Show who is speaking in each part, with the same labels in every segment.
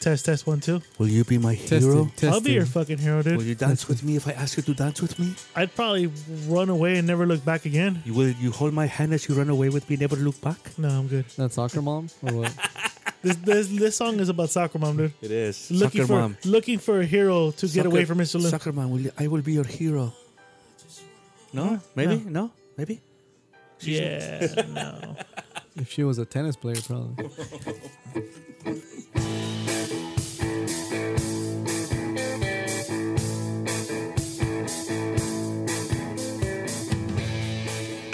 Speaker 1: Test, test, one, two.
Speaker 2: Will you be my
Speaker 3: Testing,
Speaker 2: hero?
Speaker 3: testing.
Speaker 1: I'll be your fucking hero, dude.
Speaker 2: Will you dance with me if I ask you to dance with me?
Speaker 1: I'd probably run away and never look back again.
Speaker 2: You will you hold my hand as you run away with me, never look back?
Speaker 1: No, I'm good.
Speaker 3: That soccer mom or what?
Speaker 1: This this, this song is about soccer mom, dude.
Speaker 2: It is.
Speaker 1: Looking
Speaker 2: Soccer
Speaker 1: for
Speaker 2: mom.
Speaker 1: looking for a hero to get
Speaker 2: Soccer-
Speaker 1: away from Mr. Lin.
Speaker 2: Soccer mom, will you, I will be your hero. No? Maybe? No? Maybe?
Speaker 1: Yeah, no.
Speaker 3: if she was a tennis player, probably.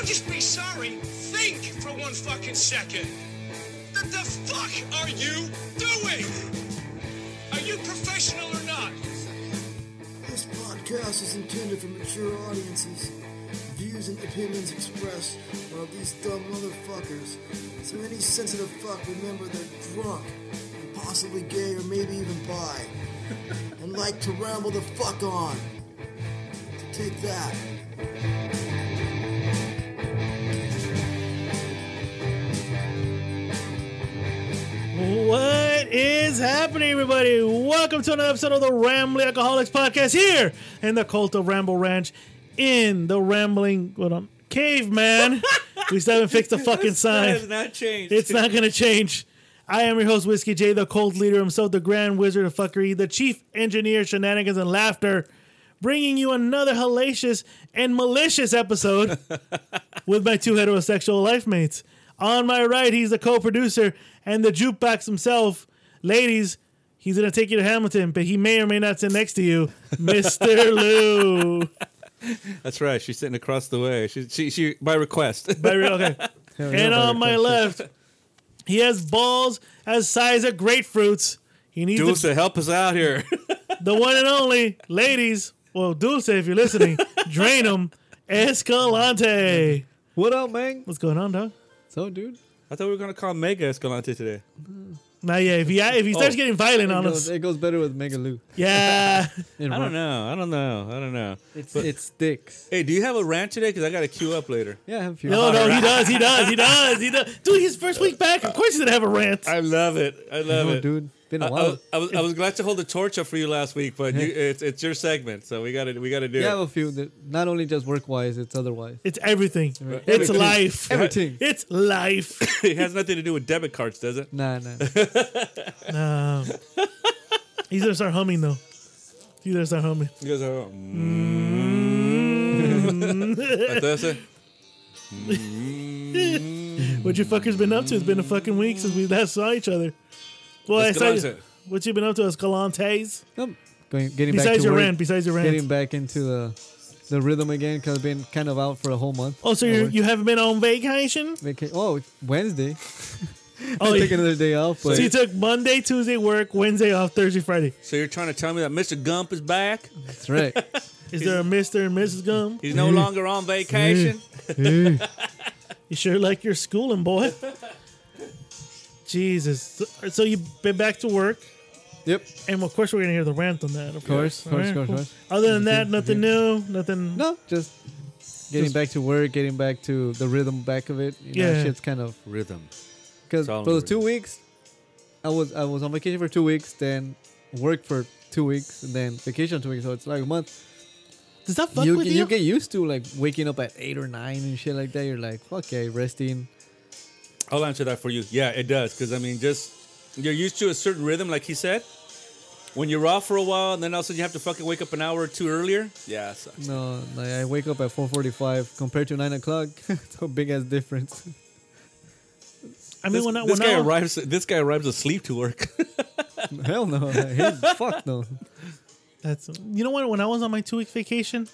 Speaker 4: Just be sorry. Think for one fucking second. The, the fuck are you doing? Are you professional or not?
Speaker 5: This podcast is intended for mature audiences. Views and opinions expressed are of these dumb motherfuckers. So any sensitive fuck, remember they're drunk, and possibly gay or maybe even bi, and like to ramble the fuck on. So take that.
Speaker 1: What is happening, everybody? Welcome to another episode of the Rambly Alcoholics Podcast here in the cult of Ramble Ranch in the rambling what on caveman. we still haven't fixed the fucking sign.
Speaker 2: not changed.
Speaker 1: It's not gonna change. I am your host, Whiskey J, the cold leader himself, the grand wizard of fuckery, the chief engineer, shenanigans, and laughter, bringing you another hellacious and malicious episode with my two heterosexual life mates. On my right, he's the co-producer and the jukebox himself. Ladies, he's gonna take you to Hamilton, but he may or may not sit next to you, Mister Lou.
Speaker 2: That's right. She's sitting across the way. She she, she by request.
Speaker 1: By real, okay.
Speaker 3: Hell yeah,
Speaker 1: And
Speaker 3: by
Speaker 1: on
Speaker 3: the
Speaker 1: my
Speaker 3: coach.
Speaker 1: left, he has balls as size of grapefruits. He needs
Speaker 2: Dulce,
Speaker 1: the,
Speaker 2: help us out here.
Speaker 1: the one and only ladies. Well, Dulce, if you're listening, drain him. Escalante.
Speaker 3: What up, man?
Speaker 1: What's going on, dog?
Speaker 3: So, dude,
Speaker 2: I thought we were gonna call Mega Escalante today.
Speaker 1: Nah, yeah. If he if he starts
Speaker 2: Oh.
Speaker 1: getting violent
Speaker 3: it
Speaker 1: on
Speaker 3: goes,
Speaker 1: us,
Speaker 3: it goes better with Mega Lou.
Speaker 1: yeah.
Speaker 3: In
Speaker 2: I
Speaker 3: rap.
Speaker 2: don't know. I don't know. I don't know.
Speaker 3: It's, it sticks.
Speaker 2: Hey, do you have a rant today? Because I gotta queue up later.
Speaker 3: Yeah, I have a few.
Speaker 1: No, no, he does, he does, he does, he does. Dude, his first week back. Of course, he's gonna have a rant.
Speaker 2: I love it. I love
Speaker 3: No,
Speaker 2: it.
Speaker 3: dude, been
Speaker 2: I,
Speaker 3: a
Speaker 2: I
Speaker 3: while.
Speaker 2: was, I, was, I was glad to hold the torch up for you last week, but you, it's it's your segment, so we got to we got to do
Speaker 3: Yeah, I have
Speaker 2: it.
Speaker 3: a few. That not only just work wise, it's otherwise.
Speaker 1: It's everything. It's
Speaker 3: Everything.
Speaker 1: life.
Speaker 3: Everything.
Speaker 1: It's life.
Speaker 2: it has nothing to do with debit cards, does it?
Speaker 3: Nah, nah.
Speaker 1: He's gonna start humming though. He's gonna start humming.
Speaker 2: You guys are. Mm. That's it.
Speaker 1: What you fuckers been up to? It's been a fucking week since we last saw each other. Well, I saw you,
Speaker 2: Escalante.
Speaker 1: what you been up to, Escalantes?
Speaker 3: Nope. Going, getting back
Speaker 1: Besides
Speaker 3: to
Speaker 1: your
Speaker 3: work,
Speaker 1: rant, besides your
Speaker 3: getting
Speaker 1: rant.
Speaker 3: back into the the rhythm again because I've been kind of out for a whole month.
Speaker 1: Oh, so
Speaker 3: at
Speaker 1: you
Speaker 3: work.
Speaker 1: you haven't been on vacation?
Speaker 3: Vaca- oh it's Wednesday.
Speaker 1: Oh,
Speaker 3: Take
Speaker 1: you,
Speaker 3: another day off, but
Speaker 1: so you took Monday, Tuesday work, Wednesday off, Thursday, Friday.
Speaker 2: So you're trying to tell me that Mr. Gump is back?
Speaker 3: that's right.
Speaker 1: Is there a Mister and Mrs. Gum?
Speaker 2: He's no longer on vacation.
Speaker 1: You sure like your schooling, boy. Jesus. So, so you've been back to work,
Speaker 3: Yep.
Speaker 1: and of course we're gonna hear the rant on that. Of
Speaker 3: course,
Speaker 1: All
Speaker 3: course, course, course.
Speaker 1: Other than that, nothing new, nothing.
Speaker 3: No, just getting
Speaker 1: Just-
Speaker 3: back to work, getting back to the rhythm back of it. You know,
Speaker 1: Yeah.
Speaker 3: shit's kind of
Speaker 2: Rhythm.
Speaker 3: because
Speaker 2: Solid
Speaker 3: for those two weeks, I was I was on vacation for two weeks, then worked for two weeks, and then vacation two weeks. So it's like a month.
Speaker 1: Does that fuck
Speaker 3: you,
Speaker 1: with
Speaker 3: get,
Speaker 1: you?
Speaker 3: you get used to like waking up at eight or nine and shit like that. You're like, okay, resting.
Speaker 2: I'll answer that for you. Yeah, it does. Because, I mean, just you're used to a certain rhythm, like he said. When you're off for a while and then all of a sudden you have to fucking wake up an hour or two earlier. Yeah, it sucks.
Speaker 3: No, like I wake up at four forty-five compared to nine o'clock. it's a big ass difference.
Speaker 1: I mean,
Speaker 2: This,
Speaker 1: when I
Speaker 2: this
Speaker 1: when
Speaker 2: guy
Speaker 1: I,
Speaker 2: arrives. This guy arrives asleep to work.
Speaker 3: Hell no, I hate- fuck no.
Speaker 1: That's you know what? When I was on my two week vacation,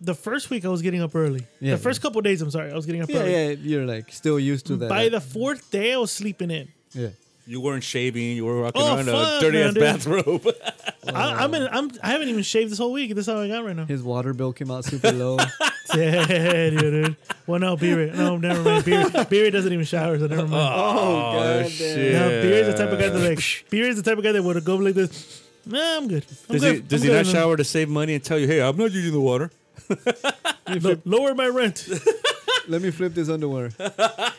Speaker 1: the first week I was getting up early.
Speaker 3: Yeah.
Speaker 1: the first couple days, I'm sorry, I was getting up
Speaker 3: Yeah,
Speaker 1: early.
Speaker 3: yeah, you're like still used to that.
Speaker 1: By the fourth day, I was sleeping in.
Speaker 3: yeah,
Speaker 2: you weren't shaving. You were walking
Speaker 1: Oh,
Speaker 2: around in a
Speaker 1: fuck,
Speaker 2: dirty
Speaker 1: man,
Speaker 2: ass
Speaker 1: dude.
Speaker 2: bathrobe.
Speaker 1: I, I'm in. I'm. I haven't even shaved this whole week. That's how I got right now.
Speaker 3: his water bill came out super low.
Speaker 1: yeah, dude, dude. Well, no, Beery. No, never mind. Beery, Beery doesn't even shower, so never mind.
Speaker 3: Oh, God damn.
Speaker 2: shit.
Speaker 1: no, Beery's the type of guy that like. Beery's the type of guy that would go like this. Nah, I'm good. I'm
Speaker 2: Does
Speaker 1: good.
Speaker 2: he, does
Speaker 1: I'm
Speaker 2: he
Speaker 1: good.
Speaker 2: not shower to save money and tell you, hey, I'm not using the water?
Speaker 1: Lo- lower my rent.
Speaker 3: Let me flip this underwear.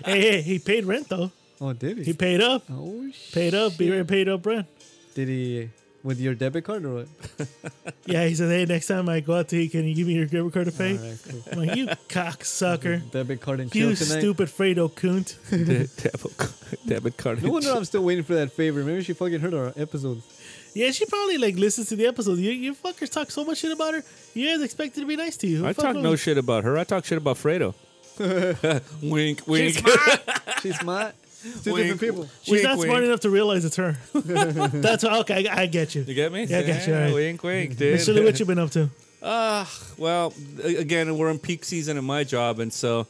Speaker 1: hey, hey, he paid rent though.
Speaker 3: Oh, did he?
Speaker 1: He paid up.
Speaker 3: oh shit.
Speaker 1: Paid up. Beery paid up rent.
Speaker 3: Did he with your debit card or what?
Speaker 1: Yeah, he said, "Hey, next time I go out to eat, can you give me your debit card to pay?"
Speaker 3: All right, cool.
Speaker 1: I'm like, "You cocksucker,
Speaker 3: Debit card and chill
Speaker 1: you
Speaker 3: tonight.
Speaker 1: stupid Fredo Kunt."
Speaker 6: debit, card- debit card.
Speaker 3: No wonder I'm still waiting for that favor. Maybe she fucking heard our episode.
Speaker 1: Yeah, she probably like listens to the episode. You, you fuckers talk so much shit about her. You guys expected to be nice to you.
Speaker 6: I
Speaker 1: Fuck
Speaker 6: talk
Speaker 1: off.
Speaker 6: no shit about her. I talk shit about Fredo. wink, wink.
Speaker 1: She's smart.
Speaker 3: She's smart. Two
Speaker 6: Wink.
Speaker 3: different people.
Speaker 1: She's not smart enough to realize it's her. That's okay. I, I get you.
Speaker 6: You get me?
Speaker 1: Yeah, I get you, all right.
Speaker 6: Wink, wink,
Speaker 1: Actually, what
Speaker 6: dude.
Speaker 1: you been up to?
Speaker 6: Ah, well, a- again, we're in peak season at my job, and so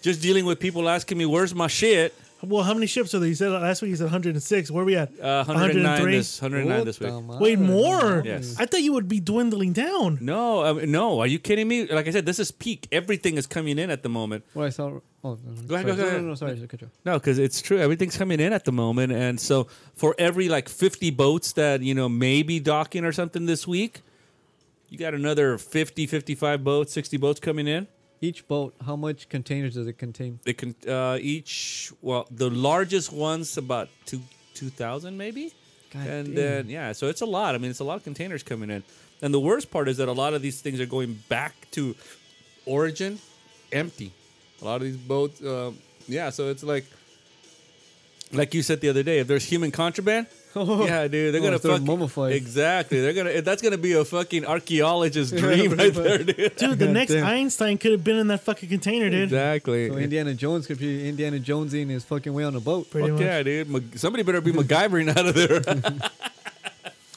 Speaker 6: just dealing with people asking me, "Where's my shit?"
Speaker 1: Well, how many ships are there? You said last week you said 106. Where are we at?
Speaker 6: Uh, 109 this 109 this week.
Speaker 3: Puta madre.
Speaker 1: Wait, more?
Speaker 6: Yes.
Speaker 1: I thought you would be dwindling down.
Speaker 6: No, I mean, no. Are you kidding me? Like I said, this is peak. Everything is coming in at the moment.
Speaker 3: What I saw. Oh, no,
Speaker 6: Go
Speaker 3: sorry.
Speaker 6: ahead, go ahead, go
Speaker 3: No,
Speaker 6: ahead.
Speaker 3: no, no, sorry, sorry, cut you off.
Speaker 6: No, because it's true. Everything's coming in at the moment, and so for every like fifty boats that you know maybe docking or something this week, you got another 50, 55 boats, sixty boats coming in.
Speaker 3: Each boat, how much containers does it contain?
Speaker 6: They can uh, each well the largest ones about two two thousand maybe,
Speaker 3: God
Speaker 6: and
Speaker 3: damn.
Speaker 6: then yeah, so it's a lot. I mean, it's a lot of containers coming in, and the worst part is that a lot of these things are going back to origin empty. A lot of these boats, um, yeah. So it's like, like you said the other day, if there's human contraband. yeah, dude, they're
Speaker 3: Oh,
Speaker 6: gonna
Speaker 3: if they're
Speaker 6: fucking-
Speaker 3: mummified.
Speaker 6: Exactly, they're gonna. That's gonna be a fucking archaeologist's dream right there, dude.
Speaker 1: Dude, the next
Speaker 3: Damn.
Speaker 1: Einstein could have been in that fucking container, dude.
Speaker 6: Exactly.
Speaker 3: So Indiana Jones could be Indiana Jones in his fucking way on a boat.
Speaker 1: Pretty
Speaker 6: Fuck
Speaker 1: much.
Speaker 6: yeah, dude. Mag- Somebody better be MacGyvering out of there.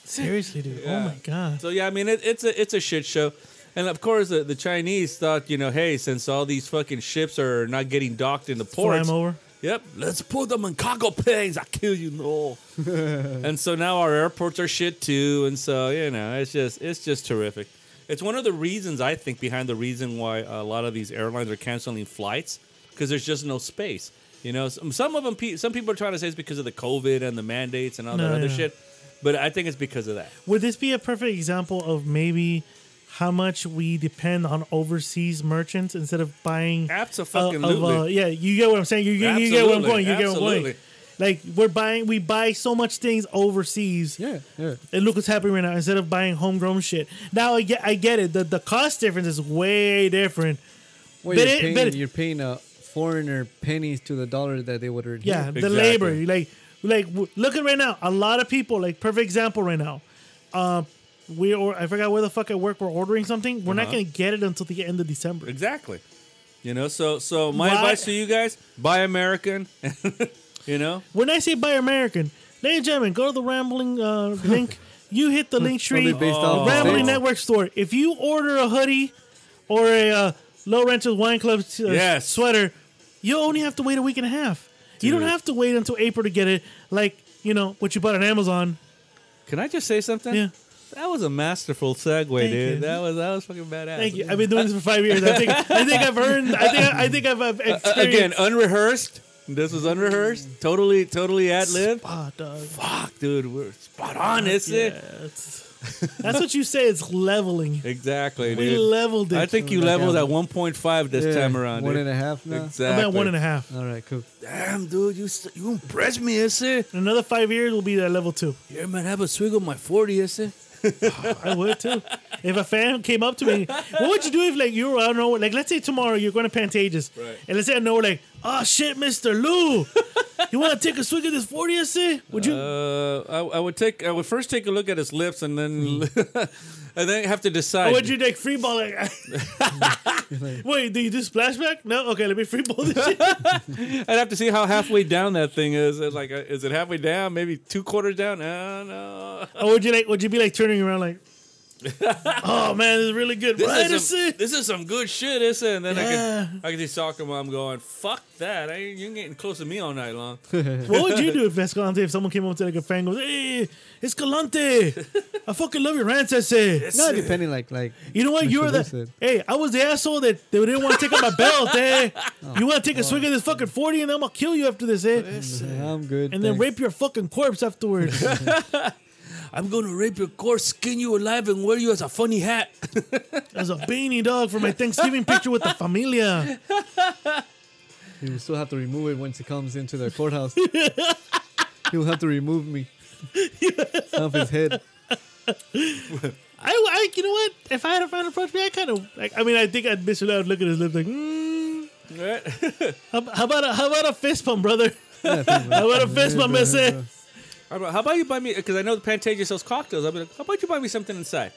Speaker 1: Seriously, dude.
Speaker 6: Yeah.
Speaker 1: Oh my god.
Speaker 6: so yeah, I mean it, it's a it's a shit show, and of course the, the Chinese thought you know hey since all these fucking ships are not getting docked in the
Speaker 1: Fly
Speaker 6: ports,
Speaker 1: him over.
Speaker 6: yep, let's put them in cargo planes. I kill you, no. and so now our airports are shit too, and so you know it's just it's just terrific. It's one of the reasons I think behind the reason why a lot of these airlines are canceling flights because there's just no space. You know, some, some of them, pe- some people are trying to say it's because of the COVID and the mandates and all
Speaker 1: No,
Speaker 6: that other
Speaker 1: yeah.
Speaker 6: shit, but I think it's because of that.
Speaker 1: Would this be a perfect example of maybe how much we depend on overseas merchants instead of buying?
Speaker 6: Abso-fucking-lutely.
Speaker 1: of, uh, yeah, you get what I'm saying. You, get- you get where I'm
Speaker 6: Absolutely,
Speaker 1: going. You get where I'm going.
Speaker 6: absolutely.
Speaker 1: Like we're buying, we buy so much things overseas.
Speaker 3: Yeah, yeah.
Speaker 1: And look what's happening right now. Instead of buying homegrown shit, now I get, I get it. The the cost difference is way different.
Speaker 3: Well,
Speaker 1: But
Speaker 3: you're,
Speaker 1: it-
Speaker 3: paying,
Speaker 1: but it-
Speaker 3: you're paying a foreigner pennies to the dollar that they would earn.
Speaker 1: Yeah,
Speaker 3: here.
Speaker 1: the
Speaker 6: Exactly.
Speaker 1: labor. Like, like w- look at right now. A lot of people. Like, perfect example right now. Uh, we or I forgot where the fuck at work we're ordering something. We're not
Speaker 6: Uh-huh.
Speaker 1: gonna get it until the end of December.
Speaker 6: Exactly. You know, so so my
Speaker 1: Why-
Speaker 6: advice to you guys: buy American. you know,
Speaker 1: When I say buy American, ladies and gentlemen, go to the Rambling uh, link. You hit the link tree.
Speaker 3: Only based off the
Speaker 1: Rambling
Speaker 3: States.
Speaker 1: Network store. If you order a hoodie or a uh, Low Rental Wine Club uh,
Speaker 6: Yes.
Speaker 1: sweater, you only have to wait a week and a half. You don't
Speaker 6: Dude.
Speaker 1: have to wait until April to get it. Like you know what you bought on Amazon.
Speaker 6: can I just say something?
Speaker 1: Yeah.
Speaker 6: That was a masterful segue,
Speaker 1: Thank
Speaker 6: dude.
Speaker 1: you.
Speaker 6: That was that was fucking badass.
Speaker 1: Thank you. I've been doing this for five years. I think I think I've earned. I think I think I've, I've
Speaker 6: Uh,
Speaker 1: experienced.
Speaker 6: again, unrehearsed. This was unrehearsed. Totally, totally ad lib.
Speaker 1: Ah, dog.
Speaker 6: Fuck, dude, we're spot on, is
Speaker 1: Yeah,
Speaker 6: it?
Speaker 1: it's- that's what you say. It's leveling.
Speaker 6: Exactly,
Speaker 1: We
Speaker 6: dude.
Speaker 1: leveled it.
Speaker 6: I think you
Speaker 3: Back
Speaker 6: leveled
Speaker 3: out.
Speaker 6: at 1.5 this
Speaker 3: Yeah,
Speaker 6: time around.
Speaker 3: One
Speaker 6: dude.
Speaker 3: and a half now.
Speaker 1: I'm
Speaker 6: Exactly.
Speaker 1: at one and a half.
Speaker 3: All right, cool.
Speaker 6: Damn, dude, you s- you impressed me, is it?
Speaker 1: In another five years, we'll be at level two.
Speaker 6: Yeah, man, have a swig of my 40, is it?
Speaker 1: I would too. If a fan came up to me, what would you do if like you were I don't know like let's say tomorrow you're going to Pantages,
Speaker 6: Right.
Speaker 1: and let's say I know like oh shit, Mister Lou, you want to take a swig of this forty SC? Would you?
Speaker 6: Uh, I, I would take. I would first take a look at his lips, and then, and then have to decide.
Speaker 1: or Mm-hmm. Oh, would you take free ball? Like, wait, do you do splashback? No, okay, let me free ball this shit.
Speaker 6: I'd have to see how halfway down that thing is. It's like, uh, is it halfway down? Maybe two quarters down? I do
Speaker 1: Or would you like? Would you be like turning around like? oh man, this is really good.
Speaker 6: This
Speaker 1: right,
Speaker 6: is some,
Speaker 1: SC?
Speaker 6: this is some good shit, isn't it? And then
Speaker 1: Yeah.
Speaker 6: I could, I could see soccer mom going, "Fuck that! I, ain't- you ain't getting close to me all night long."
Speaker 1: What would you do if Escalante, if someone came up to like a fan, goes, "Hey, Escalante, I fucking love your rants, essay."
Speaker 3: No, depending like like
Speaker 1: You know what? You
Speaker 3: Mr.
Speaker 1: were the
Speaker 3: Lucid.
Speaker 1: hey. I was the asshole that they didn't want to take out my belt. Eh? you want to take a swig of this fucking forty, and I'm gonna kill you after this. Eh?
Speaker 3: I'm good.
Speaker 1: And then
Speaker 3: thanks.
Speaker 1: rape your fucking corpse afterwards.
Speaker 6: I'm going to rape your corpse, skin you alive, and wear you as a funny hat.
Speaker 1: As a beanie dog for my Thanksgiving picture with the familia.
Speaker 3: You will still have to remove it once it comes into the courthouse. You'll have to remove me. off his head.
Speaker 1: I, I, you know what? If I had a friend approach me, I kind of like. I mean, I think I'd miss it out. Look at his lips, like, mm, how, how about a, how about a fist pump, brother? how about a fist pump, missy?
Speaker 6: How about- How about you buy me? Because I know the Pantages sells cocktails. I'll be like, how about you buy me something inside?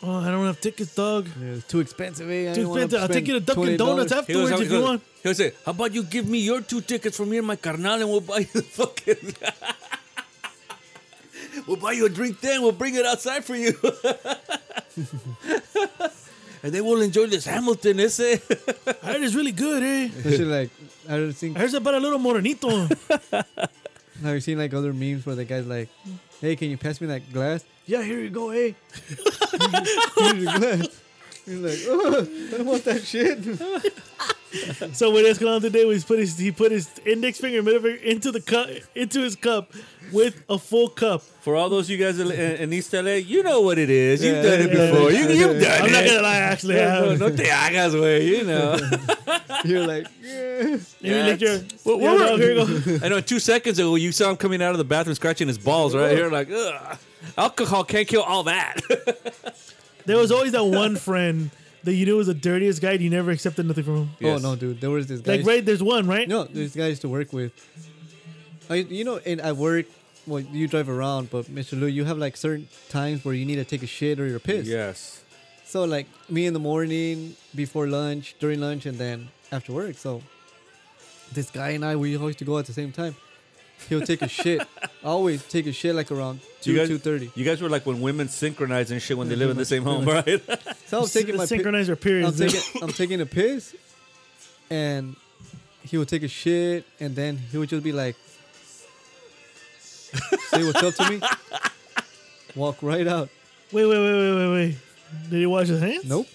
Speaker 1: Oh, I don't have tickets, dog.
Speaker 3: Yeah, it's too expensive. Eh? I
Speaker 1: Too
Speaker 3: don't wanna
Speaker 1: expensive. I'll
Speaker 3: spend
Speaker 1: take you to Dunkin'
Speaker 3: $20.
Speaker 1: Donuts
Speaker 6: He was,
Speaker 1: afterwards
Speaker 6: he
Speaker 1: if you
Speaker 6: was-
Speaker 1: want.
Speaker 6: he would say, how about you give me your two tickets from here, my carnal, and we'll buy you the fucking. we'll buy you a drink then. We'll bring it outside for you. and then we'll enjoy this Hamilton, is it?
Speaker 1: I heard it's really good, eh?
Speaker 3: That shit, like I don't think
Speaker 1: I heard it's about a little morenito.
Speaker 3: Have you seen like other memes where the guy's like, "Hey, can you pass me that glass?" Yeah, here you go, eh? hey. Here's your glass. He's like, "Ugh, I don't want that shit.
Speaker 1: So what Escalante did was put his he put his index finger and middle finger into the cup into his cup with a full cup.
Speaker 6: For all those you guys in, in East LA, you know what it is. You've
Speaker 3: Yeah,
Speaker 6: done it
Speaker 1: yeah,
Speaker 6: before. You, you've done
Speaker 1: I'm
Speaker 6: it.
Speaker 1: not gonna lie, actually. I
Speaker 6: no,
Speaker 1: have.
Speaker 6: no te hagas, way. You know.
Speaker 3: You're like, yes.
Speaker 1: You lick your-
Speaker 6: Well,
Speaker 1: yeah,
Speaker 6: we're-
Speaker 1: dog, here you go.
Speaker 6: I know two seconds ago you saw him coming out of the bathroom scratching his balls right here, like, Ugh. alcohol can't kill all that.
Speaker 1: There was always that one friend that you knew was the dirtiest guy, and you never accepted nothing from him.
Speaker 6: Yes.
Speaker 3: Oh no, dude, there was this guy.
Speaker 1: Like right, there's one right.
Speaker 3: No, this guy I used to work with. I, you know, and at work, well, you drive around, but Mr. Lou, you have like certain times where you need to take a shit or you're pissed.
Speaker 6: Yes.
Speaker 3: So like me in the morning, before lunch, during lunch, and then after work. So this guy and I, we always to go at the same time. He'll take a shit. Always take a shit like around
Speaker 6: you
Speaker 3: two
Speaker 6: guys,
Speaker 3: two thirty.
Speaker 6: You guys were like when women synchronize and shit when they live in the same home, right?
Speaker 3: So I'm taking my pi-
Speaker 1: synchronize your
Speaker 3: I'm
Speaker 1: periods. dude.
Speaker 3: taking I'm taking a piss, and he would take a shit, and then he would just be like, "Say what's up to me." Walk right out.
Speaker 1: Wait, wait, wait, wait, wait, wait. Did he wash his hands?
Speaker 3: Nope.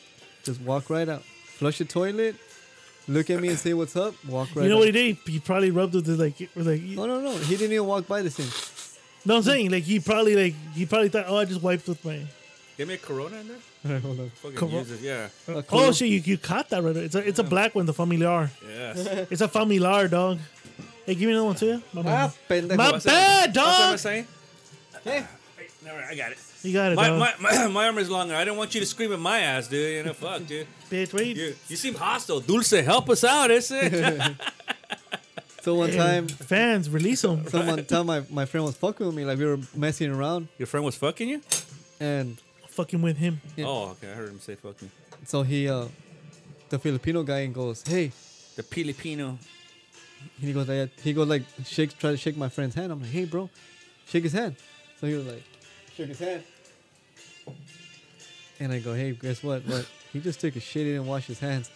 Speaker 3: Just walk right out. Flush the toilet. Look at me and say what's up. Walk right.
Speaker 1: You know
Speaker 3: out.
Speaker 1: what he did? He probably rubbed with his like, was like.
Speaker 3: No, no, no. He didn't even walk by the thing.
Speaker 1: No, I'm saying like he probably like he probably thought, oh, I just wiped with my.
Speaker 6: Give me a Corona in there.
Speaker 3: hold on.
Speaker 6: Fucking
Speaker 1: Coro-
Speaker 6: use it, yeah.
Speaker 3: A
Speaker 1: Oh
Speaker 3: Corona.
Speaker 1: shit, you, you caught that right? It's a it's a black one, the familiar.
Speaker 6: Yes.
Speaker 1: It's a familiar, dog. Hey, give me another one too. My
Speaker 3: Ah,
Speaker 1: bad.
Speaker 3: pendejo.
Speaker 1: My
Speaker 6: What's
Speaker 1: bad,
Speaker 6: that? What's that I'm
Speaker 1: dog.
Speaker 6: saying?
Speaker 3: Hey.
Speaker 6: Never mind, I got it.
Speaker 1: You got it,
Speaker 6: My,
Speaker 1: dog.
Speaker 6: my, my, my arm is longer. I don't want you to scream at my ass, dude. You know, fuck, dude.
Speaker 1: Bitch, wait.
Speaker 6: You, you seem hostile. Dulce, help us out, is it?
Speaker 3: So one time,
Speaker 1: Fans, release them.
Speaker 3: so one time, my, my friend was fucking with me. Like we were messing around,
Speaker 6: Your friend was fucking you?
Speaker 3: and
Speaker 1: Fucking with him.
Speaker 3: Yeah.
Speaker 6: Oh, okay. I heard him say fuck me.
Speaker 3: so he, uh, the Filipino guy, and goes, "Hey,"
Speaker 6: The Filipino.
Speaker 3: and he goes like, he goes like, shake, try to shake my friend's hand. I'm like, "Hey, bro, shake his hand." So he was like, shook his hand, and I go, "Hey, guess what? What? He just took a shit. He didn't wash his hands."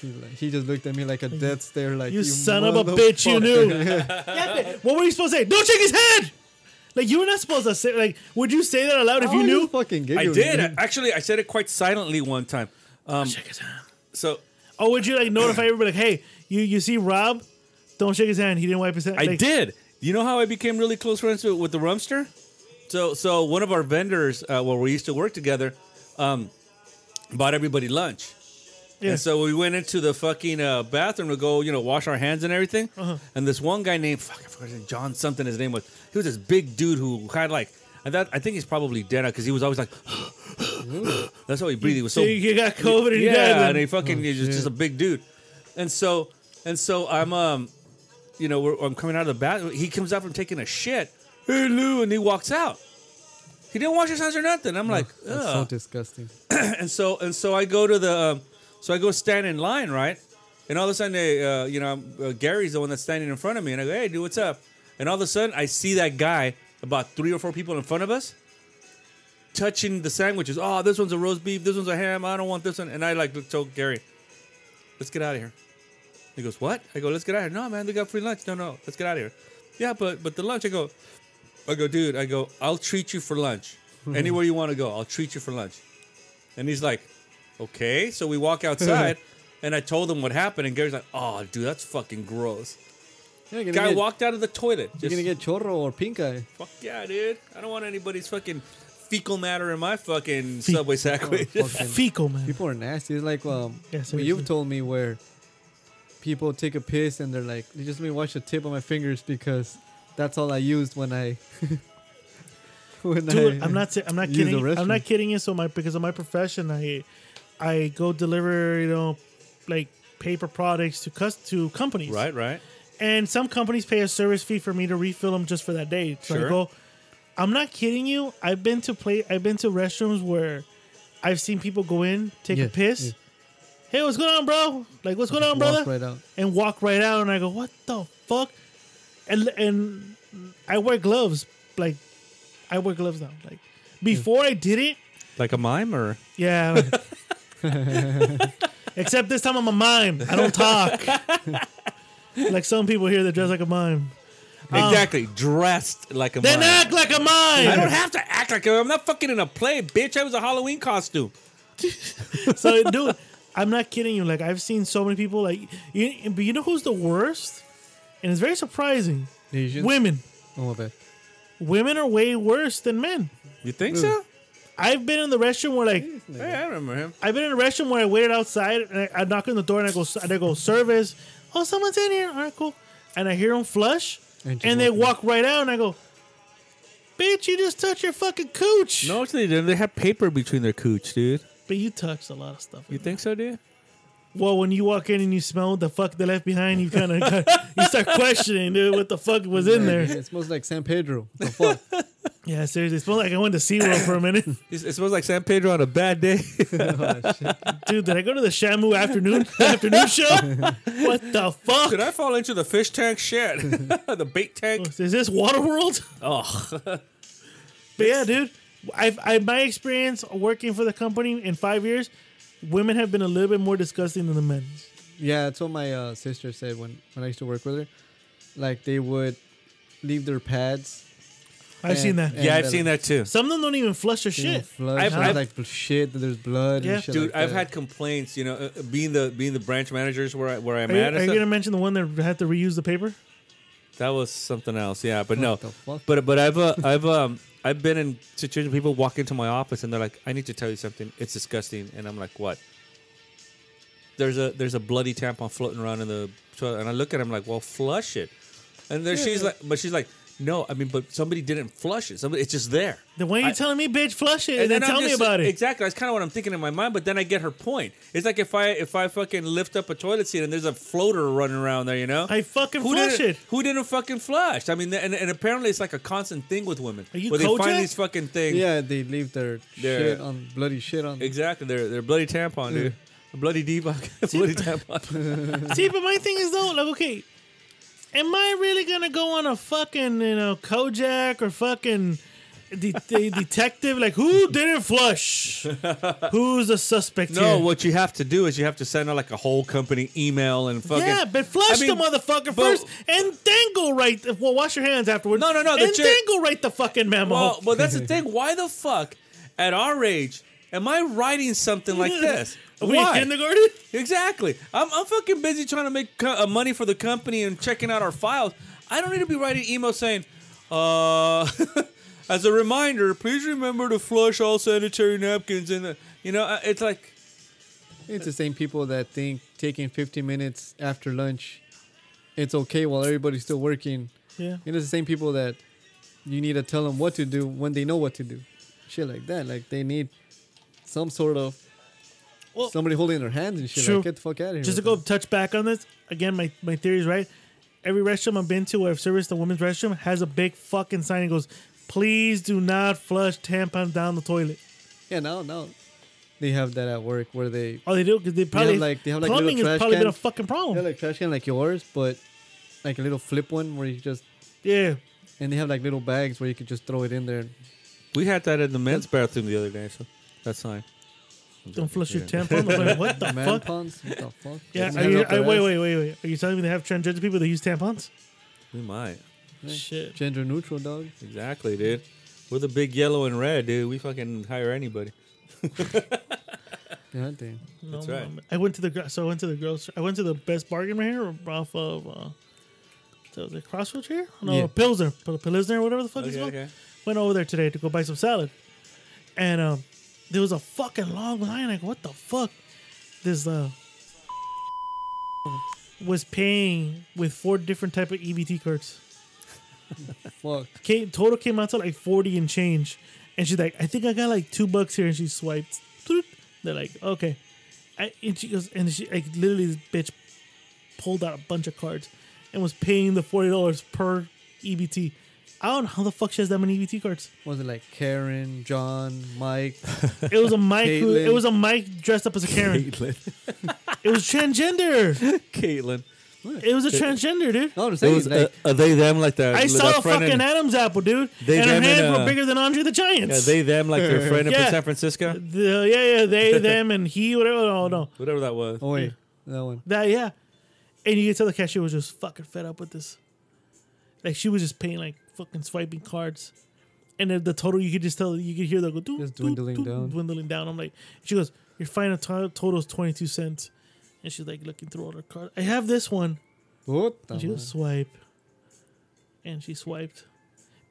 Speaker 3: He, like, he just looked at me like a death stare, like
Speaker 1: You, son of a bitch, you
Speaker 3: motherfucker."
Speaker 1: knew. Yeah, but what were you supposed to say? Don't shake his head. Like you were not supposed to say. Like, would you say that aloud if
Speaker 3: I
Speaker 1: you
Speaker 3: was
Speaker 1: knew?
Speaker 3: Oh, fucking
Speaker 6: I
Speaker 3: giggling,
Speaker 6: did.
Speaker 3: dude.
Speaker 6: Actually, I said it quite silently one time. Um,
Speaker 1: Shake his hand.
Speaker 6: so
Speaker 1: Or would you like notify everybody? Like, hey, you you see Rob? Don't shake his hand. He didn't wipe his hand.
Speaker 6: I
Speaker 1: Like,
Speaker 6: did. You know how I became really close friends with, with the Rumster? So, so one of our vendors, uh, where we used to work together, um, bought everybody lunch.
Speaker 1: Yeah.
Speaker 6: And so we went into the fucking uh, bathroom to go, you know, wash our hands and everything. And this one guy named fuck, I forgot his name, John something. His name was. He was this big dude who had like. I thought, I think he's probably dead now because he was always like. That's how he breathed. He was so.
Speaker 1: So you got COVID and you
Speaker 6: yeah,
Speaker 1: died then.
Speaker 6: and he fucking he was just a big dude, and so and so I'm um, you know, we're, I'm coming out of the bathroom. He comes out from taking a shit. Hey Lou, and he walks out. He didn't wash his hands or nothing. I'm like,
Speaker 3: That's so
Speaker 6: Ugh
Speaker 3: disgusting.
Speaker 6: and so and so I go to the um, so I go stand in line right, and all of a sudden they, uh, you know I'm- uh, Gary's the one that's standing in front of me, and I go hey dude what's up, and all of a sudden I see that guy about three or four people in front of us, touching the sandwiches. Oh this one's a roast beef, this one's a ham. I don't want this one, and I like told Gary, let's get out of here. He goes what? I go let's get out of here. No man they got free lunch. No no let's get out of here. Yeah but but the lunch I go. I go, dude. I go. I'll treat you for lunch. Anywhere you want to go, I'll treat you for lunch. And he's like, okay. So we walk outside and I told him what happened. And Gary's like, oh, dude, that's fucking gross.
Speaker 3: Yeah, you're gonna
Speaker 6: Guy
Speaker 3: get-
Speaker 6: walked out of the toilet.
Speaker 3: You're
Speaker 6: Just,
Speaker 3: gonna get chorro or pink eye.
Speaker 6: fuck yeah, dude. I don't want anybody's fucking fecal matter in my fucking subway sandwich.
Speaker 3: Oh, Fucking-
Speaker 1: fecal man.
Speaker 3: people are nasty. It's like um,
Speaker 1: Yeah,
Speaker 3: what
Speaker 1: seriously.
Speaker 3: you've told me where people take a piss and they're like, they just let me wash the tip of my fingers because That's all I used when I. when
Speaker 1: Dude,
Speaker 3: I,
Speaker 1: I'm not. ser- I'm not
Speaker 3: use the
Speaker 1: kidding. I'm
Speaker 3: restroom.
Speaker 1: not kidding you. So my because of my profession, I I go deliver you know like paper products to cus- to companies.
Speaker 6: Right, right.
Speaker 1: And some companies pay a service fee for me to refill them just for that day. So
Speaker 6: Sure.
Speaker 1: I go. I'm not kidding you. I've been to play. I've been to restrooms where I've seen people go in, take
Speaker 3: Yeah,
Speaker 1: a piss.
Speaker 3: yeah.
Speaker 1: Hey, what's going on, bro? Like, what's going on, brother?
Speaker 3: Walk right out.
Speaker 1: and walk right out and I go, "What the fuck?" And and I wear gloves. Like I wear gloves now. Like before I did it,
Speaker 6: Like a mime or
Speaker 1: yeah. Except this time I'm a mime. I don't talk. like some people here that dress like a mime.
Speaker 6: exactly dressed like a
Speaker 1: Then
Speaker 6: mime.
Speaker 1: act like a mime.
Speaker 6: I don't have to act like I'm not fucking in a play, bitch. I was a Halloween costume.
Speaker 1: so dude, I'm not kidding you. Like I've seen so many people. Like you, but you know who's the worst? And it's very surprising.
Speaker 3: Asians?
Speaker 1: Women.
Speaker 3: Oh my bad.
Speaker 1: Women are way worse than men.
Speaker 6: You think so?
Speaker 1: I've been in the restroom where like
Speaker 6: Yeah, I remember him.
Speaker 1: I've been in a restaurant where I waited outside and I, I knock on the door and I go and I go service. Oh, someone's in here. All right, cool. And I hear them flush,
Speaker 3: And
Speaker 1: and,
Speaker 3: just
Speaker 1: they
Speaker 3: walk
Speaker 1: walk right out, and I go, "Bitch, you just touched your fucking cooch."
Speaker 6: No, they didn't. They had paper between their cooch, dude.
Speaker 1: but you touched a lot of stuff.
Speaker 6: You think so, dude?
Speaker 1: well, when you walk in and you smell what the fuck they left behind, you kind of you start questioning, dude, what the fuck was in there?
Speaker 3: It smells like San Pedro. The fuck?
Speaker 1: Yeah, seriously, it smelled like I went to SeaWorld for a minute,
Speaker 6: It it smells like San Pedro on a bad day.
Speaker 3: Oh, shit.
Speaker 1: dude. Did I go to the Shamu afternoon afternoon show? What the fuck?
Speaker 6: Did I fall into the fish tank? Shit, the bait tank.
Speaker 1: Is this Waterworld?
Speaker 6: Oh,
Speaker 1: But yeah, dude, I've, I my experience working for the company in five years, women have been a little bit more disgusting than the men.
Speaker 3: Yeah, that's what my uh, sister said when, when I used to work with her. Like they would leave their pads.
Speaker 1: I've
Speaker 3: And-
Speaker 1: seen that.
Speaker 3: and-
Speaker 6: yeah, I've seen that too.
Speaker 1: Some of them don't even flush their
Speaker 3: You know,
Speaker 1: shit.
Speaker 3: Flush.
Speaker 6: I've-
Speaker 3: I've,
Speaker 6: I've-
Speaker 3: like bl- shit. that There's blood.
Speaker 1: Yeah.
Speaker 3: and shit
Speaker 6: Dude,
Speaker 3: like
Speaker 6: I've
Speaker 3: that.
Speaker 6: had complaints. You know, uh, being the being the branch managers where I, where I'm
Speaker 1: Are you,
Speaker 6: at. and
Speaker 1: are you
Speaker 6: stuff.
Speaker 1: gonna mention the one that had to reuse the paper?
Speaker 6: That was something else, yeah. But no,
Speaker 3: What the fuck?
Speaker 6: but but I've uh, I've um I've been in situations where people walk into my office and they're like, "I need to tell you something. It's disgusting," and I'm like, "What?" There's a there's a bloody tampon floating around in the toilet, and I look at him like, "Well, flush it," and then she's like, "But she's like, no, I mean, but somebody didn't flush it. Somebody, it's just there."
Speaker 1: Then why are you
Speaker 6: I-
Speaker 1: telling me, bitch, flush it and, then,
Speaker 6: I'm
Speaker 1: tell me
Speaker 6: just-
Speaker 1: about it?
Speaker 6: Exactly, that's kind of what I'm thinking in my mind. But then I get her point. It's like if I if I fucking lift up a toilet seat and there's a floater running around there, you know.
Speaker 1: I fucking
Speaker 6: who
Speaker 1: flush
Speaker 6: didn't,
Speaker 1: it.
Speaker 6: Who didn't fucking flush? I mean, and, and apparently it's like a constant thing with women.
Speaker 1: Are you
Speaker 6: where they
Speaker 1: Kojak?
Speaker 6: find these fucking things.
Speaker 3: Yeah, they leave their
Speaker 6: Their-
Speaker 3: shit on bloody shit on.
Speaker 6: exactly. They're they're bloody tampon, dude. A bloody debug, bloody tampon.
Speaker 1: See, but my thing is though, like, okay, am I really gonna go on a fucking you know Kojak or fucking de- de- detective? Like, who didn't flush? Who's the suspect?
Speaker 6: no,
Speaker 1: here?
Speaker 6: what you have to do is you have to send out like a whole company email and fucking.
Speaker 1: yeah, but flush
Speaker 6: I mean,
Speaker 1: the motherfucker
Speaker 6: but-
Speaker 1: first, and then go right. Well, wash your hands afterwards.
Speaker 6: No, no, no, the
Speaker 1: And
Speaker 6: chick-
Speaker 1: then go right the fucking memo.
Speaker 6: Well, well, that's the thing. Why the fuck, at our age, am I writing something like this?
Speaker 1: Are we in
Speaker 6: Why?
Speaker 1: kindergarten?
Speaker 6: Exactly. I'm, I'm fucking busy trying to make co- uh, money for the company and checking out our files. I don't need to be writing emails saying, uh, as a reminder, please remember to flush all sanitary napkins. And, the, you know, uh, it's like,
Speaker 3: It's the same people that think taking 15 minutes after lunch, it's okay while everybody's still working.
Speaker 1: Yeah.
Speaker 3: It is the same people that you need to tell them what to do when they know what to do. Shit like that. Like they need some sort of
Speaker 1: Well-
Speaker 3: somebody holding their hands and shit.
Speaker 1: True.
Speaker 3: Like get the fuck out of here.
Speaker 1: Just to
Speaker 3: with
Speaker 1: go
Speaker 3: that.
Speaker 1: touch back on this again, my my theory is right. Every restroom I've been to where I've serviced the women's restroom has a big fucking sign that goes, "Please do not flush tampon down the toilet."
Speaker 3: Yeah, now now they have that at work where they
Speaker 1: Oh, they do because they probably
Speaker 3: like- they have, like,
Speaker 1: plumbing
Speaker 3: little
Speaker 1: has
Speaker 3: trash
Speaker 1: probably been a
Speaker 3: cans.
Speaker 1: fucking problem.
Speaker 3: they have like trash can like yours, but like a little flip one where you just
Speaker 1: yeah,
Speaker 3: and they have like little bags where you could just throw it in there. and-
Speaker 6: we had that in the men's bathroom the other day, so that's fine.
Speaker 1: don't flush your tampon. I'm like, what the
Speaker 3: Man
Speaker 1: fuck?
Speaker 3: pons? What the fuck?
Speaker 1: Yeah,
Speaker 3: Just
Speaker 1: are
Speaker 3: hang
Speaker 1: you,
Speaker 3: up their
Speaker 1: I, wait,
Speaker 3: ass.
Speaker 1: wait, wait, wait. Are you telling me they have transgender people that use tampons?
Speaker 6: We might.
Speaker 1: Shit.
Speaker 3: Gender neutral dog.
Speaker 6: Exactly, dude. We're the big yellow and red, dude. We fucking hire anybody.
Speaker 3: Yeah, damn.
Speaker 1: No,
Speaker 6: That's right.
Speaker 1: mom. I went to the gro- so I went to the grocery. I went to the Best Bargain right here off of uh, the, the Crossroads here. No,
Speaker 3: Yeah.
Speaker 1: Pilsner, Pil- Pilsner, whatever the fuck it's
Speaker 6: Okay,
Speaker 1: called.
Speaker 6: okay.
Speaker 1: Went over there today to go buy some salad, and um, there was a fucking long line. Like, what the fuck? This uh was paying with four different type of EBT E cards.
Speaker 3: Fuck.
Speaker 1: Came, total came out to like 40 and change. And she's like, I think I got like two bucks here. And she swiped. Toot. They're like, okay. I, and she goes, and she, like, literally, this bitch pulled out a bunch of cards and was paying the $40 per EBT. I don't know how the fuck she has that many EBT cards.
Speaker 3: Was it like Karen, John, Mike?
Speaker 1: It was a Mike who,
Speaker 3: Caitlyn.
Speaker 1: it was a Mike dressed up as a Karen.
Speaker 6: Caitlin.
Speaker 1: It was transgender.
Speaker 6: Caitlin.
Speaker 1: It was a transgender, dude.
Speaker 3: No, I'm
Speaker 6: It
Speaker 3: saying
Speaker 6: was,
Speaker 3: like,
Speaker 6: uh, are they them like that?
Speaker 1: I
Speaker 6: that
Speaker 1: saw a
Speaker 6: friend
Speaker 1: fucking
Speaker 6: in-
Speaker 1: Adam's apple, dude.
Speaker 6: They
Speaker 1: and her
Speaker 6: them in,
Speaker 1: hands were
Speaker 6: uh,
Speaker 1: bigger than Andre the Giant.
Speaker 6: Yeah, they them like their friend up
Speaker 1: Yeah.
Speaker 6: in San Francisco,
Speaker 1: The- yeah, yeah, they, them, and he, whatever. No, no.
Speaker 6: whatever that was.
Speaker 3: oh wait, that one.
Speaker 1: That, yeah. And you could tell the cashier was just fucking fed up with this. Like, she was just paying, like, fucking swiping cards. And then the total, you could just tell, you could hear the go, doo,
Speaker 3: Just
Speaker 1: doo,
Speaker 3: dwindling
Speaker 1: doo,
Speaker 3: down.
Speaker 1: Dwindling down. I'm like, she goes, your final to- total is 22 cents. And she's like looking through all her cards. I have this one.
Speaker 3: What?
Speaker 1: And she goes, swipe. And she swiped.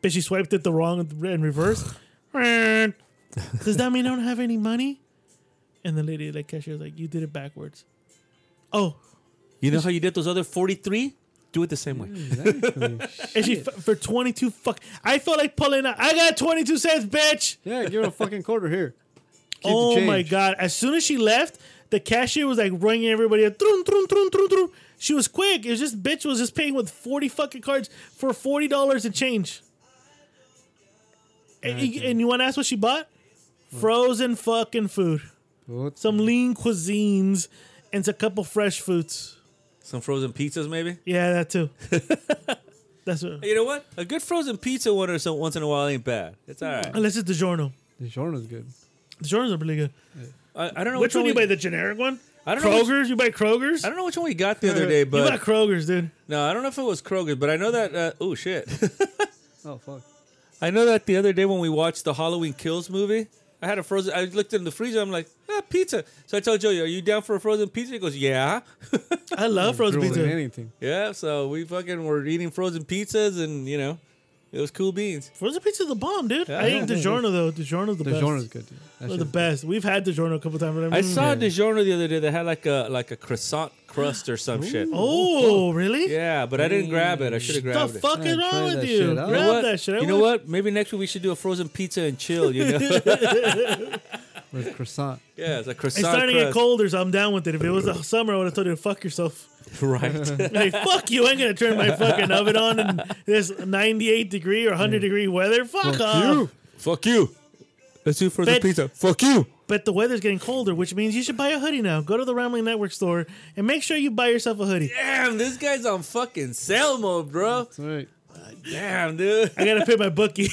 Speaker 1: But she swiped it the wrong in reverse. Does that mean I don't have any money? And the lady, like cashier, was like, you did it backwards. Oh,
Speaker 6: You know how you did those other forty-three? Do it the same way.
Speaker 3: Exactly.
Speaker 1: and she f- for twenty two fuck. I felt like pulling out. I got twenty two cents, bitch.
Speaker 3: yeah, give her a fucking quarter here. Keep the
Speaker 1: oh my
Speaker 3: change.
Speaker 1: god! As soon as she left, the cashier was like ringing everybody. Up, "Troon, troon, troon, troon, troon." She was quick. It was just bitch was just paying with forty fucking cards for forty dollars and change. And, and you want to ask what she bought? Frozen fucking food,
Speaker 3: What?
Speaker 1: some lean cuisines, and a couple fresh foods.
Speaker 6: Some frozen pizzas, maybe.
Speaker 1: Yeah, that too. That's what.
Speaker 6: You know what? A good frozen pizza one or so once in a while ain't bad. It's all right.
Speaker 1: Unless it's DiGiorno.
Speaker 3: The genre's good.
Speaker 1: DiGiorno's are pretty good.
Speaker 6: I, I don't know
Speaker 1: Which one you
Speaker 6: we,
Speaker 1: buy? The generic one?
Speaker 6: Oh, I don't know which-
Speaker 1: Kroger's. you buy Kroger's?
Speaker 6: I don't know which one we got the other day,
Speaker 1: you
Speaker 6: but
Speaker 1: buy Kroger's, dude.
Speaker 6: no, I don't know if it was Kroger, but I know that. Uh, oh shit!
Speaker 3: Oh fuck.
Speaker 6: I know that the other day when we watched the Halloween Kills movie, I had a frozen. I looked in the freezer. I'm like, ah, pizza. So I told Joey, "Are you down for a frozen pizza?" He goes, "Yeah,
Speaker 1: I love frozen
Speaker 3: Drooling
Speaker 1: pizza.
Speaker 3: Anything.
Speaker 6: yeah." So we fucking were eating frozen pizzas, and you know, it was cool beans.
Speaker 1: Frozen pizza's the bomb, dude.
Speaker 6: Yeah.
Speaker 1: I think DiGiorno though. DiGiorno's the,
Speaker 3: The
Speaker 1: best.
Speaker 3: genre's good. Dude. That
Speaker 1: They're
Speaker 3: shit
Speaker 1: the
Speaker 3: is-
Speaker 1: best. We've had DiGiorno a couple times. but
Speaker 6: I
Speaker 1: mean-
Speaker 6: saw a DiGiorno the other day that had like a like a croissant crust or some shit.
Speaker 1: Oh, really?
Speaker 6: Yeah, but I didn't grab it. I should have
Speaker 1: The
Speaker 6: grabbed it.
Speaker 1: fuck
Speaker 3: Yeah,
Speaker 1: is
Speaker 3: try
Speaker 1: wrong with
Speaker 3: that
Speaker 1: you?
Speaker 3: shit out.
Speaker 1: Grab
Speaker 3: You know
Speaker 6: You know what?
Speaker 1: that shit. I
Speaker 6: You know
Speaker 1: want-
Speaker 6: what? Maybe next week we should do a frozen pizza and chill. You know?
Speaker 3: With croissant.
Speaker 6: yeah, it's a
Speaker 1: It's
Speaker 6: croissant
Speaker 1: starting to get
Speaker 6: crust.
Speaker 1: colder, so I'm down with it. If it was the summer, I would have told you to fuck yourself.
Speaker 6: Right.
Speaker 1: Hey, fuck you! I'm gonna turn my fucking oven on in this 98 degree or 100 degree weather. Fuck off.
Speaker 6: Fuck you. Let's do frozen
Speaker 1: Bet-
Speaker 6: pizza. Fuck you.
Speaker 1: But the weather's getting colder, which means you should buy a hoodie now. Go to the Rambling Network store and make sure you buy yourself a hoodie.
Speaker 6: Damn, this guy's on fucking sell mode, bro.
Speaker 3: That's right.
Speaker 6: Damn, dude.
Speaker 1: I gotta pay my bookie.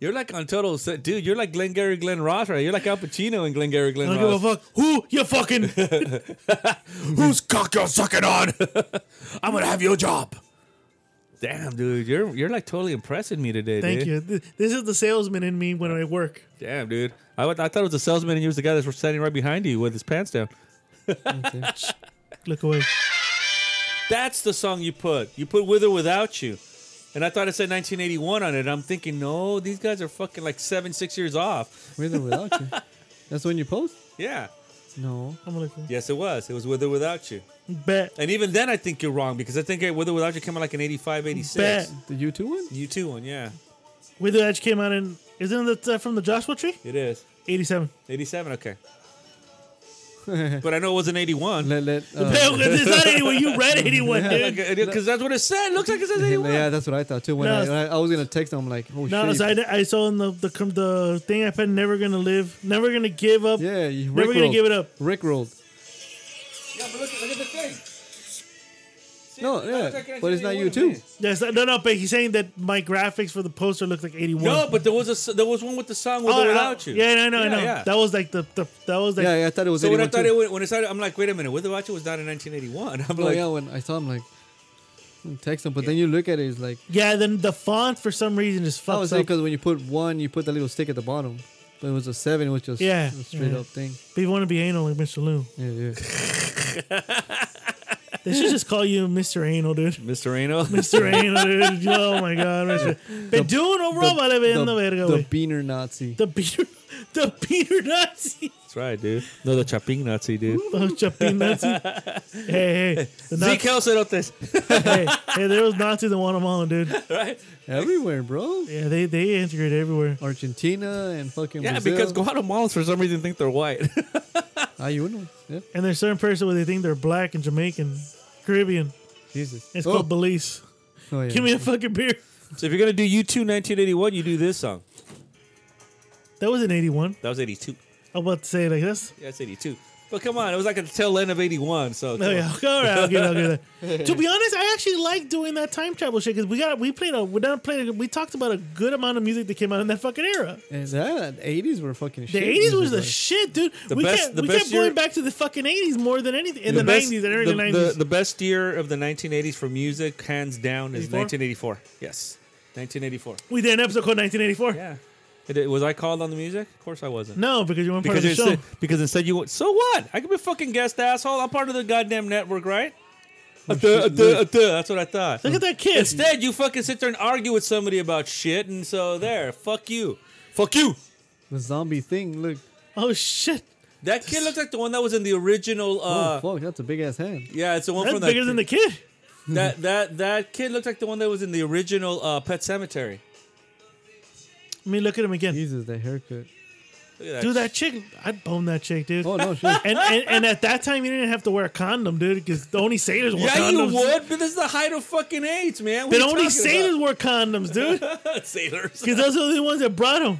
Speaker 6: You're like on total set. Dude, you're like Glengarry Glenn Ross, right? You're like Al Pacino and Glengarry Glenn
Speaker 1: I don't give
Speaker 6: Ross.
Speaker 1: a fuck who you fucking.
Speaker 6: Whose cock you're sucking on? I'm going to have your job. Damn, dude. You're you're like totally impressing me today,
Speaker 1: Thank
Speaker 6: dude.
Speaker 1: you. Th- This is the salesman in me when I work.
Speaker 6: Damn, dude. I, wa- I thought it was the salesman and you was the guy that's standing right behind you with his pants down.
Speaker 1: Look away.
Speaker 6: That's the song you put. You put With or Without You. And I thought it said 1981 on it. I'm thinking, no, these guys are fucking like seven, six years off.
Speaker 3: With or without you. That's when you post?
Speaker 6: Yeah.
Speaker 3: No.
Speaker 1: I'm gonna look away.
Speaker 6: Yes, it was. It was With or Without You.
Speaker 1: bet.
Speaker 6: And even then, I think you're wrong because I think uh, With or Without You came out like in 85, 86.
Speaker 1: Bet.
Speaker 3: The U2 one?
Speaker 6: You too, one, yeah.
Speaker 1: Wither Edge came out in. Isn't that uh, from the Joshua Tree?
Speaker 6: It is.
Speaker 1: 87.
Speaker 6: 87, okay. but I know it wasn't 81.
Speaker 3: Let, let,
Speaker 6: Oh.
Speaker 3: uh,
Speaker 1: Hell, it's not 81. You read 81, dude.
Speaker 6: Because that's what it said. Looks like it says 81.
Speaker 3: yeah, that's what I thought too. When,
Speaker 1: No,
Speaker 3: I,
Speaker 1: it's-
Speaker 3: when I, I was going to text him, I'm like, oh
Speaker 1: No,
Speaker 3: shit.
Speaker 1: so I, I saw in the, the com- the thing I put, never gonna live, never gonna give up.
Speaker 3: yeah, you
Speaker 1: Never gonna
Speaker 3: Rickrolled.
Speaker 1: give it up.
Speaker 3: Rickrolled.
Speaker 6: Yeah, but look, look at the thing.
Speaker 3: No,
Speaker 6: it
Speaker 3: yeah.
Speaker 6: looks like
Speaker 3: But it's not
Speaker 6: 81
Speaker 3: U2.
Speaker 6: to me.
Speaker 1: Yes, no, no, but he's saying that my graphics for the poster looked like 81.
Speaker 6: No, but there was a s- there was one with the song with
Speaker 1: Oh,
Speaker 6: or
Speaker 1: I-
Speaker 6: without you.
Speaker 1: Yeah, no, no,
Speaker 6: yeah,
Speaker 1: no.
Speaker 6: Yeah.
Speaker 1: That was like the, the that was like
Speaker 3: Yeah, yeah, I thought it was
Speaker 6: so when I
Speaker 3: 81
Speaker 6: thought
Speaker 3: too.
Speaker 6: it went, when it started, I'm like, wait a minute, with or without you was not in 1981. I'm
Speaker 3: Oh
Speaker 6: like,
Speaker 3: yeah, when I saw him, like, I'm text him, but then you look at it, it's like,
Speaker 1: Yeah, then the font for some reason just
Speaker 3: I was
Speaker 1: fucks
Speaker 3: saying
Speaker 1: up.
Speaker 3: because when you put one, you put that little stick at the bottom, but it was a seven, it was just
Speaker 1: Yeah,
Speaker 3: a straight
Speaker 1: yeah.
Speaker 3: up thing.
Speaker 1: People want to be anal like Mr. Lou.
Speaker 3: Yeah, yeah.
Speaker 1: They should just call you Mr. Anal, dude.
Speaker 6: Mr. Anal.
Speaker 1: Mr. Anal, dude. Oh my god, Mr. Bedun o roba le
Speaker 3: the,
Speaker 1: vendo verga,
Speaker 3: the
Speaker 1: güey.
Speaker 3: beaner Nazi.
Speaker 1: The Peter, the Peter Nazi.
Speaker 6: That's right, dude. No, the chapin Nazi, dude.
Speaker 1: Those Chapin Nazis. hey, hey, the Nazi,
Speaker 6: Ezekiel Cerotes.
Speaker 1: hey, hey, there was Nazis in Guatemala, dude.
Speaker 6: right?
Speaker 3: Everywhere, bro.
Speaker 1: Yeah, they they integrate everywhere.
Speaker 3: Argentina and fucking
Speaker 6: Yeah,
Speaker 3: Brazil.
Speaker 6: because Guatemalans for some reason think they're white.
Speaker 3: Ayuno. Yeah.
Speaker 1: And there's certain person where they think they're black and Jamaican, Caribbean.
Speaker 3: Jesus.
Speaker 1: It's
Speaker 3: oh.
Speaker 1: called Belize.
Speaker 3: oh, yeah.
Speaker 1: Give me a fucking beer.
Speaker 6: so if you're gonna do U2 1981, you do this song.
Speaker 1: That was in '81.
Speaker 6: That was 82.
Speaker 1: I'm about to say it like this.
Speaker 6: Yeah, it's 82. But come on, it was like at the tail end of 81. So
Speaker 1: Oh yeah, all right, I'll get, I'll get that. to be honest, I actually like doing that time travel shit because we got we played a we done played a, we talked about a good amount of music that came out in that fucking era.
Speaker 3: And that 80s were fucking
Speaker 1: The
Speaker 3: shit.
Speaker 1: eighties was
Speaker 3: music,
Speaker 1: the
Speaker 3: like.
Speaker 1: shit, dude.
Speaker 6: The
Speaker 1: we
Speaker 6: best-
Speaker 1: kept
Speaker 6: the
Speaker 1: we
Speaker 6: best
Speaker 1: kept going
Speaker 6: year-
Speaker 1: back to the fucking eighties more than anything in the
Speaker 6: best-
Speaker 1: nineties and early
Speaker 6: the-
Speaker 1: nineties.
Speaker 6: The, the best year of the 1980s for music, hands down, is
Speaker 1: 84?
Speaker 6: 1984. Yes, 1984.
Speaker 1: we did an episode called 1984.
Speaker 6: Yeah. It- it- was I called on the music? Of course I wasn't.
Speaker 1: No, because you weren't
Speaker 6: Because
Speaker 1: part of the show.
Speaker 6: instead, because instead you went, so what? I could be a fucking guest asshole. I'm part of the goddamn network, right?
Speaker 1: Oh,
Speaker 6: Uh, duh, uh, duh, uh, duh. That's what I thought.
Speaker 1: Look at that kid.
Speaker 6: Instead, you fucking sit there and argue with somebody about shit, and so there, fuck you, fuck you.
Speaker 3: The zombie thing. Look.
Speaker 1: oh shit,
Speaker 6: That kid looked like the one that was in the original. Uh,
Speaker 3: oh, fuck. That's a big ass hand.
Speaker 6: yeah, it's the one
Speaker 1: that's
Speaker 6: from
Speaker 1: bigger
Speaker 6: that,
Speaker 1: than the kid.
Speaker 6: that that that kid looked like the one that was in the original uh, Pet Cemetery.
Speaker 1: Let me look at him again.
Speaker 3: Jesus, that haircut.
Speaker 6: Look at that.
Speaker 1: Dude, that chick, I'd bone that chick, dude.
Speaker 3: Oh, no, shit.
Speaker 1: and, and and at that time, you didn't have to wear a condom, dude, because the only sailors wore
Speaker 6: yeah,
Speaker 1: condoms.
Speaker 6: you would, but this is the height of fucking AIDS, man. What
Speaker 1: Then
Speaker 6: are you
Speaker 1: only
Speaker 6: talking
Speaker 1: sailors wore condoms, dude,
Speaker 6: about? sailors.
Speaker 1: because those are the only ones that brought them.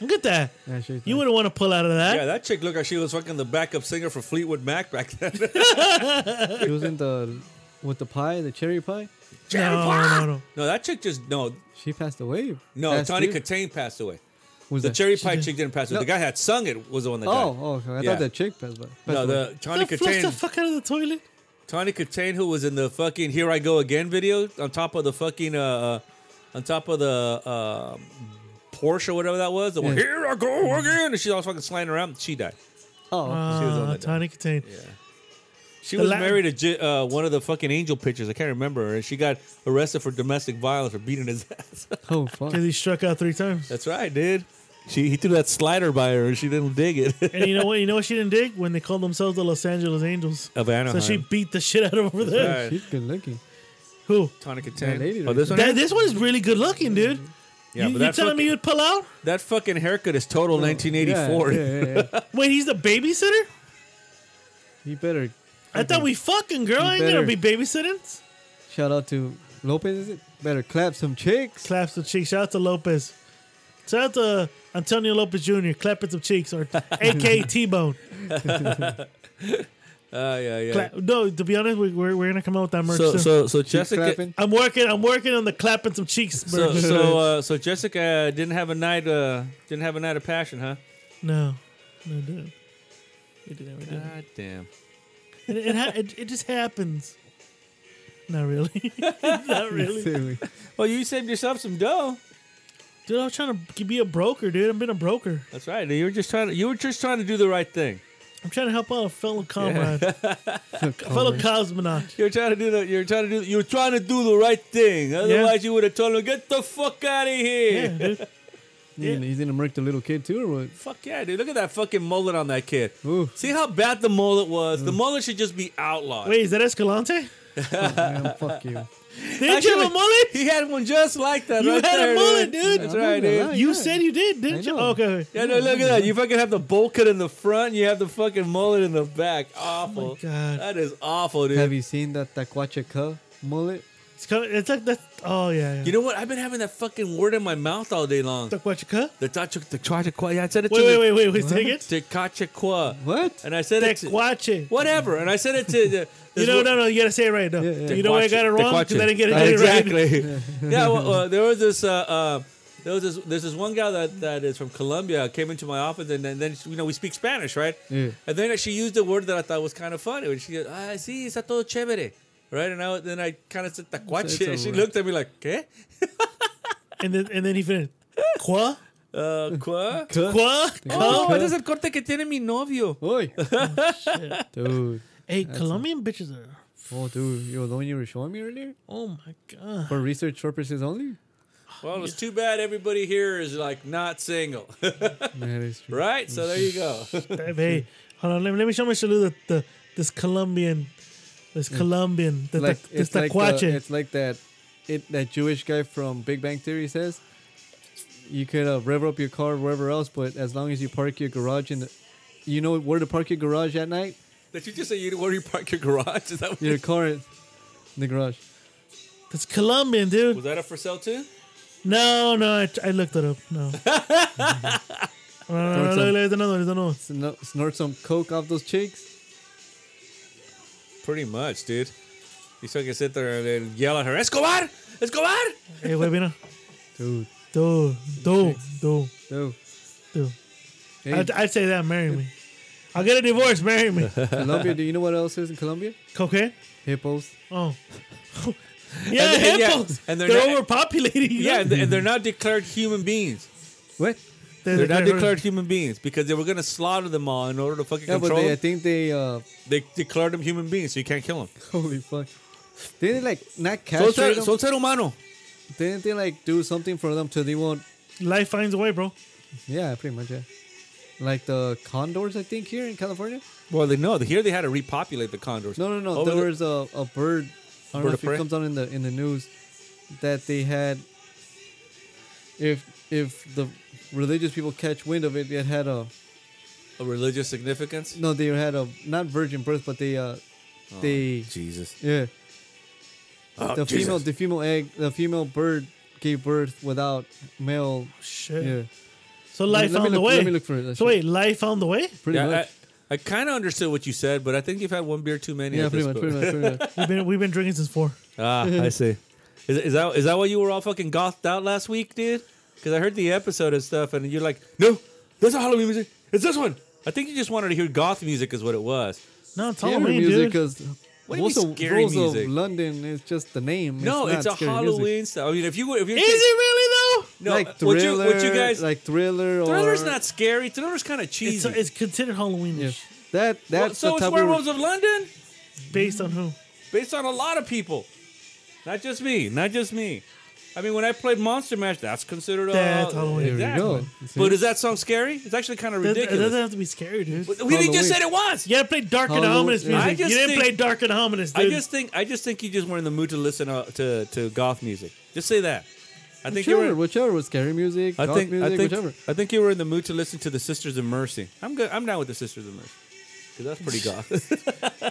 Speaker 1: Look at that.
Speaker 3: Yeah, she's
Speaker 1: You
Speaker 3: nice.
Speaker 1: wouldn't want to pull out of that.
Speaker 6: Yeah, that chick looked like she was fucking the backup singer for Fleetwood Mac back then.
Speaker 3: She was in the with the pie, the cherry pie.
Speaker 1: no, no, no.
Speaker 6: no, that chick just no,
Speaker 3: She passed away.
Speaker 6: no.
Speaker 3: Last
Speaker 6: Tony
Speaker 3: year.
Speaker 6: Katane passed away.
Speaker 3: was
Speaker 6: The
Speaker 3: that-
Speaker 6: cherry pie chick didn't pass away.
Speaker 3: No.
Speaker 6: The guy had sung it was the one that died.
Speaker 3: Oh, oh, okay. I
Speaker 6: Yeah.
Speaker 3: thought that chick passed by. Passed
Speaker 6: no,
Speaker 3: away.
Speaker 6: the Tony
Speaker 1: Don't flush the
Speaker 6: Katane,
Speaker 1: fuck out of the toilet.
Speaker 6: Tony Katane, who was in the fucking "Here I Go Again" video on top of the fucking uh, on top of the uh, Porsche or whatever that was. The one
Speaker 3: Yeah.
Speaker 6: "Here I Go Again" and she was fucking sliding around. She died.
Speaker 3: Oh,
Speaker 6: She was on
Speaker 1: Uh,
Speaker 6: that
Speaker 1: Tony Katane.
Speaker 6: She
Speaker 1: The
Speaker 6: was
Speaker 1: la-
Speaker 6: married to J- uh, one of the fucking angel pictures. I can't remember her. And she got arrested for domestic violence for beating his ass.
Speaker 3: oh fuck.
Speaker 1: Because he struck out three times.
Speaker 6: That's right, dude. She he threw that slider by her and she didn't dig it.
Speaker 1: And you know what? You know what she didn't dig? When they called themselves the Los Angeles Angels.
Speaker 6: Of Anaheim.
Speaker 1: So she beat the shit out of over there.
Speaker 6: right.
Speaker 3: She's good looking.
Speaker 1: Who?
Speaker 6: Tonic and
Speaker 3: That lady
Speaker 6: Oh, this
Speaker 3: right
Speaker 6: one.
Speaker 1: That,
Speaker 6: here?
Speaker 1: this one is really good looking, dude.
Speaker 6: yeah,
Speaker 1: you,
Speaker 6: but
Speaker 1: you
Speaker 6: that
Speaker 1: telling
Speaker 6: fucking,
Speaker 1: me you'd pull out?
Speaker 6: that fucking haircut is total 1984.
Speaker 3: Yeah, yeah, yeah, yeah.
Speaker 1: Wait, he's the babysitter?
Speaker 3: you better
Speaker 1: I thought we fucking girl. I ain't
Speaker 3: better.
Speaker 1: gonna be babysitting.
Speaker 3: shout out to Lopez. Is it better clap some chicks?
Speaker 1: Claps the cheeks. Shout out to Lopez. Shout out to Antonio Lopez Jr. Clapping some cheeks or AK T Bone.
Speaker 6: Uh, yeah, yeah.
Speaker 1: Clap. No, to be honest, we, we're, we're gonna come out with that merch
Speaker 6: So
Speaker 1: soon.
Speaker 6: so so
Speaker 3: Cheeks
Speaker 6: Jessica.
Speaker 3: clapping.
Speaker 1: I'm working. I'm working on the clapping some cheeks
Speaker 6: So
Speaker 1: merch.
Speaker 6: so uh, so Jessica didn't have a night. Uh, didn't have a night of passion, huh?
Speaker 1: no, no, dude. We didn't. We didn't.
Speaker 6: God damn.
Speaker 1: It, it, ha- it, it just happens. Not really. Not really.
Speaker 3: Silly.
Speaker 6: Well, you saved yourself some dough.
Speaker 1: Dude, I was trying to be a broker, dude. I've been a broker.
Speaker 6: That's right. You were just trying. To, you were just trying to do the right thing.
Speaker 1: I'm trying to help out a fellow comrade, fellow
Speaker 3: Color.
Speaker 1: cosmonaut.
Speaker 6: You're trying to do the. You're trying to do. You're trying to do the right thing. Otherwise, you would have told him, "Get the fuck out of here."
Speaker 1: Yeah, dude.
Speaker 3: You know, Mm, He's gonna murk the little kid too, or what?
Speaker 6: Fuck yeah, dude! Look at that fucking mullet on that kid.
Speaker 3: Ooh. Mm.
Speaker 6: See how bad the mullet was. The mullet should just be outlawed.
Speaker 1: Wait, is that Escalante?
Speaker 3: Man, fuck you.
Speaker 1: Didn't you have a mullet?
Speaker 6: He had one just like that.
Speaker 1: You
Speaker 6: right
Speaker 1: had a
Speaker 6: there,
Speaker 1: mullet, dude.
Speaker 6: That's
Speaker 3: I'm
Speaker 6: right,
Speaker 3: not gonna
Speaker 6: dude.
Speaker 3: lie.
Speaker 1: You
Speaker 3: Yeah.
Speaker 1: said you did, didn't
Speaker 3: I
Speaker 1: you?
Speaker 3: know.
Speaker 1: okay.
Speaker 6: Yeah, no, look at that. You fucking have the bowl cut in the front. You have the fucking mullet in the back. Awful.
Speaker 1: Oh God.
Speaker 6: That is awful, dude.
Speaker 3: Have you seen that Taquacha Cub mullet?
Speaker 1: It's, coming, it's like that. Oh yeah. yeah.
Speaker 6: You know what? I've been having that fucking word in my mouth all day long.
Speaker 1: Tuck what you cut?
Speaker 6: The tacho, the tacho, yeah, I said it
Speaker 1: Wait,
Speaker 6: to
Speaker 1: wait,
Speaker 6: the,
Speaker 1: wait, wait, wait. Take it.
Speaker 6: Tecachacua.
Speaker 3: What?
Speaker 6: And I said it. To,
Speaker 1: Tequache.
Speaker 6: whatever. And I said it to. The,
Speaker 1: You know, no, no. You gotta say it right though.
Speaker 3: Yeah, yeah.
Speaker 1: You know why I got it wrong? Because I didn't get it, get it right.
Speaker 6: exactly. yeah. Well, well, there was this. Uh, uh, there was this. There's this one gal that, that is from Colombia. Came into my office and, then then you know we speak Spanish, right?
Speaker 3: Yeah.
Speaker 6: And then she used a word that I thought was kind of funny. When she goes, "Ah, sí, está todo chévere." Right, and I, then I kind of said tacuache, and she
Speaker 3: alright.
Speaker 6: looked at me like, "Qué?
Speaker 1: And then and then he finished. Qua?
Speaker 6: Uh, ¿cuá?
Speaker 1: Qua?
Speaker 6: Oh, ese es el corte que tiene mi novio."
Speaker 3: Oi. dude.
Speaker 1: Hey, Colombian bitches are.
Speaker 3: Oh, dude. Yo, the one you were showing me earlier
Speaker 1: Oh my god.
Speaker 3: for research purposes only.
Speaker 6: Well, it's too bad everybody here is like not single,
Speaker 3: That is true.
Speaker 6: right? So there you go.
Speaker 1: hey, hold on. Let me, let me show Mr. Lou the, the this Colombian, this Colombian, the,
Speaker 3: Like
Speaker 1: the, this
Speaker 3: it's like
Speaker 1: tacuache.
Speaker 3: the, it's like that it that Jewish guy from Big Bang Theory says. You could uh, rev up your car wherever else, but as long as you park your garage in the, you know where to park your garage at night.
Speaker 6: Did you just say you where you park your garage? Is that what
Speaker 3: Your car in the garage.
Speaker 1: That's Colombian, dude.
Speaker 6: was that up for sale too?
Speaker 1: No, no, I, I looked it up. No. no, no, no,
Speaker 3: Don't
Speaker 1: look,
Speaker 3: tell.
Speaker 1: look, there's another one. There's another one.
Speaker 3: Snort, snort some coke off those chicks.
Speaker 6: Pretty much, dude. You still can sit there and then yell at her, Escobar, Escobar.
Speaker 1: Hey, wait, mira.
Speaker 3: Dude,
Speaker 1: Do, do, do,
Speaker 3: dude.
Speaker 1: do.
Speaker 3: Hey,
Speaker 1: I'd, I'd say that. Marry me. I'll get a divorce. Marry me.
Speaker 3: Colombia, do you know what else is in Colombia?
Speaker 1: Cocaine.
Speaker 3: Hippos.
Speaker 1: Oh. yeah,
Speaker 6: And- and- yeah,
Speaker 1: hippos.
Speaker 6: and
Speaker 1: they're,
Speaker 6: they're not-
Speaker 1: overpopulating. you
Speaker 6: Yeah,
Speaker 1: know?
Speaker 6: and they- and they're not declared human beings.
Speaker 3: What?
Speaker 6: They're not declared human beings because they were gonna slaughter them all in order to fucking
Speaker 3: Yeah, but
Speaker 6: control.
Speaker 3: they, I
Speaker 6: them.
Speaker 3: think they, uh,
Speaker 6: They declared them human beings, so you can't kill them.
Speaker 3: holy fuck. Didn't they like not
Speaker 6: So
Speaker 3: castrate
Speaker 6: ser,
Speaker 3: them?
Speaker 6: so ser humano.
Speaker 3: Didn't they like do something for them till they won't?
Speaker 1: Life finds a way, bro.
Speaker 3: Yeah, pretty much, yeah. Like the condors, I think, here in California?
Speaker 6: Well, they know here they had to repopulate the condors.
Speaker 3: No, no, no.
Speaker 6: Over
Speaker 3: there
Speaker 6: Oh, the-
Speaker 3: was a, a bird. I don't
Speaker 6: Bird
Speaker 3: know
Speaker 6: of
Speaker 3: if it
Speaker 6: prey?
Speaker 3: comes out in the in the news that they had. If if the religious people catch wind of it, it had a
Speaker 6: a religious significance.
Speaker 3: no. They had a not virgin birth, but they uh they
Speaker 6: Oh, Jesus.
Speaker 3: yeah.
Speaker 6: Oh,
Speaker 3: the
Speaker 6: Jesus.
Speaker 3: female the female egg the female bird gave birth without male.
Speaker 1: Shit.
Speaker 3: Yeah,
Speaker 1: So life
Speaker 3: Let me
Speaker 1: found the
Speaker 3: look-
Speaker 1: way.
Speaker 3: let me look for it.
Speaker 1: So wait, life found the way.
Speaker 3: pretty
Speaker 6: Yeah,
Speaker 3: much.
Speaker 6: I, I kind of understood what you said, but I think you've had one beer too many.
Speaker 3: yeah,
Speaker 6: at
Speaker 3: pretty
Speaker 6: this
Speaker 3: much,
Speaker 6: point.
Speaker 3: pretty much, pretty much.
Speaker 1: We've been we've been drinking since four.
Speaker 6: Ah, I see. Is, is that is that why you were all fucking gothed out last week, dude? Because I heard the episode and stuff, and you're like, "No, that's not Halloween music. It's this one." I think you just wanted to hear goth music, is what it was.
Speaker 1: No, it's
Speaker 3: Scary
Speaker 1: Halloween,
Speaker 3: music
Speaker 1: dude.
Speaker 3: because
Speaker 6: What do you mean
Speaker 3: most of
Speaker 6: scary
Speaker 3: those of
Speaker 6: music?
Speaker 3: London is just the name.
Speaker 6: no,
Speaker 3: not
Speaker 6: it's a
Speaker 3: scary music.
Speaker 6: Halloween style. I mean, if you were- if you're
Speaker 1: Is it really though?
Speaker 6: no,
Speaker 3: like
Speaker 6: would
Speaker 3: thriller,
Speaker 6: you would you guys
Speaker 3: like thriller or
Speaker 6: Thriller's not scary. Thriller's kind of
Speaker 1: It's,
Speaker 6: cheesy.
Speaker 1: it's considered
Speaker 3: Yeah.
Speaker 1: Halloweenish
Speaker 3: That
Speaker 6: Well,
Speaker 3: that's
Speaker 6: so
Speaker 3: the
Speaker 6: it's
Speaker 3: type
Speaker 6: Werewolves
Speaker 3: of
Speaker 6: of London,
Speaker 1: based on who?
Speaker 6: based on a lot of people, not just me, not just me. I mean, when I played Monster Mash, that's considered a
Speaker 1: That's Halloween. There
Speaker 3: we
Speaker 6: Exactly.
Speaker 3: go.
Speaker 6: But
Speaker 3: See?
Speaker 6: is that song scary? It's actually kind of
Speaker 1: That, that
Speaker 6: ridiculous.
Speaker 1: doesn't have to be scary, dude.
Speaker 6: But we didn't just said it
Speaker 3: Halloween.
Speaker 6: once.
Speaker 1: You gotta play dark and
Speaker 3: Halloween-
Speaker 1: ominous
Speaker 3: yeah. I
Speaker 1: music. You
Speaker 6: just
Speaker 1: didn't
Speaker 6: think-
Speaker 1: play dark and ominous, dude.
Speaker 6: I just think I just think you just were in the mood to listen uh, to to goth music. Just say that. I think you
Speaker 3: sure,
Speaker 6: were.
Speaker 3: whichever was scary music,
Speaker 6: I
Speaker 3: goth
Speaker 6: think
Speaker 3: music,
Speaker 6: I think
Speaker 3: whichever.
Speaker 6: I think you were in the mood to listen to the Sisters of Mercy. I'm good. I'm down with the Sisters of Mercy because that's pretty goth.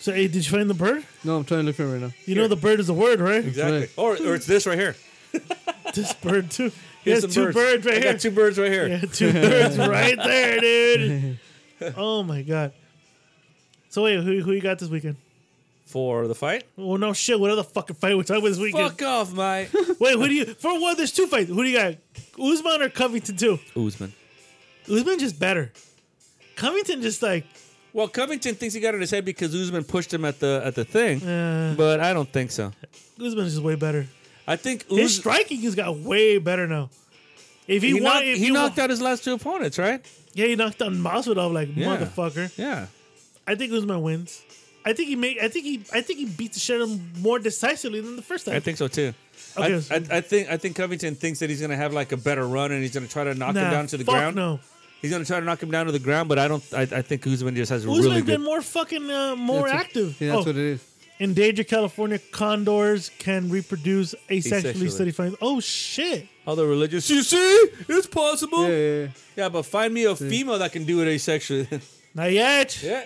Speaker 1: so, hey, did you find the bird?
Speaker 3: No, I'm trying to look for it right now.
Speaker 1: You know the bird is a word, right?
Speaker 6: exactly.
Speaker 3: Right.
Speaker 6: Or or it's this right here.
Speaker 1: This bird too. He
Speaker 6: Here's
Speaker 1: has
Speaker 6: some
Speaker 1: two birds, right
Speaker 6: I
Speaker 1: here.
Speaker 6: Got two birds right here.
Speaker 1: Yeah, two birds right there, dude. Oh my god. So wait, who who you got this weekend?
Speaker 6: For the fight.
Speaker 1: Well, no shit. What other fucking fight we're talking about this weekend?
Speaker 6: Fuck off, mate.
Speaker 1: Wait, who do you? For what? There's two fights. Who do you got? Usman or Covington? Two.
Speaker 6: Usman.
Speaker 1: Usman just better. Covington just like
Speaker 6: Well, Covington thinks he got it in his head because Usman pushed him at the at the thing,
Speaker 1: uh,
Speaker 6: but I don't think so.
Speaker 1: Usman's just way better.
Speaker 6: I think
Speaker 1: His
Speaker 6: Usman.
Speaker 1: striking has got way better now. If he,
Speaker 6: He,
Speaker 1: won,
Speaker 6: knocked,
Speaker 1: if
Speaker 6: he
Speaker 1: won-
Speaker 6: knocked out his last two opponents, right?
Speaker 1: yeah, he knocked out Masvidal like
Speaker 6: Yeah.
Speaker 1: motherfucker.
Speaker 6: Yeah.
Speaker 1: I think Usman wins. I think he made. I think he. I think he beat the shit out of him more decisively than the first time.
Speaker 6: I think so too.
Speaker 1: Okay,
Speaker 6: I,
Speaker 1: so-
Speaker 6: I, I think I think Covington thinks that he's gonna have like a better run and he's gonna try to knock
Speaker 1: Nah,
Speaker 6: him down to the
Speaker 1: fuck
Speaker 6: ground.
Speaker 1: No,
Speaker 6: He's gonna try to knock him down to the ground, but I don't. I, I think Usman just has a
Speaker 1: Usman's
Speaker 6: really
Speaker 1: been
Speaker 6: good.
Speaker 1: more fucking uh, more
Speaker 3: That's what-
Speaker 1: active.
Speaker 3: yeah, that's
Speaker 1: oh,
Speaker 3: what it is.
Speaker 1: endangered California condors can reproduce asexually.
Speaker 6: Asexually.
Speaker 1: Study finds. Oh shit!
Speaker 6: Although religious, you see, it's possible.
Speaker 3: Yeah,
Speaker 6: Yeah,
Speaker 3: yeah, yeah.
Speaker 6: but find me a female that can do it asexually.
Speaker 1: Not yet.
Speaker 6: yeah.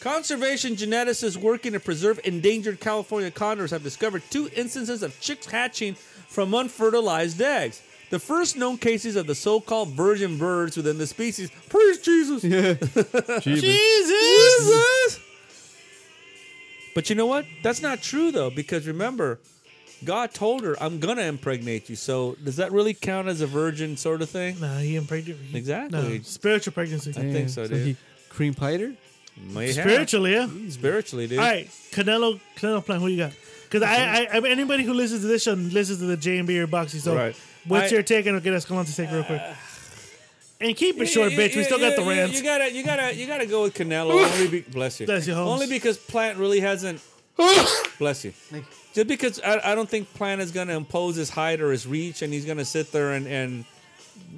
Speaker 6: Conservation geneticists working to preserve endangered California condors have discovered two instances of chicks hatching from unfertilized eggs. The first known cases of the so-called virgin birds within the species. Praise Jesus.
Speaker 1: Jesus.
Speaker 6: But you know what? That's not true though, because remember, God told her, "I'm gonna impregnate you." So does that really count as a virgin sort of thing?
Speaker 1: Nah, he impregnated. he-
Speaker 6: Exactly.
Speaker 1: No, spiritual pregnancy.
Speaker 6: I think so, dude.
Speaker 3: he cream pied her?
Speaker 6: May have.
Speaker 1: Spiritually, yeah.
Speaker 6: spiritually, dude.
Speaker 1: All right, Canelo, Canelo plan. Who you got? Because I, I, I, anybody who listens to this show listens to the J and B or boxing. So,
Speaker 6: Right.
Speaker 1: what's
Speaker 6: I-
Speaker 1: your take? And I'll get Escalante's take real quick. And keep it short,
Speaker 6: You-
Speaker 1: bitch.
Speaker 6: you-
Speaker 1: We still got
Speaker 6: you-
Speaker 1: the
Speaker 6: you-
Speaker 1: Rams.
Speaker 6: You gotta, you gotta, you gotta go with Canelo. only be, bless you.
Speaker 1: Bless you, Holmes.
Speaker 6: Only because Plant really hasn't. bless you.
Speaker 3: Like,
Speaker 6: Just because I, I don't think Plan is going to impose his height or his reach, and he's going to sit there and, and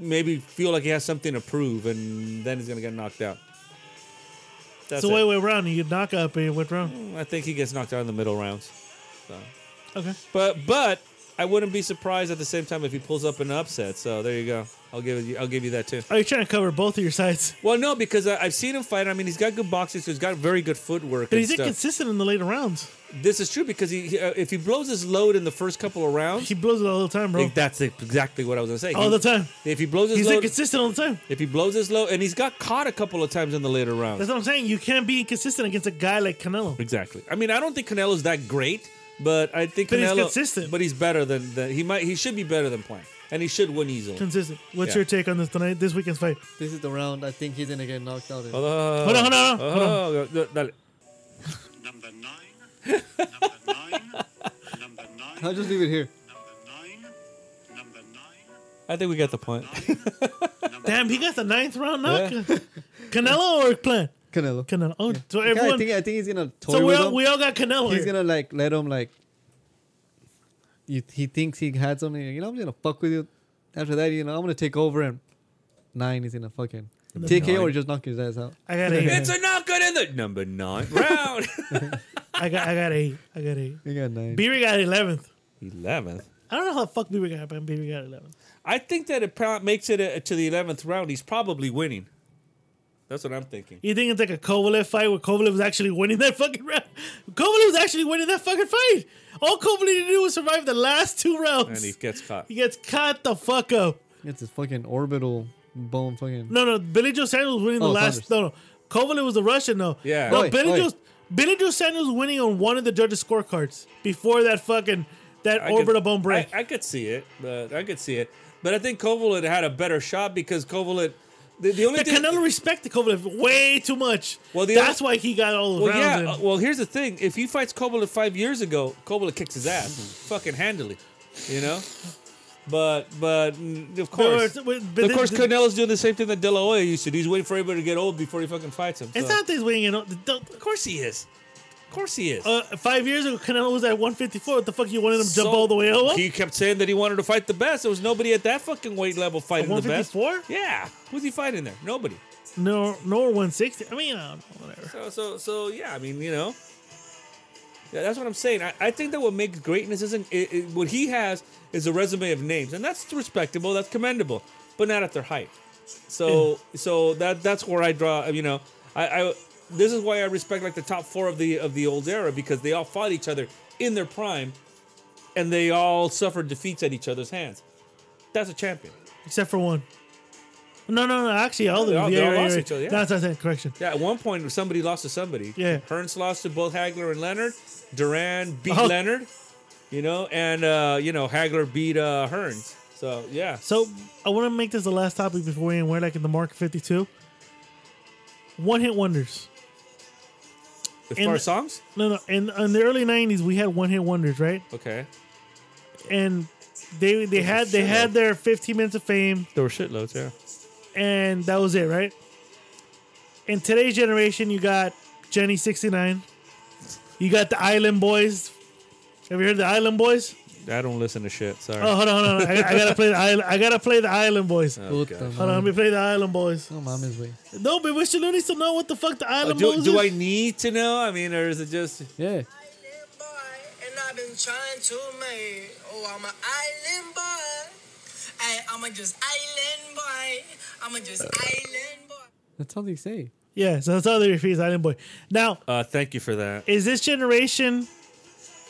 Speaker 6: maybe feel like he has something to prove, and then he's going to get knocked out. That's
Speaker 1: so
Speaker 6: it.
Speaker 1: wait, wait, round. You knock up and what round?
Speaker 6: I think he gets knocked out in the middle rounds. So. Mm,
Speaker 1: Okay.
Speaker 6: But but I wouldn't be surprised at the same time if he pulls up an upset. So there you go. I'll give you. I'll give you that too.
Speaker 1: Are you trying to cover both of your sides?
Speaker 6: Well, no, because I, I've seen him fight. I mean, he's got good boxing, so he's got very good footwork.
Speaker 1: But
Speaker 6: and
Speaker 1: he's
Speaker 6: stuff.
Speaker 1: inconsistent in the later rounds.
Speaker 6: This is true because he, he uh, if he blows his load in the first couple of rounds,
Speaker 1: He blows it all the time,
Speaker 6: I
Speaker 1: bro.
Speaker 6: think that's exactly what I was going to say.
Speaker 1: All the
Speaker 6: He-
Speaker 1: time.
Speaker 6: If he blows his
Speaker 1: He's
Speaker 6: load,
Speaker 1: inconsistent all the time.
Speaker 6: if he blows his load, and he's got caught a couple of times in the later rounds.
Speaker 1: That's what I'm saying. You can't be inconsistent against a guy like Canelo.
Speaker 6: Exactly. I mean, I don't think Canelo's that great, but I think
Speaker 1: But he's
Speaker 6: Canelo.
Speaker 1: consistent.
Speaker 6: But he's better than, than he might. He should be better than Plan, and he should win easily.
Speaker 1: Consistent. What's
Speaker 6: Yeah.
Speaker 1: your take on this tonight? This weekend's fight.
Speaker 3: This is the round I think he's gonna get knocked out in.
Speaker 6: Oh,
Speaker 1: Hold on, hold on, hold on.
Speaker 6: oh, oh, dale.
Speaker 4: Number nine. Number nine. Number nine.
Speaker 3: I'll just leave it here.
Speaker 4: Number nine. Number nine.
Speaker 6: I think we got the point.
Speaker 4: Number
Speaker 1: Damn, he got the ninth round knock. Canelo or Plan?
Speaker 3: Canelo.
Speaker 1: Canelo. Oh, so
Speaker 3: Yeah, I
Speaker 1: everyone.
Speaker 3: think I think he's gonna toy
Speaker 1: so we
Speaker 3: with
Speaker 1: all,
Speaker 3: him.
Speaker 1: we all got Canelo.
Speaker 3: he's
Speaker 1: here.
Speaker 3: gonna like let him like. You, he thinks he had something. You know, I'm gonna fuck with you. After that, you know, I'm gonna take over and nine is gonna fucking TKO or just knock his ass out.
Speaker 1: I got eight.
Speaker 6: it's a knockout in the number nine round.
Speaker 1: I got. I got eight. I got eight.
Speaker 3: You got nine.
Speaker 1: Beery got eleventh.
Speaker 6: Eleventh.
Speaker 1: I don't know how the fuck Beery got, but Beery got eleventh.
Speaker 6: I think that it pro- makes it uh to the eleventh round. He's probably winning. That's what I'm thinking.
Speaker 1: You think it's like a Kovalev fight where Kovalev was actually winning that fucking round? Kovalev was actually winning that fucking fight. All Kovalev needed to do was survive the last two rounds.
Speaker 6: And
Speaker 1: He,
Speaker 6: he gets caught.
Speaker 1: gets caught the fuck up.
Speaker 3: It's his fucking orbital bone fucking.
Speaker 1: No, no, Billy Joe Sanders was winning the
Speaker 3: Oh,
Speaker 1: last.
Speaker 3: Saunders.
Speaker 1: No, no, Kovalev was the Russian though.
Speaker 6: Yeah.
Speaker 1: no,
Speaker 3: Oi,
Speaker 1: Billy
Speaker 3: oi.
Speaker 1: Joe. Billy Joe Sanders was winning on one of the judges' scorecards before that fucking that
Speaker 6: I
Speaker 1: orbital
Speaker 6: could-
Speaker 1: bone break.
Speaker 6: I, I could see it, but I could see it. But I think Kovalev had a better shot because Kovalev. The, the only
Speaker 1: But
Speaker 6: thing.
Speaker 1: Canelo respected Kovalev way too much.
Speaker 6: Well, the
Speaker 1: that's why he got all the
Speaker 6: well,
Speaker 1: rounds.
Speaker 6: yeah.
Speaker 1: in.
Speaker 6: uh, well, here's the thing. If he fights Kovalev five years ago, Kovalev kicks his ass, fucking handily, you know. But but mm,
Speaker 1: But-
Speaker 6: of course,
Speaker 1: but- but
Speaker 6: of
Speaker 1: then-
Speaker 6: course, Canelo's doing the same thing that De La Hoya used to. do. He's waiting for everybody to get old before he fucking fights him.
Speaker 1: It's
Speaker 6: so.
Speaker 1: not that he's winning. You know, the- the-
Speaker 6: Of course he is. Of course he is.
Speaker 1: uh, five years ago, Canelo was at 154. What the fuck, you wanted him to jump all the way over?
Speaker 6: He kept saying that he wanted to fight the best. There was nobody at that fucking weight level fighting the best.
Speaker 1: 154?
Speaker 6: Yeah. Who's he fighting there? Nobody.
Speaker 1: No, no, 160. I mean, I don't know, whatever.
Speaker 6: So so so yeah. I mean, you know, yeah, that's what I'm saying. I, I think that what makes greatness isn't it, it- what he has is a resume of names, and that's respectable, that's commendable, but not at their height. So so that that's where I draw. You know, I, I this is why I respect like the top four of the of the old era because they all fought each other in their prime, and they all suffered defeats at each other's hands. That's a champion.
Speaker 1: Except for one. No, no, no. Actually, all of
Speaker 6: they all-
Speaker 1: them.
Speaker 6: they
Speaker 1: Yeah,
Speaker 6: all
Speaker 1: yeah,
Speaker 6: lost
Speaker 1: yeah.
Speaker 6: each other, yeah.
Speaker 1: That's what I said. Correction.
Speaker 6: Yeah, at one point somebody lost to somebody.
Speaker 1: Yeah.
Speaker 6: Hearns lost to both Hagler and Leonard. Duran beat
Speaker 1: Oh.
Speaker 6: Leonard, you know, and uh, you know Hagler beat uh, Hearns. So yeah,
Speaker 1: So I want to make this the last topic before we end. We're like in the mark 52. One hit wonders.
Speaker 6: as
Speaker 1: And-
Speaker 6: far as songs,
Speaker 1: No, no. In, in the early 90s, we had one hit wonders, right?
Speaker 6: okay,
Speaker 1: And they they had they had their 15 minutes of fame.
Speaker 6: there were shitloads. Yeah,
Speaker 1: and that was it, right? In today's generation, you got Jenny 69. You got the Island Boys. Have you heard the Island Boys?
Speaker 6: I don't listen to shit. Sorry.
Speaker 1: Oh, hold on, hold on. I, I gotta play the Island. I gotta play the Island Boys.
Speaker 6: Uh,
Speaker 1: Hold
Speaker 3: Puta
Speaker 1: on,
Speaker 6: gosh.
Speaker 1: let
Speaker 3: madre.
Speaker 1: me play the Island Boys.
Speaker 3: Oh, mama's way.
Speaker 1: No, but Wish Looney to know what the fuck the Island
Speaker 6: Uh, do,
Speaker 1: Boys
Speaker 6: do I
Speaker 1: is.
Speaker 6: need to know? I mean, or is it just
Speaker 3: Yeah.
Speaker 7: island boy, and I've been trying to make. Oh, I'm an island boy. Ay, I'm a just island boy. I'm a just island boy.
Speaker 3: That's all they say.
Speaker 1: Yeah, so that's how they refuse Island Boy. Now,
Speaker 6: uh, thank you for that?
Speaker 1: is this generation?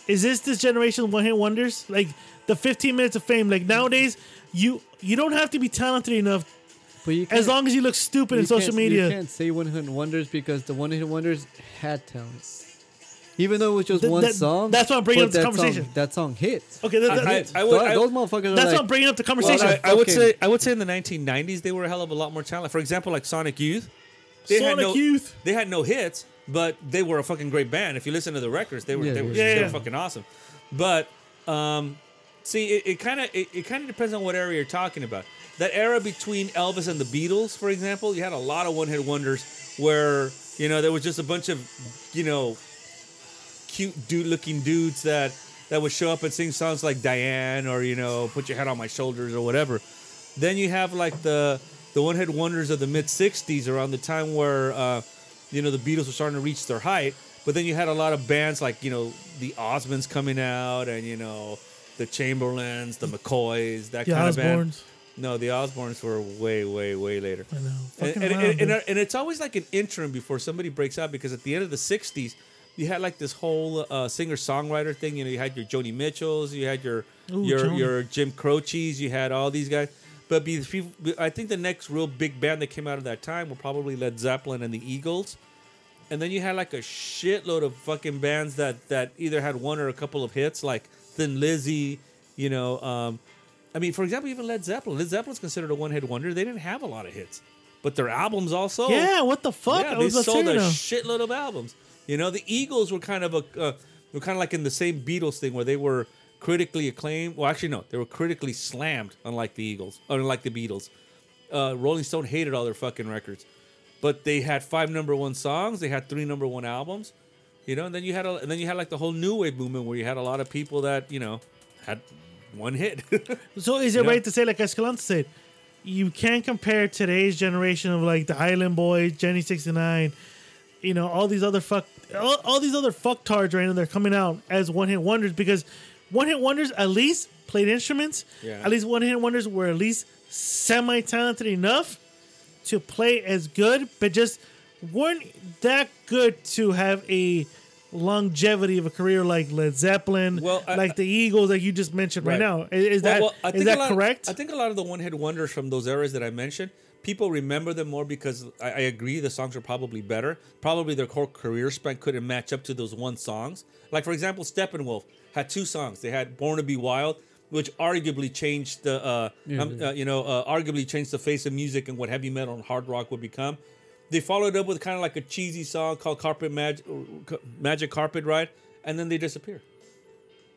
Speaker 1: Is this this generation one hit wonders? Like the 15 minutes of fame. Like nowadays, you you don't have to be talented enough
Speaker 3: But you
Speaker 1: as
Speaker 3: can't-
Speaker 1: long as you look stupid
Speaker 3: you
Speaker 1: in social
Speaker 3: can't-
Speaker 1: media.
Speaker 3: You can't say One Hit Wonders because the One Hit Wonders had talent. Even though it was just
Speaker 1: Th-
Speaker 3: one
Speaker 1: that-
Speaker 3: song.
Speaker 1: that's why I'm bringing
Speaker 3: but
Speaker 1: up this
Speaker 3: that song-
Speaker 1: conversation.
Speaker 3: that song hits.
Speaker 1: Okay, that, that-
Speaker 6: I-
Speaker 1: that's
Speaker 6: I would- I-
Speaker 3: those motherfuckers are
Speaker 1: why
Speaker 3: like,
Speaker 1: I'm bringing up the
Speaker 6: Well,
Speaker 1: conversation.
Speaker 6: I, I would say
Speaker 3: fucking-
Speaker 6: I would say in the 1990s they were a hell of a lot more talented. For example, like Sonic Youth, they had
Speaker 1: Sonic
Speaker 6: no
Speaker 1: Youth.
Speaker 6: they had no hits, but they were a fucking great band. If you listen to the records, they were
Speaker 3: Yeah,
Speaker 6: they were
Speaker 3: yeah.
Speaker 1: Yeah,
Speaker 6: they were
Speaker 1: yeah.
Speaker 6: fucking awesome. But um, see, it- it kind of it, it kind of depends on what era you're talking about. That era between Elvis and the Beatles, for example, you had a lot of one hit wonders where you know there was just a bunch of you know cute dude looking dudes that that would show up and sing songs like Diane or you know Put Your Head on My Shoulders or whatever. Then you have like the the one hit wonders of the mid '60s around the time where uh, you know the Beatles were starting to reach their height. But then you had a lot of bands like you know the Osmonds coming out and you know the Chamberlains, the McCoys, that
Speaker 1: The
Speaker 6: kind of band.
Speaker 1: Osbournes.
Speaker 6: No, the Osbournes were way, way, way later.
Speaker 1: I know.
Speaker 6: And,
Speaker 1: Fucking
Speaker 6: and,
Speaker 1: wild,
Speaker 6: and, and,
Speaker 1: dude.
Speaker 6: and it's always like an interim before somebody breaks out because at the end of the 60s, you had like this whole uh, singer songwriter thing. You know, you had your Joni Mitchells, you had your
Speaker 1: Ooh,
Speaker 6: your
Speaker 1: Joni.
Speaker 6: your Jim Croce's, you had all these guys. But be, I think the next real big band that came out of that time were probably Led Zeppelin and the Eagles. And then you had like a shitload of fucking bands that that either had one or a couple of hits, like Thin Lizzy. You know, um, I mean, for example, even Led Zeppelin. Led Zeppelin's considered a one-hit wonder. They didn't have a lot of hits, but their albums also.
Speaker 1: yeah, what the fuck?
Speaker 6: Oh. Yeah,
Speaker 1: I
Speaker 6: they
Speaker 1: was
Speaker 6: sold a
Speaker 1: upset now.
Speaker 6: shitload of albums. You know, the Eagles were kind of a uh, were kind of like in the same Beatles thing where they were critically acclaimed. Well, actually, no, they were critically slammed, unlike the Eagles, unlike the Beatles. Uh, Rolling Stone hated all their fucking records, but they had five number one songs. They had three number one albums. You know, and then you had a, and then you had like the whole new wave movement where you had a lot of people that you know had one hit.
Speaker 1: So is it
Speaker 6: Yeah.
Speaker 1: right to say, like Escalante said, you can't compare today's generation of like the Island Boys, Jenny sixty nine, you know, all these other fuck, all, all these other fucktards right now. They're coming out as one hit wonders because one hit wonders at least played instruments.
Speaker 6: Yeah.
Speaker 1: At least one hit wonders were at least semi talented enough to play as good, but just weren't that good to have a longevity of a career like Led Zeppelin,
Speaker 6: Well, I-
Speaker 1: like the Eagles, like you just mentioned right,
Speaker 6: Right.
Speaker 1: now. Is, is
Speaker 6: Well,
Speaker 1: that
Speaker 6: well, I
Speaker 1: is
Speaker 6: think a
Speaker 1: that
Speaker 6: lot-
Speaker 1: correct?
Speaker 6: I think a lot of the one hit wonders from those eras that I mentioned, people remember them more because I, I agree the songs are probably better. Probably their whole career span couldn't match up to those one songs. Like for example, Steppenwolf had two songs. They had "Born to Be Wild," which arguably changed the uh, um, uh, you know uh, arguably changed the face of music and what heavy metal and hard rock would become. They followed up with kind of like a cheesy song called "Carpet Mag- Magic Carpet Ride," and then they disappeared.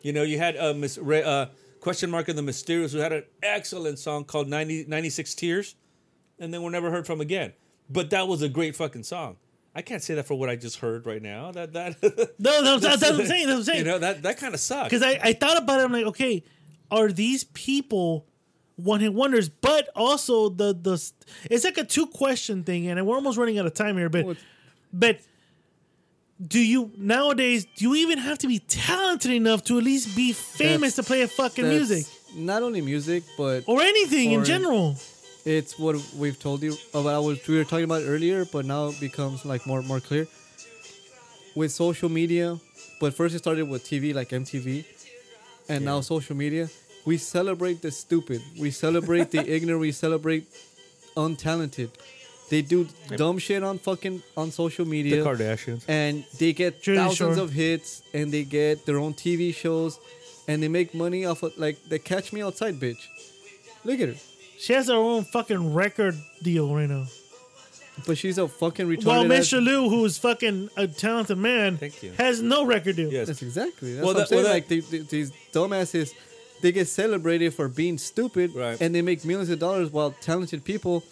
Speaker 6: You know, you had uh, Miss Re- uh, question mark in the mysterious who had an excellent song called 90, 96 Tears, and then were never heard from again. But that was a great fucking song. I can't say that for what I just heard right now. That that
Speaker 1: no, no, that's, that's what I'm saying. That's what I'm
Speaker 6: you
Speaker 1: saying.
Speaker 6: know that that kind of sucks.
Speaker 1: because I, I thought about it. I'm like, okay, are these people one hit wonders? But also the the it's like a two question thing, and we're almost running out of time here. But
Speaker 3: Well, it's-
Speaker 1: but do you nowadays do you even have to be talented enough to at least be famous
Speaker 3: That's-
Speaker 1: to play a fucking
Speaker 3: That's
Speaker 1: music
Speaker 3: Not only music, but
Speaker 1: or anything in
Speaker 3: or-
Speaker 1: general?
Speaker 3: it's what we've told you about what we were talking about earlier, but now it becomes like more more clear with social media. But first it started with TV, like MTV, and now social media. We celebrate the stupid. We celebrate the ignorant. We celebrate untalented. They do dumb shit on fucking on social media
Speaker 6: Kardashians.
Speaker 3: and they get
Speaker 1: Jersey
Speaker 3: thousands
Speaker 1: Shore.
Speaker 3: of hits and they get their own TV shows and they make money off of like the catch me outside bitch. Look at her.
Speaker 1: She has her own fucking record deal right now.
Speaker 3: But she's a fucking retarded.
Speaker 1: While
Speaker 3: ass-
Speaker 1: Mr. Liu, who's fucking a talented man,
Speaker 6: Thank you.
Speaker 1: has no record deal.
Speaker 6: Yes.
Speaker 3: That's exactly. That's
Speaker 6: Well,
Speaker 3: what
Speaker 6: that- well,
Speaker 3: I'm saying.
Speaker 6: that-
Speaker 3: like they, they- these dumbasses, they get celebrated for being stupid,
Speaker 6: Right.
Speaker 3: and they make millions of dollars while talented people,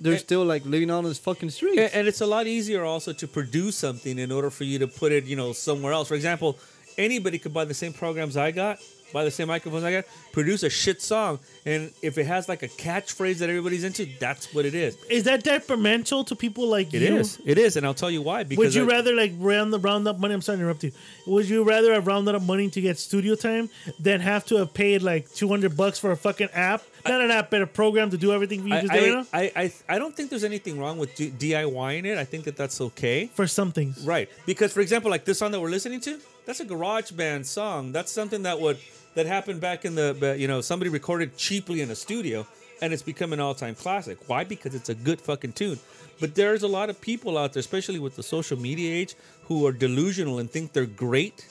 Speaker 3: they're
Speaker 6: And-
Speaker 3: still like living on this fucking streets.
Speaker 6: And, and it's a lot easier also to produce something in order for you to put it, you know, somewhere else. For example, anybody could buy the same programs I got, buy the same microphones I got, produce a shit song, and if it has like a catchphrase that everybody's into, that's what it is.
Speaker 1: Is that detrimental to people like
Speaker 6: It
Speaker 1: you?
Speaker 6: is. It is, and I'll tell you why. Because
Speaker 1: Would you
Speaker 6: I-
Speaker 1: rather like round the round up money? I'm sorry to interrupt you. Would you rather have rounded up money to get studio time than have to have paid like 200 bucks for a fucking app? Not an app, but a program to do everything you
Speaker 6: I,
Speaker 1: just did right
Speaker 6: I,
Speaker 1: now?
Speaker 6: I, I, I don't think there's anything wrong with D- DIYing it. I think that that's okay.
Speaker 1: For some things.
Speaker 6: Right. Because for example, like this song that we're listening to, that's a garage band song. That's something that would that happened back in the but, you know, somebody recorded cheaply in a studio and it's become an all-time classic. Why? Because it's a good fucking tune. But there's a lot of people out there, especially with the social media age, who are delusional and think they're great,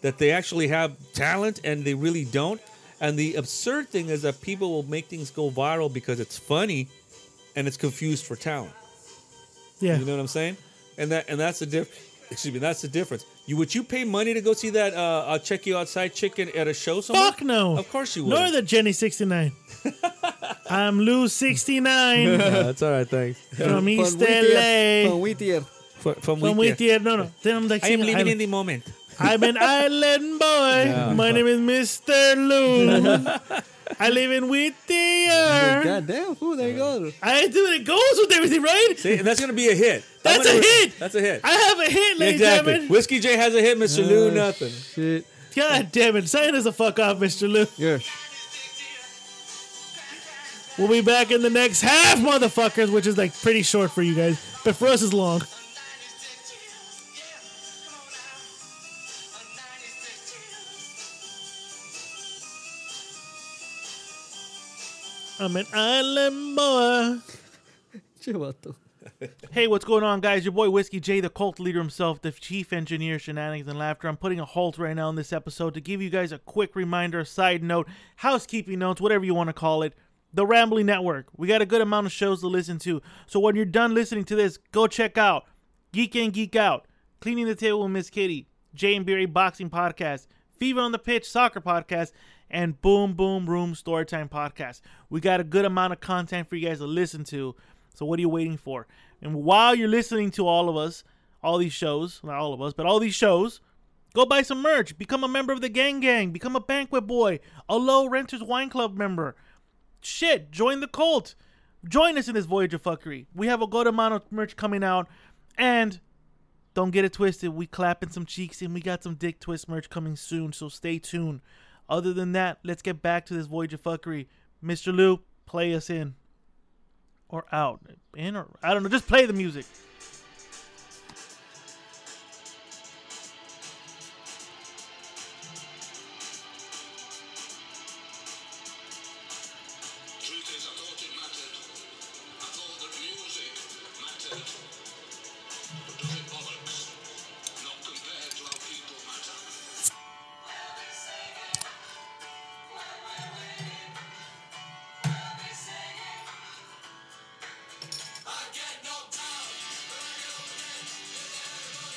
Speaker 6: that they actually have talent and they really don't. And the absurd thing is that people will make things go viral because it's funny and it's confused for talent.
Speaker 1: Yeah.
Speaker 6: You know what I'm saying? And that and that's the diff. Excuse me, that's the difference. You would you pay money to go see that? Uh, I'll check you outside, chicken at a show somewhere.
Speaker 1: Fuck no.
Speaker 6: Of course you would.
Speaker 1: Nor the Jenny 69. I'm Lou 69
Speaker 6: that's all right. Thanks.
Speaker 1: from East
Speaker 3: From Whittier-
Speaker 1: LA.
Speaker 3: from Whittier.
Speaker 6: From,
Speaker 1: From
Speaker 6: Whittier.
Speaker 1: Whittier. No, no. Then I'm like,
Speaker 6: I am
Speaker 1: singing,
Speaker 6: living
Speaker 1: I-
Speaker 6: in the moment.
Speaker 1: I'm an island boy. My name is Mr. Lou. I live in Whittier.
Speaker 3: God damn, fool, there you go.
Speaker 1: I do it goes with everything, right?
Speaker 6: See, and that's gonna be a hit. I'm
Speaker 1: That's a
Speaker 6: gonna-
Speaker 1: hit.
Speaker 6: That's a hit.
Speaker 1: I have a hit, ladies
Speaker 6: exactly.
Speaker 1: and gentlemen.
Speaker 6: Whiskey J has a hit. Mr. Lou,
Speaker 1: Uh,
Speaker 3: Ah,
Speaker 6: nothing.
Speaker 3: Shit.
Speaker 1: God damn it. Sign us the fuck off, Mr. Lou.
Speaker 3: Yeah.
Speaker 1: We'll be back in the next half, motherfuckers, which is like pretty short for you guys, but for us it's long. I'm an island boy.
Speaker 3: Chivato.
Speaker 1: Hey, what's going on, guys? Your boy Whiskey J, the cult leader himself, the chief engineer, shenanigans and laughter. I'm putting a halt right now in this episode to give you guys a quick reminder, side note, housekeeping notes, whatever you want to call it. The Rambling Network. We got a good amount of shows to listen to. So when you're done listening to this, go check out Geek and Geek Out, Cleaning the Table with Miss Kitty, Jay and Beery Boxing Podcast, Fever on the Pitch Soccer Podcast, and Boom Boom Room Storytime Podcast. We got a good amount of content for you guys to listen to. So what are you waiting for? And while you're listening to all of us, all these shows, not all of us, but all these shows, go buy some merch, become a member of the gang gang, become a banquet boy, a low renters wine club member. Shit, join the cult. Join us in this voyage of fuckery. We have a good amount of merch coming out and don't get it twisted. We clapping some cheeks and we got some dick twist merch coming soon, so stay tuned. Other than that, let's get back to this voyage of fuckery. Mr. Lou, play us in or out, in or I don't know. Just play the music.
Speaker 4: Truth is, I thought it mattered. I thought that music mattered. But does it bollocks? Not compared to how people matter.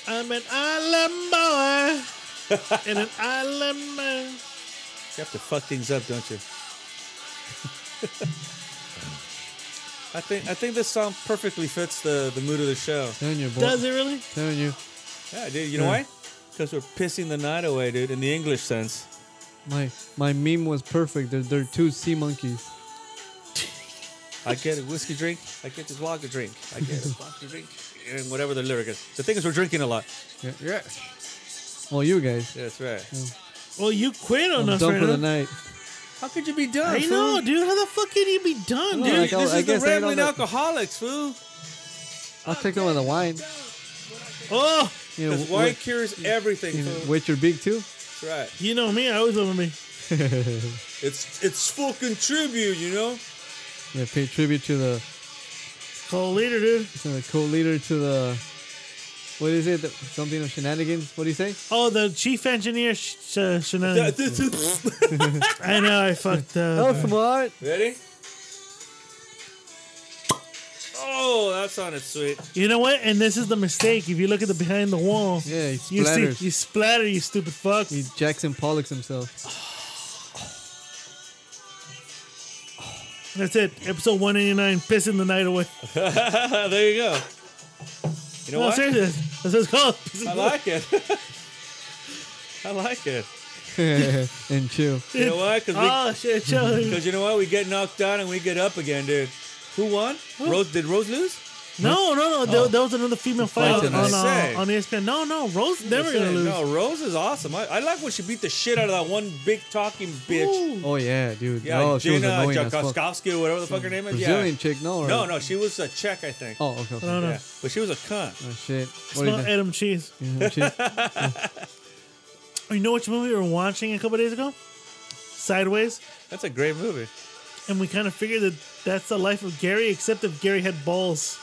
Speaker 1: I'm an island boy and an island man.
Speaker 6: You have to fuck things up, don't you? I think I think this song perfectly fits the, the mood of the show.
Speaker 3: Telling you, boy.
Speaker 1: Does it really?
Speaker 3: Telling you.
Speaker 6: Yeah, dude. You know why? Because we're pissing the night away, dude, in the English sense.
Speaker 3: My my meme was perfect. There, there are two sea monkeys.
Speaker 6: I get a whiskey drink. I get this vodka drink. I get a vodka drink. And whatever the lyric is. The thing is, we're drinking a lot.
Speaker 3: Yeah. Well, you guys.
Speaker 6: Yeah, that's right.
Speaker 1: Well, you quit on
Speaker 3: I'm
Speaker 1: us
Speaker 3: done
Speaker 1: right
Speaker 3: for the
Speaker 1: now.
Speaker 3: night.
Speaker 6: How could you be done?
Speaker 1: I
Speaker 6: fool?
Speaker 1: know, dude. How the fuck can you be done,
Speaker 3: No,
Speaker 1: dude?
Speaker 3: like,
Speaker 6: Dude,
Speaker 3: I'll-
Speaker 6: this
Speaker 3: I
Speaker 6: is the
Speaker 3: guess I don't
Speaker 6: rambling
Speaker 3: know.
Speaker 6: alcoholics, fool.
Speaker 3: I'll take them on the wine.
Speaker 1: oh,
Speaker 3: You know,
Speaker 6: Because wine
Speaker 3: wi-
Speaker 6: cures everything,
Speaker 3: you know,
Speaker 6: fool.
Speaker 3: with your big too.
Speaker 6: That's right.
Speaker 1: you know me. I always love me.
Speaker 6: It's it's fucking tribute, you know.
Speaker 3: Yeah, pay tribute to the
Speaker 1: Call later, dude.
Speaker 3: to the co-leader to the what is it? The- something of shenanigans. What do you say?
Speaker 1: Oh, the chief engineer sh- sh-
Speaker 6: Yeah,
Speaker 1: shenanigans.
Speaker 6: this is-
Speaker 1: I know. I fucked
Speaker 3: Oh,
Speaker 1: up.
Speaker 3: smart.
Speaker 6: Ready? Oh, that sounded sweet.
Speaker 1: You know what? And this is the mistake. If you look at the behind the wall,
Speaker 3: Yeah, he
Speaker 1: you see,
Speaker 3: splatters.
Speaker 1: you splatter, you stupid fuck.
Speaker 3: He Jackson Pollock's himself.
Speaker 1: That's it. Episode 189, pissing the night away.
Speaker 6: there you go. You know
Speaker 1: No,
Speaker 6: what?
Speaker 1: seriously, that's what it's called.
Speaker 6: I like it. I like it.
Speaker 3: and chill.
Speaker 6: You know why? Because
Speaker 1: Oh shit, chill.
Speaker 6: you know what? We get knocked down and we get up again, dude. Who won? Rose? Did Rose lose?
Speaker 1: No, no, no.
Speaker 3: Oh.
Speaker 1: There, there was another female fight
Speaker 3: fight
Speaker 1: on,
Speaker 3: tonight.
Speaker 1: on, uh,
Speaker 6: Say.
Speaker 1: on ESPN. No, no, Rose never gonna
Speaker 6: Listen,
Speaker 1: lose.
Speaker 6: No, Rose is awesome. I, I like when she beat the shit out of that one big talking bitch.
Speaker 3: Oh yeah, dude.
Speaker 6: Yeah,
Speaker 3: oh, she was
Speaker 6: Gina
Speaker 3: annoying as fuck.
Speaker 6: Jakowski or whatever the fuck her name is.
Speaker 3: Brazilian
Speaker 6: yeah.
Speaker 3: chick, no? Or,
Speaker 6: No, no, she was a Czech, I think.
Speaker 3: Oh, okay. okay.
Speaker 1: No, no.
Speaker 6: Yeah, but she was a cunt.
Speaker 3: Oh shit. What
Speaker 1: Smell
Speaker 3: is that?
Speaker 1: Adam Cheese.
Speaker 3: Yeah, shit.
Speaker 1: You know which movie we were watching a couple days ago? Sideways.
Speaker 6: That's a great movie.
Speaker 1: And we kind of figured that that's the life of Gary, except if Gary had balls.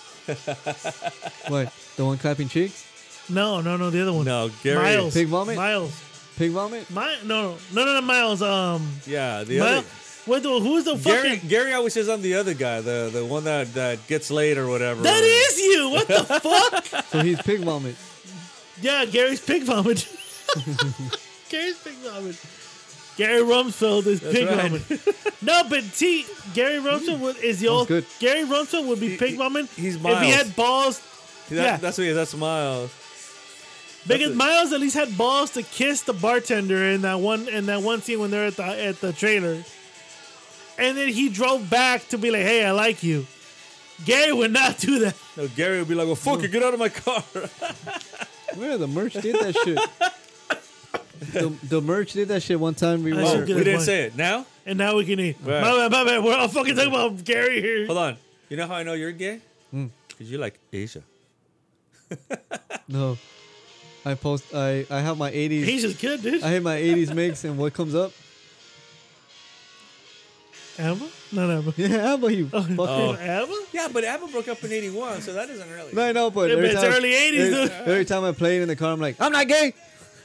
Speaker 3: What? The one clapping cheeks?
Speaker 1: No, no, no, the other one.
Speaker 6: No, Gary.
Speaker 1: Miles.
Speaker 3: Pig vomit?
Speaker 1: Miles.
Speaker 3: Pig vomit?
Speaker 1: My, no, no, no, no, no, Miles. Um,
Speaker 6: Yeah, the
Speaker 1: Miles.
Speaker 6: other.
Speaker 1: What the, who's the
Speaker 6: Gary,
Speaker 1: fucking?
Speaker 6: Gary always says I'm the other guy, the the one that, that gets laid or whatever.
Speaker 1: That is you. What the fuck?
Speaker 3: So he's pig vomit.
Speaker 1: Yeah, Gary's pig vomit. Gary's pig vomit. Gary Rumsfeld is pig
Speaker 6: right.
Speaker 1: vomit. No, but see, Gary Rumsfeld would, is the old.
Speaker 3: good.
Speaker 1: Gary Rumsfeld would be
Speaker 6: He-
Speaker 1: pig
Speaker 6: he-
Speaker 1: vomit
Speaker 6: he's
Speaker 1: if he
Speaker 6: Miles.
Speaker 1: had balls.
Speaker 6: That,
Speaker 1: yeah.
Speaker 6: That's what he is. That's Miles.
Speaker 1: Because Miles at least had balls to kiss the bartender in that one in that one scene when they're at the at the trailer. And then he drove back to be like, "Hey, I like you." Gary would not do that.
Speaker 6: No, Gary would be like, "Well, fuck it, get out of my car."
Speaker 3: Where the merch did that shit. The, the merch did that shit one time. We
Speaker 1: That's
Speaker 6: oh,
Speaker 1: a
Speaker 6: we
Speaker 3: were
Speaker 1: good
Speaker 6: didn't
Speaker 1: one.
Speaker 6: say it. Now,
Speaker 1: And now we can eat.
Speaker 6: Right.
Speaker 1: My bad, my bad. We're all fucking talking about Gary here.
Speaker 6: hold on. You know how I know you're gay? Because you like Asia.
Speaker 3: no. I post. I I have my 80s.
Speaker 1: He's just good, dude.
Speaker 3: I hit my 80s mix, and what comes up?
Speaker 1: Emma? Not Emma.
Speaker 3: Yeah, how about you? fucker?
Speaker 1: Oh. Emma?
Speaker 6: Yeah, but Abba broke up in '81, so that isn't really.
Speaker 3: No, I know, but
Speaker 1: Yeah,
Speaker 3: every
Speaker 1: but it's
Speaker 3: time,
Speaker 1: early 80s,
Speaker 3: every,
Speaker 1: dude.
Speaker 3: every time I play it in the car, I'm like, I'm not gay.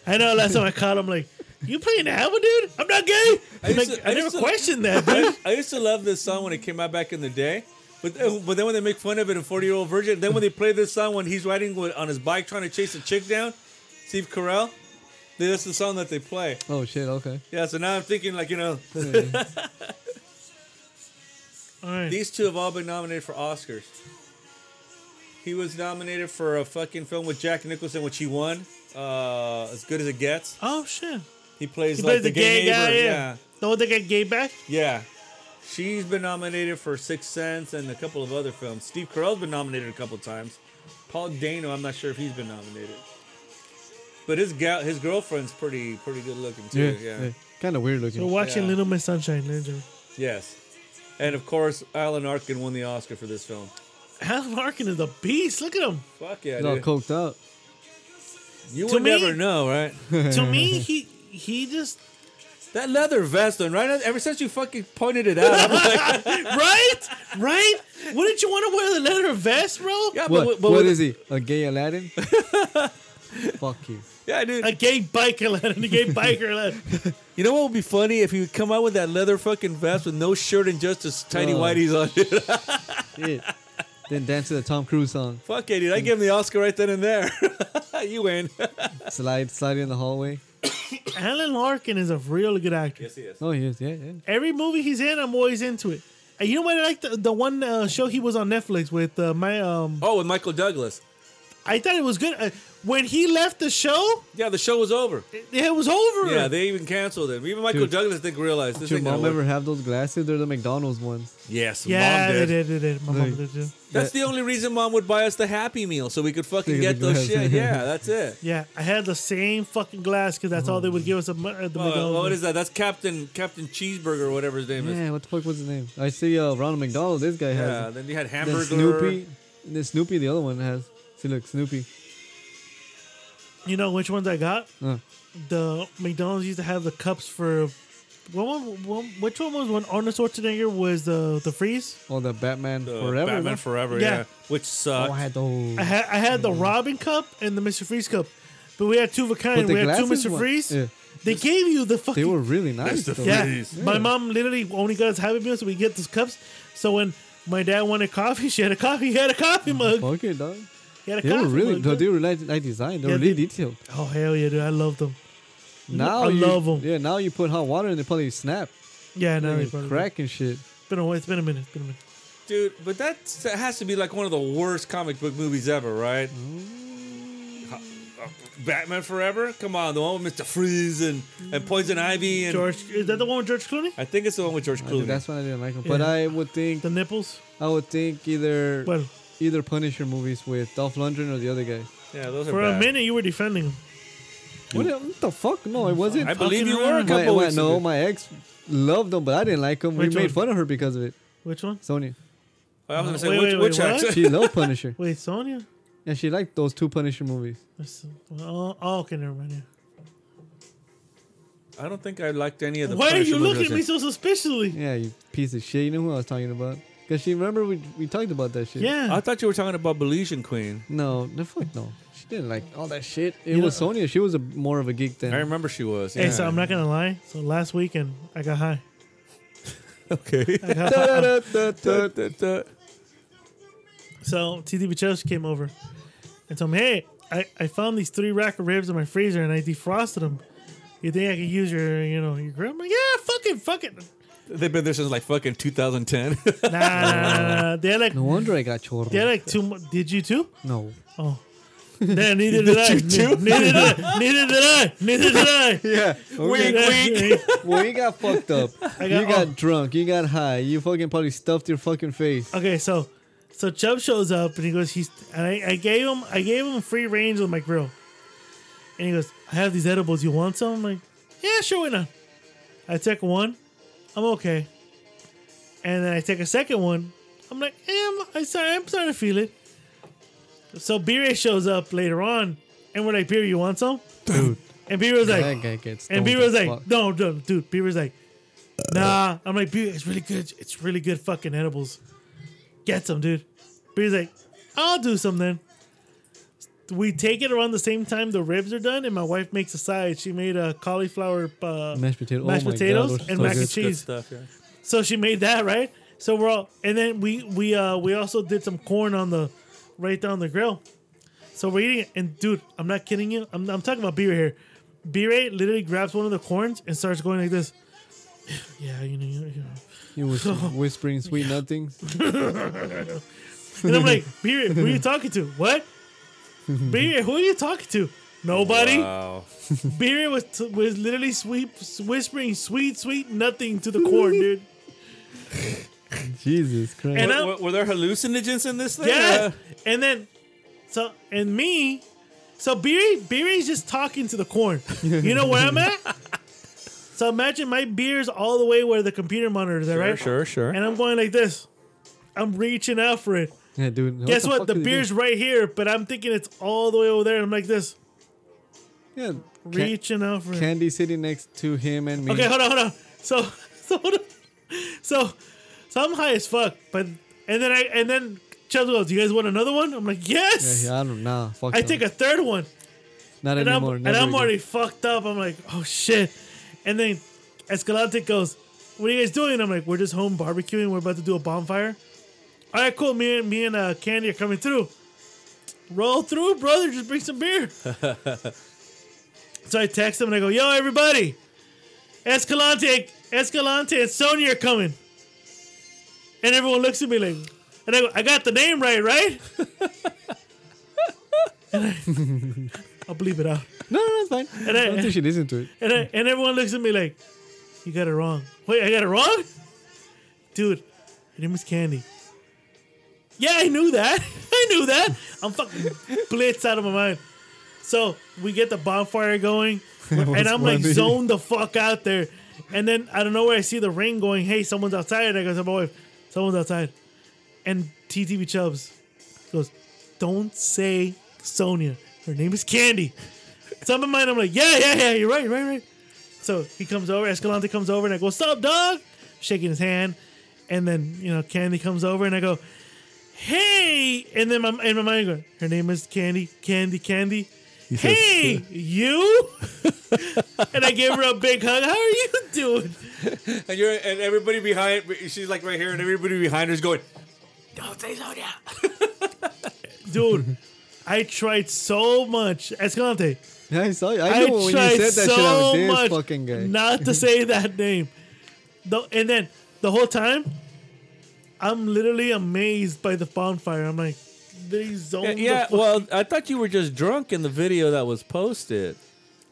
Speaker 1: I know. Last time I caught him, like, you playing Emma, dude? I'm not gay. I'm
Speaker 6: used
Speaker 1: like,
Speaker 6: to-
Speaker 1: I,
Speaker 6: I
Speaker 1: never
Speaker 6: used to-
Speaker 1: questioned that, dude.
Speaker 6: I, I used to love this song when it came out back in the day. But then, but then when they make fun of it in 40 Year Old Virgin, then when they play this song when he's riding with, on his bike trying to chase a chick down, Steve Carell, then that's the song that they play.
Speaker 3: Oh shit. Okay.
Speaker 6: Yeah, so now I'm thinking, like, you know,
Speaker 1: all right.
Speaker 6: these two have all been nominated for Oscars. He was nominated for a fucking film with Jack Nicholson, which he won. Uh, as good as it gets.
Speaker 1: Oh, shit.
Speaker 6: He plays
Speaker 1: He
Speaker 6: like
Speaker 1: plays
Speaker 6: the, gay,
Speaker 1: guy,
Speaker 6: neighbor.
Speaker 1: yeah.
Speaker 6: yeah.
Speaker 1: The one that got gay back?
Speaker 6: Yeah. She's been nominated for Sixth Sense and a couple of other films. Steve Carell's been nominated a couple of times. Paul Dano, I'm not sure if he's been nominated. But his gal, his girlfriend's pretty pretty good looking too. Yeah.
Speaker 3: Kind of weird looking.
Speaker 1: We're watching
Speaker 6: Yeah.
Speaker 1: Little Miss Sunshine, Ninja.
Speaker 6: Yes. And of course, Alan Arkin won the Oscar for this film.
Speaker 1: Alan Arkin is a beast. Look at him.
Speaker 6: Fuck yeah,
Speaker 3: He's all
Speaker 6: dude.
Speaker 3: coked out.
Speaker 6: You
Speaker 1: To
Speaker 6: would
Speaker 1: me-
Speaker 6: never know, right?
Speaker 1: to me, he he just
Speaker 6: that leather vest on, right? Ever since you fucking pointed it out, I'm like,
Speaker 1: right, right. Wouldn't you want to wear the leather vest, bro?
Speaker 6: yeah,
Speaker 3: What?
Speaker 6: but,
Speaker 3: What is
Speaker 6: but with-
Speaker 3: he? A gay Aladdin? Fuck you.
Speaker 6: Yeah, dude.
Speaker 1: A gay biker lad and a gay biker lad.
Speaker 6: You know what would be funny if he would come out with that leather fucking vest with no shirt and just his tiny
Speaker 3: Oh.
Speaker 6: whiteies on, dude.
Speaker 3: Shit. then dance to the Tom Cruise song.
Speaker 6: Fuck it, dude. I gave him the Oscar right then and there. you win.
Speaker 3: Slide, slide in the hallway.
Speaker 1: Alan Larkin is a really good actor.
Speaker 6: Yes, he is.
Speaker 3: Oh, he is. Yeah, yeah.
Speaker 1: Every movie he's in, I'm always into it. And you know what? I like the, the one uh, show he was on Netflix with uh, my. Um,
Speaker 6: Oh, with Michael Douglas.
Speaker 1: I thought it was good. Uh, when he left the show,
Speaker 6: Yeah, the show was over.
Speaker 1: it, it was over.
Speaker 6: Yeah, they even canceled it. Even Michael
Speaker 3: Dude.
Speaker 6: Douglas didn't realize
Speaker 3: Did
Speaker 6: this
Speaker 3: your
Speaker 6: ain't gonna
Speaker 3: mom
Speaker 6: work.
Speaker 3: ever have those glasses? They're the McDonald's ones.
Speaker 6: Yes,
Speaker 1: yeah,
Speaker 6: mom
Speaker 1: they
Speaker 6: did.
Speaker 1: did. They did. My mom
Speaker 3: They-
Speaker 1: did too.
Speaker 6: That's the only reason mom would buy us the Happy Meal so we could fucking
Speaker 3: Look at
Speaker 6: get
Speaker 3: the glass.
Speaker 6: those shit. Yeah, that's it.
Speaker 1: Yeah, I had the same fucking glass because that's all they would give us at mu- at the
Speaker 6: Oh,
Speaker 1: McDonald's.
Speaker 6: what is that? That's Captain Captain Cheeseburger or whatever his name is.
Speaker 3: Yeah, what the fuck was his name? I see uh, Ronald McDonald. This guy has.
Speaker 6: Yeah, then you had
Speaker 3: Then
Speaker 6: hamburger.
Speaker 3: Snoopy. And then Snoopy, the other one has. See, look, Snoopy.
Speaker 1: You know which ones I got?
Speaker 3: Uh,
Speaker 1: the McDonald's used to have the cups for. What one, one, which one was when Arnold Schwarzenegger was the the freeze?
Speaker 3: oh, the Batman
Speaker 6: The
Speaker 3: Forever.
Speaker 6: Batman
Speaker 3: no?
Speaker 6: Forever,
Speaker 1: Yeah.
Speaker 6: yeah. Which sucked.
Speaker 3: Oh, I had those.
Speaker 1: I had I had
Speaker 3: Mm-hmm.
Speaker 1: the Robin cup and the Mr. Freeze cup, but we had two of a kind.
Speaker 3: But the
Speaker 1: We had two
Speaker 3: glasses
Speaker 1: Mr.
Speaker 3: one-
Speaker 1: Freeze.
Speaker 3: yeah.
Speaker 1: They gave you the fucking
Speaker 3: They were really nice.
Speaker 6: the
Speaker 3: though.
Speaker 1: yeah.
Speaker 6: Freeze.
Speaker 1: My mom literally only got us happy meals, so we get those cups. So when my dad wanted coffee, she had a coffee. He had a coffee mug.
Speaker 3: Fuck it, dog.
Speaker 1: He had a
Speaker 3: Mm-hmm. They
Speaker 1: coffee
Speaker 3: were really,
Speaker 1: mug,
Speaker 3: no,
Speaker 1: dude.
Speaker 3: they were like, like designed. They
Speaker 1: Yeah,
Speaker 3: were
Speaker 1: they-
Speaker 3: really detailed.
Speaker 1: Oh hell yeah, dude! I love them.
Speaker 3: Now
Speaker 1: I
Speaker 3: you,
Speaker 1: love 'em.
Speaker 3: Yeah, now you put hot water and they probably snap.
Speaker 1: Yeah, no,
Speaker 3: They
Speaker 1: they probably-
Speaker 3: crack and shit.
Speaker 1: Been a while. It's been a minute. It's been a minute.
Speaker 6: Dude, but that's- that has to be like one of the worst comic book movies ever, right?
Speaker 1: Mm.
Speaker 6: Ha- uh, Batman Forever? Come on, the one with Mr. Freeze and, and Poison Ivy and
Speaker 1: George, is that the one with George Clooney?
Speaker 6: I think it's the one with George
Speaker 3: I think
Speaker 6: Clooney.
Speaker 3: that's why I didn't like them. But
Speaker 1: Yeah.
Speaker 3: I would think
Speaker 1: The nipples.
Speaker 3: I would think either
Speaker 1: Well,
Speaker 3: either Punisher movies with Dolph Lundgren or the other guy.
Speaker 6: yeah, those are
Speaker 1: for a
Speaker 6: bad.
Speaker 1: minute you were defending him.
Speaker 3: What, the- what the fuck? No, it wasn't.
Speaker 6: Mm. I believe you were a
Speaker 1: My-
Speaker 3: my,
Speaker 6: couple
Speaker 3: my-
Speaker 6: weeks
Speaker 3: no,
Speaker 6: ago.
Speaker 3: my ex loved them, but I didn't like them. We
Speaker 1: Which
Speaker 3: made
Speaker 1: one?
Speaker 3: fun of her because of it.
Speaker 1: Which one?
Speaker 3: Sonya,
Speaker 6: I was gonna say
Speaker 1: Wait,
Speaker 6: which,
Speaker 1: wait,
Speaker 6: which
Speaker 1: wait,
Speaker 6: accent?
Speaker 3: she loved Punisher,
Speaker 1: Wait, Sonya?
Speaker 3: and she liked those two Punisher movies.
Speaker 1: That's- Oh, oh, okay, never mind. Yeah.
Speaker 6: I don't think I liked any of the.
Speaker 1: Why are
Speaker 6: Punisher
Speaker 1: you
Speaker 6: movies
Speaker 1: looking at
Speaker 6: I
Speaker 1: me so
Speaker 6: said.
Speaker 1: suspiciously?
Speaker 3: Yeah, you piece of shit. You know who I was talking about? Cause she remember we we talked about that shit.
Speaker 1: Yeah.
Speaker 6: I thought you were talking about Belizean Queen.
Speaker 3: No, the fuck no. She didn't like all that shit. It
Speaker 1: You
Speaker 3: was
Speaker 1: know-
Speaker 3: Sonya. She was a, more of a geek
Speaker 6: I
Speaker 3: than.
Speaker 6: remember she was.
Speaker 1: Hey,
Speaker 6: yeah.
Speaker 1: so I'm not gonna lie. So last weekend I got high.
Speaker 6: okay.
Speaker 1: I got high.
Speaker 6: Da,
Speaker 3: Da-da-da-da-da.
Speaker 6: da, da.
Speaker 1: So TD Bichowski came over and told me, "Hey, I, I found these three rack of ribs in my freezer and I defrosted them. You think I could use your you know your grill?" I'm like, "Yeah, fucking, fucking."
Speaker 6: They've been there since like fucking 2010.
Speaker 1: Nah, nah, nah, nah, nah. They're like
Speaker 3: No wonder I got chorro.
Speaker 1: they're like two. mo- Did you too?
Speaker 3: no,
Speaker 1: Oh, Yeah, neither did I.
Speaker 3: you too?
Speaker 1: Neither did I. Neither did I. Neither did I.
Speaker 3: Yeah. Okay. Well, you got fucked up.
Speaker 1: got-
Speaker 3: you got
Speaker 1: oh.
Speaker 3: drunk. You got high. You fucking probably stuffed your fucking face.
Speaker 1: Okay, so so Chubb shows up and he goes, he's and I, I gave him I gave him free range with my grill. And he goes, I have these edibles, you want some? I'm like, yeah, sure, why not? I take one, I'm okay. And then I take a second one, I'm like, eh, I'm, I'm sorry, I'm starting to feel it. So B-Ray shows up later on, and we're like, B-Ray, you want some?
Speaker 3: Dude.
Speaker 1: And B-Ray was like,
Speaker 3: That guy gets
Speaker 1: and
Speaker 3: stoned
Speaker 1: Bieber was
Speaker 3: as
Speaker 1: like,
Speaker 3: fuck.
Speaker 1: no, no, dude. Bieber was like, nah. I'm like, Bieber, it's really good. It's really good fucking edibles. Get some, dude. Bieber's like, I'll do some then. We take it around the same time the ribs are done, and my wife makes a side. She made a cauliflower uh,
Speaker 3: Mashed potato.
Speaker 1: mashed
Speaker 3: oh my
Speaker 1: potatoes
Speaker 3: God,
Speaker 1: and
Speaker 3: those are
Speaker 1: mac and
Speaker 3: so good.
Speaker 6: Good
Speaker 1: cheese.
Speaker 6: stuff. Yeah.
Speaker 1: So she made that right. So we're all, and then we we uh we also did some corn on the right down the grill. So we're eating, it, and dude, I'm not kidding you. I'm, I'm talking about B-Ray here. B-Ray literally grabs one of the corns and starts going like this. Yeah, you know, you know. you know.
Speaker 3: He was whispering sweet nothings.
Speaker 1: And I'm like, B-Ray, who are you talking to? What? B-Ray, who are you talking to? Nobody.
Speaker 6: Wow.
Speaker 1: Beery was was literally sweep, whispering sweet, sweet nothing to the corn, dude.
Speaker 3: Jesus Christ.
Speaker 1: And
Speaker 6: Were,
Speaker 1: I'm-
Speaker 6: were- were there hallucinogens in this thing? Uh,
Speaker 1: Yeah. And then, so, and me, so Beery, Beery's just talking to the corn. You know where I'm at? so imagine my beer's all the way where the computer monitors at,
Speaker 6: Sure,
Speaker 1: right?
Speaker 6: sure, sure.
Speaker 1: And I'm going like this. I'm reaching out for it.
Speaker 3: yeah, dude.
Speaker 1: Guess
Speaker 3: fuck
Speaker 1: what? The
Speaker 3: is he doing?
Speaker 1: beer's right here, but I'm thinking it's all the way over there. And I'm like this,
Speaker 3: Yeah. Can-
Speaker 1: reaching out for it.
Speaker 3: Candy sitting next to him and me.
Speaker 1: Okay, hold on, hold on. So, so, hold on. so, so I'm high as fuck. But and then I and then Chubb goes, "Do you guys want another one?" I'm like,
Speaker 3: Yeah,
Speaker 1: "Yes."
Speaker 3: yeah, I don't know. Fuck
Speaker 1: I
Speaker 3: no.
Speaker 1: take a third one,
Speaker 3: Not
Speaker 1: and
Speaker 3: anymore.
Speaker 1: I'm
Speaker 3: never
Speaker 1: and I'm
Speaker 3: again.
Speaker 1: already fucked up. I'm like, "Oh shit!" And then Escalante goes, "What are you guys doing?" I'm like, "We're just home barbecuing. We're about to do a bonfire." All right, cool. Me and me and uh, Candy are coming through. Roll through, brother. Just bring some beer. so I text him and I go, "Yo, everybody, Escalante, Escalante, and Sonia are coming." And everyone looks at me like, and I go, "I got the name right, right?" and I, I'll bleep it out.
Speaker 3: No, no, it's fine.
Speaker 1: And
Speaker 3: I don't
Speaker 1: I,
Speaker 3: think she listened to it.
Speaker 1: and, I, and everyone looks at me like, you got it wrong. Wait, I got it wrong? Dude, her name is Candy. Yeah, I knew that. I knew that. I'm fucking blitzed out of my mind. So we get the bonfire going, and I'm like
Speaker 3: funny.
Speaker 1: zoned the fuck out there. And then I don't know where I see the ring going, hey, someone's outside. And I go to my wife, someone's outside. And TTV Chubbs goes, don't say Sonia. Her name is Candy. So I'm in mind, I'm like, yeah, yeah, yeah, you're right, right, right. So he comes over, Escalante comes over, and I go, what's up, dog? Shaking his hand. And then, you know, Candy comes over, and I go, hey. And then my, in my mind, I go, her name is Candy, Candy, Candy.
Speaker 3: says-
Speaker 1: Hey, you? and I gave her a big hug. How are you doing?
Speaker 6: And you're and everybody behind she's like right here and everybody behind her is going, Don't say Sonia.
Speaker 1: Dude, I tried so much. Escalante,
Speaker 3: Yeah, I saw you.
Speaker 1: I
Speaker 3: I know when you
Speaker 1: tried
Speaker 3: said that shit. I
Speaker 1: so
Speaker 3: was this
Speaker 1: much
Speaker 3: fucking guy.
Speaker 1: not to say that name. Though, and then the whole time, I'm literally amazed by the bonfire. I'm like, they zoned.
Speaker 6: yeah,
Speaker 1: the fuck-
Speaker 6: well, I thought you were just drunk in the video that was posted.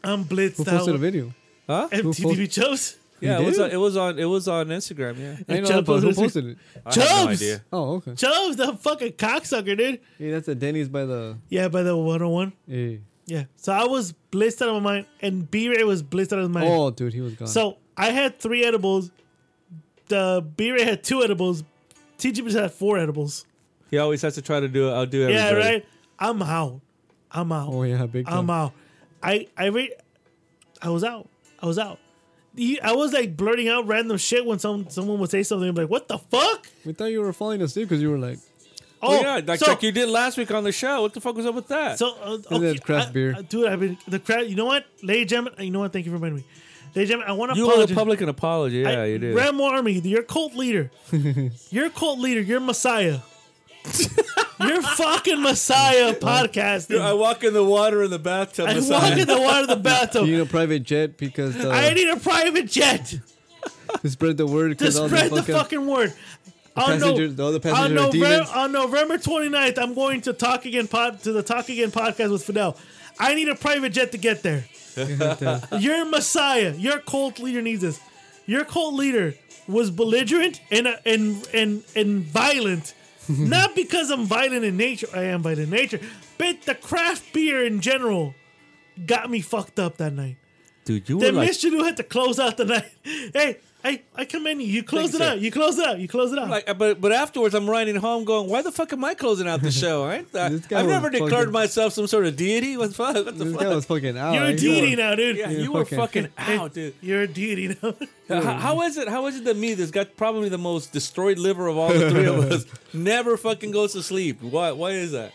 Speaker 1: I'm blitzed
Speaker 3: Who
Speaker 1: out.
Speaker 3: posted a video?
Speaker 6: Huh?
Speaker 1: MTV Chubbs.
Speaker 6: Yeah, it was,
Speaker 3: did?
Speaker 6: on, it was on it was on Instagram, yeah.
Speaker 3: I didn't
Speaker 1: Chubb
Speaker 3: know that, but who
Speaker 1: posted it.
Speaker 3: posted it.
Speaker 6: I have no
Speaker 1: Chubbs!
Speaker 6: idea.
Speaker 3: Oh, okay.
Speaker 1: Chubbs, the fucking cocksucker, dude.
Speaker 3: Yeah, that's a Denny's by the.
Speaker 1: Yeah, by the 101.
Speaker 3: Yeah.
Speaker 1: Yeah. So I was blitzed out of my mind, and B Ray was blitzed out of his mind.
Speaker 3: Oh, dude, he was gone.
Speaker 1: So I had three edibles. The B Ray had two edibles. TG had four edibles.
Speaker 6: He always has to try to do I'll do
Speaker 1: Yeah,
Speaker 6: everybody.
Speaker 1: right. I'm out. I'm out.
Speaker 3: oh yeah, big time.
Speaker 1: I'm out. I I re- I was out. I was out. You- I was like blurting out random shit when some someone would say something. I'm like, what the fuck?
Speaker 3: we thought you were falling asleep because you were like,
Speaker 6: Oh, yeah, like, like you did last week on the show. What the fuck was up with that?
Speaker 1: So uh,
Speaker 3: And
Speaker 1: okay,
Speaker 3: that craft
Speaker 1: I-
Speaker 3: beer.
Speaker 1: I- dude. I've been the craft. You know what, ladies and gentlemen. You know what? Thank you for reminding me, ladies and gentlemen. I want to
Speaker 6: you owe the
Speaker 1: apologize.
Speaker 6: public an apology. Yeah,
Speaker 1: I-
Speaker 6: you did.
Speaker 1: Ram Army, your cult leader. your cult leader. Your messiah. your fucking messiah podcast. I,
Speaker 6: walk in the water in the bathtub.
Speaker 1: walk in the water of the bathtub.
Speaker 3: you need a private jet because uh,
Speaker 1: I need a private jet
Speaker 3: to spread the word
Speaker 1: to
Speaker 3: because all the
Speaker 1: spread the
Speaker 3: fucking.
Speaker 1: fucking word.
Speaker 3: The passenger, the other passenger
Speaker 1: on,
Speaker 3: are
Speaker 1: November,
Speaker 3: demons.
Speaker 1: on November 29th, I'm going to Talk Again pod, to the Talk Again podcast with Fidel. I need a private jet to get there. Your messiah, your cult leader needs this. Your cult leader was belligerent and uh, and and and violent. Not because I'm violent in nature, I am violent in nature, but the craft beer in general got me fucked up that night.
Speaker 6: Dude, you were
Speaker 1: Then
Speaker 6: like,
Speaker 1: Mr. New had to close out the night. Hey, I, I commend you. You closed it
Speaker 6: Thank you,
Speaker 1: out. You closed it out. You closed it out.
Speaker 6: like, but but afterwards, I'm riding home going, why the fuck am I closing out the show? I, ain't- I,
Speaker 3: This guy
Speaker 6: I've
Speaker 3: was
Speaker 6: never declared
Speaker 3: fucking-
Speaker 6: myself some sort of deity. What the fuck? What the
Speaker 3: This
Speaker 6: fuck?
Speaker 3: guy was fucking out.
Speaker 1: You're a
Speaker 3: He's
Speaker 1: deity
Speaker 3: out.
Speaker 1: now, dude.
Speaker 6: uh, yeah, you were
Speaker 3: fucking-
Speaker 6: fucking out, dude.
Speaker 1: You're a deity now.
Speaker 6: How, how is it? How is it that me, that's got probably the most destroyed liver of all the three of us, never fucking goes to sleep? Why? Why is that?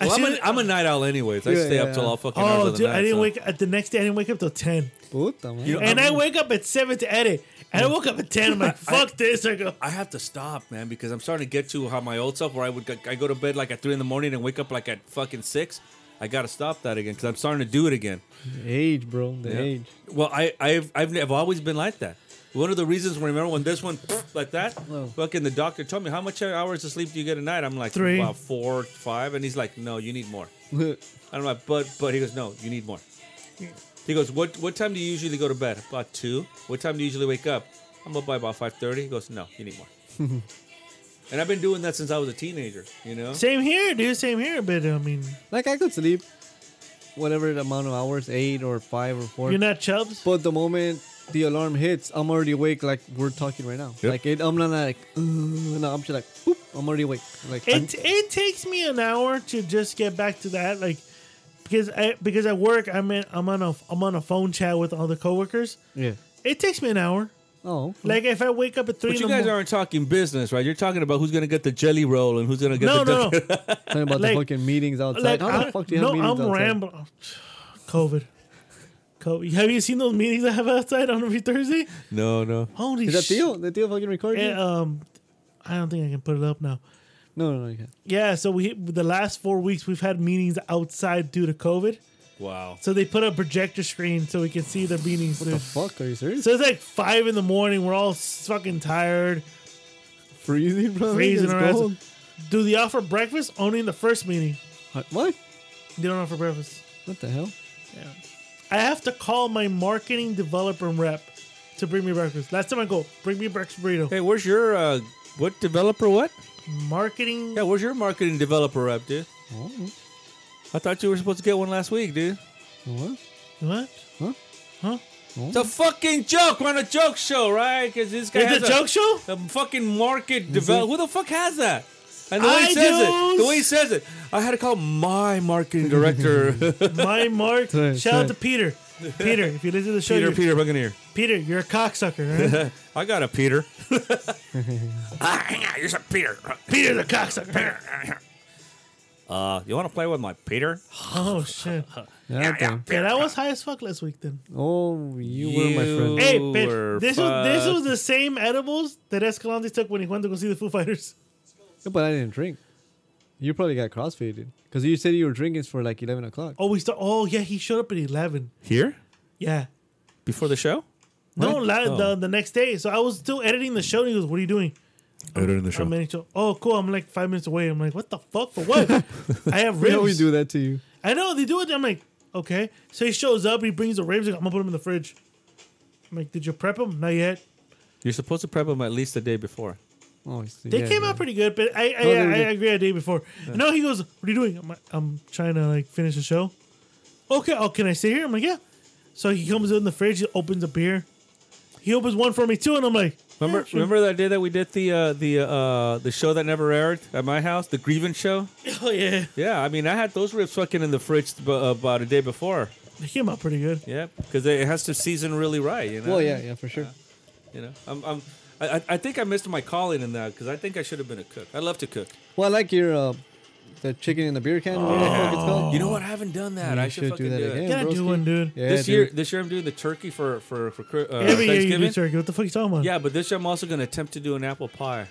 Speaker 1: I
Speaker 6: Well, I'm,
Speaker 1: should've-
Speaker 6: a, I'm a night owl, anyways. I
Speaker 3: Yeah,
Speaker 6: stay
Speaker 3: yeah.
Speaker 6: up till all fucking hours
Speaker 1: oh,
Speaker 6: of the
Speaker 1: dude,
Speaker 6: night.
Speaker 1: I didn't
Speaker 6: so.
Speaker 1: wake up. The next day, I didn't wake up till 10.
Speaker 3: Puta, man.
Speaker 6: You-
Speaker 1: And
Speaker 6: I
Speaker 1: I
Speaker 6: mean-
Speaker 1: wake up at 7 to edit. And I woke up at 10. I'm like, fuck this. I go,
Speaker 6: I have to stop, man, because I'm starting to get to how my old self where I would go- I go to bed like at three in the morning and wake up like at fucking six. I gotta stop that again because I'm starting to do it again.
Speaker 3: age, bro. The
Speaker 6: Yeah.
Speaker 3: age.
Speaker 6: Well, I I've, I've I've always been like that. One of the reasons, remember when this one like that,
Speaker 3: Oh.
Speaker 6: fucking the doctor told me how much hours of sleep do you get a night? I'm like
Speaker 1: Three.
Speaker 6: about four, five, and he's like, no, you need more. And I'm like, but but he goes, no, you need more. He goes, what what time do you usually go to bed? About two. What time do you usually wake up? I'm up by about five thirty. He goes, no, you need more. and I've been doing that since I was a teenager. You know,
Speaker 1: same here, dude. Same here. But I mean,
Speaker 3: like I could sleep whatever the amount of hours, eight or five or four.
Speaker 1: you're not chubs.
Speaker 3: But the moment the alarm hits, I'm already awake. Like we're talking right now.
Speaker 6: Yep.
Speaker 3: Like it, I'm not like, uh, no, I'm just like, boop, I'm already awake. Like I'm-
Speaker 1: It, it takes me an hour to just get back to that. Like, because I, because at work, I'm, in, I'm, on a, I'm on a phone chat with all the coworkers.
Speaker 3: yeah.
Speaker 1: It takes me an hour.
Speaker 3: Oh, okay.
Speaker 1: Like, if I wake up at 3
Speaker 6: but
Speaker 1: in
Speaker 6: you
Speaker 1: the
Speaker 6: guys
Speaker 1: mo-
Speaker 6: aren't talking business, right? You're talking about who's gonna get the jelly roll and who's gonna get
Speaker 1: No,
Speaker 6: the
Speaker 1: no, no.
Speaker 3: talking about
Speaker 1: like-
Speaker 3: the fucking meetings outside.
Speaker 1: like,
Speaker 3: How the
Speaker 1: I-
Speaker 3: fuck do you
Speaker 1: no,
Speaker 3: have meetings
Speaker 1: I'm
Speaker 3: outside?
Speaker 1: rambling. COVID. COVID. Have you seen those meetings I have outside on every Thursday?
Speaker 6: no, no.
Speaker 1: Holy
Speaker 3: Is that
Speaker 1: shit.
Speaker 3: Theo? That Theo fucking recording?
Speaker 1: um, I don't think I can put it up now.
Speaker 3: No, no, no, you can't.
Speaker 1: Yeah, so we the last four weeks we've had meetings outside due to COVID.
Speaker 6: Wow.
Speaker 1: So they put a projector screen so we can see the meetings.
Speaker 3: The
Speaker 1: dude.
Speaker 3: fuck? Are you serious?
Speaker 1: So it's like five in the morning. We're all s- fucking tired,
Speaker 3: freezing, bro.
Speaker 1: freezing
Speaker 3: It's
Speaker 1: our ass.
Speaker 3: cold.
Speaker 1: Do they offer breakfast only in the first meeting?
Speaker 3: Huh, What?
Speaker 1: They don't offer breakfast.
Speaker 3: What the hell?
Speaker 1: I have to call my marketing developer rep to bring me breakfast. Last time I go, bring me breakfast burrito.
Speaker 6: Hey, where's your uh, what developer? What?
Speaker 1: Marketing.
Speaker 6: Yeah, where's your marketing developer rep, dude?
Speaker 3: Oh,
Speaker 6: I thought you were supposed to get one last week, dude.
Speaker 3: what?
Speaker 1: What?
Speaker 3: Huh?
Speaker 1: Huh?
Speaker 6: It's a fucking joke. We're on a joke show, right? Because this guy has
Speaker 1: It's a joke show?
Speaker 6: The fucking market develop. Who the fuck has that? And the way
Speaker 1: I
Speaker 6: he says
Speaker 1: do.
Speaker 6: it, the way he says it, I had to call my marketing director,
Speaker 1: My mark.
Speaker 3: Sorry,
Speaker 1: Shout out
Speaker 3: sorry.
Speaker 1: to Peter. Peter, if you listen to the show,
Speaker 6: Peter
Speaker 1: you're-
Speaker 6: Peter Buccaneer.
Speaker 1: Peter, you're a cocksucker. Right?
Speaker 6: I got a Peter. ah, hang on, here's a Peter.
Speaker 1: Peter the cocksucker.
Speaker 6: Peter. Uh, you want to play with my Peter?
Speaker 1: Oh shit.
Speaker 3: Yeah,
Speaker 1: Yeah, that was high as fuck last week then.
Speaker 3: Oh, you, were my friend.
Speaker 1: Hey,
Speaker 6: You
Speaker 1: bitch,
Speaker 6: were
Speaker 1: this was this
Speaker 6: fucked.
Speaker 1: was the same edibles that Escalante took when he went to go see the Foo Fighters.
Speaker 3: Yeah, but I didn't drink. You probably got crossfaded because you said you were drinking for like eleven o'clock.
Speaker 1: Oh, we start. Oh yeah, he showed up at eleven.
Speaker 6: Here
Speaker 1: Yeah.
Speaker 6: before the show.
Speaker 1: No, la-
Speaker 6: Oh.
Speaker 1: the, the next day. So I was still editing the show. And he goes, "What are you doing?"
Speaker 6: Editing the
Speaker 1: I'm editing the show. Oh, cool. I'm like five minutes away. I'm like, "What the fuck? For what?" I have
Speaker 3: We
Speaker 1: ribs.
Speaker 3: always do that to you.
Speaker 1: I know they do it. I'm like, okay. So he shows up. He brings the ribs. Like, I'm gonna put them in the fridge. I'm like, did you prep them? Not yet.
Speaker 6: You're supposed to prep them at least a day before.
Speaker 3: Oh, I see.
Speaker 1: They
Speaker 3: Yeah,
Speaker 1: came
Speaker 3: yeah.
Speaker 1: out pretty good, but I I,
Speaker 3: No,
Speaker 1: I,
Speaker 3: they were
Speaker 1: I
Speaker 3: good.
Speaker 1: agree. A day before. No, he goes, what are you doing? I'm like, I'm trying to like finish the show. Okay. Oh, can I sit here? I'm like, yeah. So he comes in the fridge. He opens a beer. He opens one for me too, and I'm like,
Speaker 6: Remember,
Speaker 1: yeah, sure.
Speaker 6: remember that day that we did the uh, the uh, the show that never aired at my house, the grievance show.
Speaker 1: Oh yeah.
Speaker 6: Yeah, I mean, I had those ribs fucking in the fridge b- uh, about a day before.
Speaker 1: They came out pretty good.
Speaker 6: Yeah, because it has to season really right. You know.
Speaker 3: Well, yeah, yeah, for sure.
Speaker 6: You know, I'm, I'm, I, I- I think I missed my calling in that because I think I should have been a cook. I love to cook.
Speaker 3: Well, I like your uh, the chicken in the beer can. whatever the fuck it's called.
Speaker 6: You know what? I haven't done that.
Speaker 3: You
Speaker 6: I should, fucking do, that again.
Speaker 1: Yeah, I do
Speaker 3: broski.
Speaker 1: one, dude.
Speaker 3: Yeah,
Speaker 6: this
Speaker 3: dude.
Speaker 6: year, this year I'm doing the turkey for for for Chri- uh,
Speaker 1: Every year you
Speaker 6: Thanksgiving.
Speaker 1: do turkey. What the fuck you talking about?
Speaker 6: yeah, but this year I'm also gonna attempt to do an apple pie.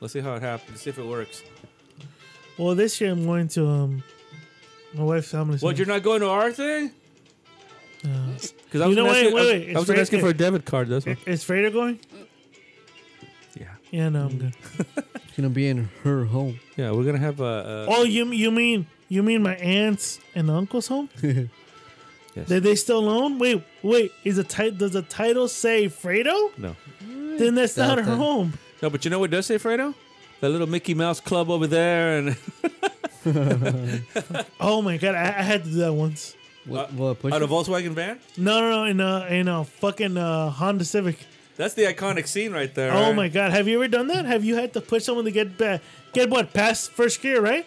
Speaker 6: Let's see how it happens. See if it works.
Speaker 1: Well, this year I'm going to um, my wife's family.
Speaker 6: What? Oh, You're not going to our thing? Because
Speaker 1: You
Speaker 6: I was
Speaker 1: know,
Speaker 6: gonna
Speaker 1: wait,
Speaker 6: ask you-
Speaker 1: wait,
Speaker 6: I-
Speaker 1: wait,
Speaker 6: I
Speaker 1: it's
Speaker 6: was
Speaker 1: right
Speaker 6: gonna ask you
Speaker 1: there.
Speaker 6: for a debit card. That's what.
Speaker 1: Is Freda going?
Speaker 6: Yeah. Mm.
Speaker 1: Yeah, no, I'm good.
Speaker 3: It's gonna be in her home.
Speaker 6: Yeah, we're gonna have a.
Speaker 1: Oh, you you mean you mean my aunts and uncle's home?
Speaker 6: Yes.
Speaker 1: Did they still own? Wait, wait. Is the title does the title say Fredo?
Speaker 6: no.
Speaker 1: Then that's not her
Speaker 3: Delta.
Speaker 1: home.
Speaker 6: No, but you know what does say Fredo? That little Mickey Mouse club over there, and
Speaker 1: Oh my god, I, I had to do that once.
Speaker 3: What? what push
Speaker 6: Uh, out of
Speaker 3: it?
Speaker 6: Volkswagen van.
Speaker 1: No, no, no, in a in a fucking uh, Honda Civic.
Speaker 6: That's the iconic scene right there.
Speaker 1: Oh
Speaker 6: right?
Speaker 1: my god, have you ever done that? Have you had to push someone to get ba- get what past first gear, right?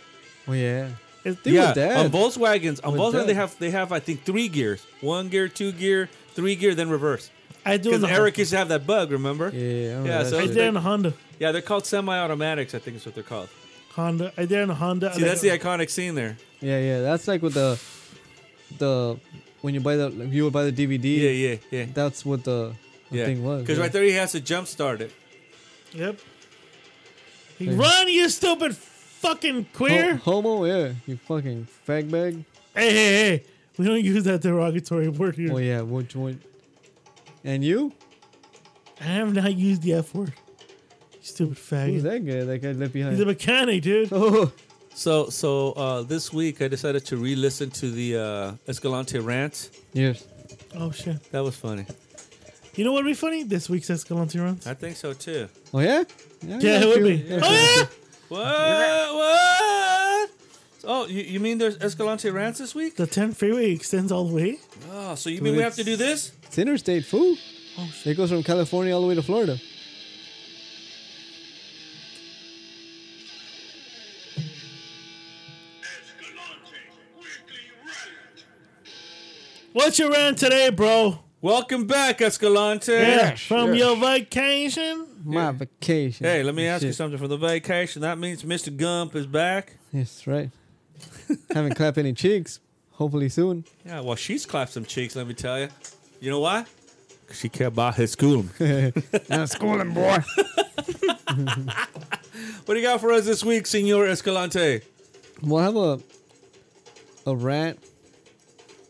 Speaker 3: Oh yeah.
Speaker 1: It-
Speaker 3: Dude,
Speaker 6: yeah,
Speaker 3: with that.
Speaker 6: on Volkswagens, on
Speaker 3: With
Speaker 6: Volkswagen
Speaker 3: that.
Speaker 6: they have they have I think three gears: one gear, two gear, three gear, then reverse.
Speaker 1: I do. in
Speaker 6: Because
Speaker 1: the
Speaker 6: Eric
Speaker 1: Honda.
Speaker 6: used to have that bug, remember?
Speaker 3: Yeah, I remember
Speaker 6: yeah.
Speaker 3: that
Speaker 6: So
Speaker 1: I
Speaker 3: shit.
Speaker 1: did in a Honda.
Speaker 6: yeah, they're called semi-automatics. I think is what they're called.
Speaker 1: Honda. I did in a Honda.
Speaker 6: See, that's the iconic scene there.
Speaker 3: Yeah, yeah. That's like with the the when you buy the like, you would buy the DVD.
Speaker 6: Yeah, yeah, yeah.
Speaker 3: That's what the, the
Speaker 6: yeah.
Speaker 3: thing was.
Speaker 6: Because
Speaker 3: yeah.
Speaker 6: right there he has to jump start it.
Speaker 1: Yep. Run, you stupid fucking queer!
Speaker 3: Ho- homo, yeah. You fucking fag bag.
Speaker 1: Hey, hey, hey! We don't use that derogatory word here.
Speaker 3: Oh yeah, which one? And you?
Speaker 1: I have not used the F word. You stupid
Speaker 3: Who's
Speaker 1: faggot.
Speaker 3: that guy? That guy left behind.
Speaker 1: He's a mechanic, dude.
Speaker 3: oh,
Speaker 6: So, so uh, this week I decided to re-listen to the uh, Escalante rant.
Speaker 3: yes.
Speaker 1: Oh shit!
Speaker 6: That was funny.
Speaker 1: You know what'd be funny? This week's Escalante runs.
Speaker 6: I think so too.
Speaker 3: Oh yeah. Yeah,
Speaker 1: Yeah,
Speaker 3: I
Speaker 1: it would
Speaker 3: feel-
Speaker 1: be. Oh yeah!
Speaker 6: What? What? Oh, you, you mean there's Escalante rants this week?
Speaker 1: The 10 freeway extends all the way.
Speaker 6: Oh, so you mean we have to do this?
Speaker 3: It's interstate food. It goes from California all the way to Florida.
Speaker 4: Escalante, weekly rant.
Speaker 1: What's your rant today, bro?
Speaker 6: Welcome back, Escalante.
Speaker 1: From your vacation?
Speaker 3: My vacation. Oh,
Speaker 6: Hey, let me ask you
Speaker 3: Shit.
Speaker 6: something from the vacation. That means Mr. Gump is back.
Speaker 3: Yes, right. Haven't clapped any cheeks. Hopefully soon.
Speaker 6: Yeah, well, she's clapped some cheeks, let me tell you. You know why? 'Cause She kept by her schooling.
Speaker 3: Not schooling, boy.
Speaker 6: what do you got for us this week, Senor Escalante?
Speaker 3: Well, I have a a rant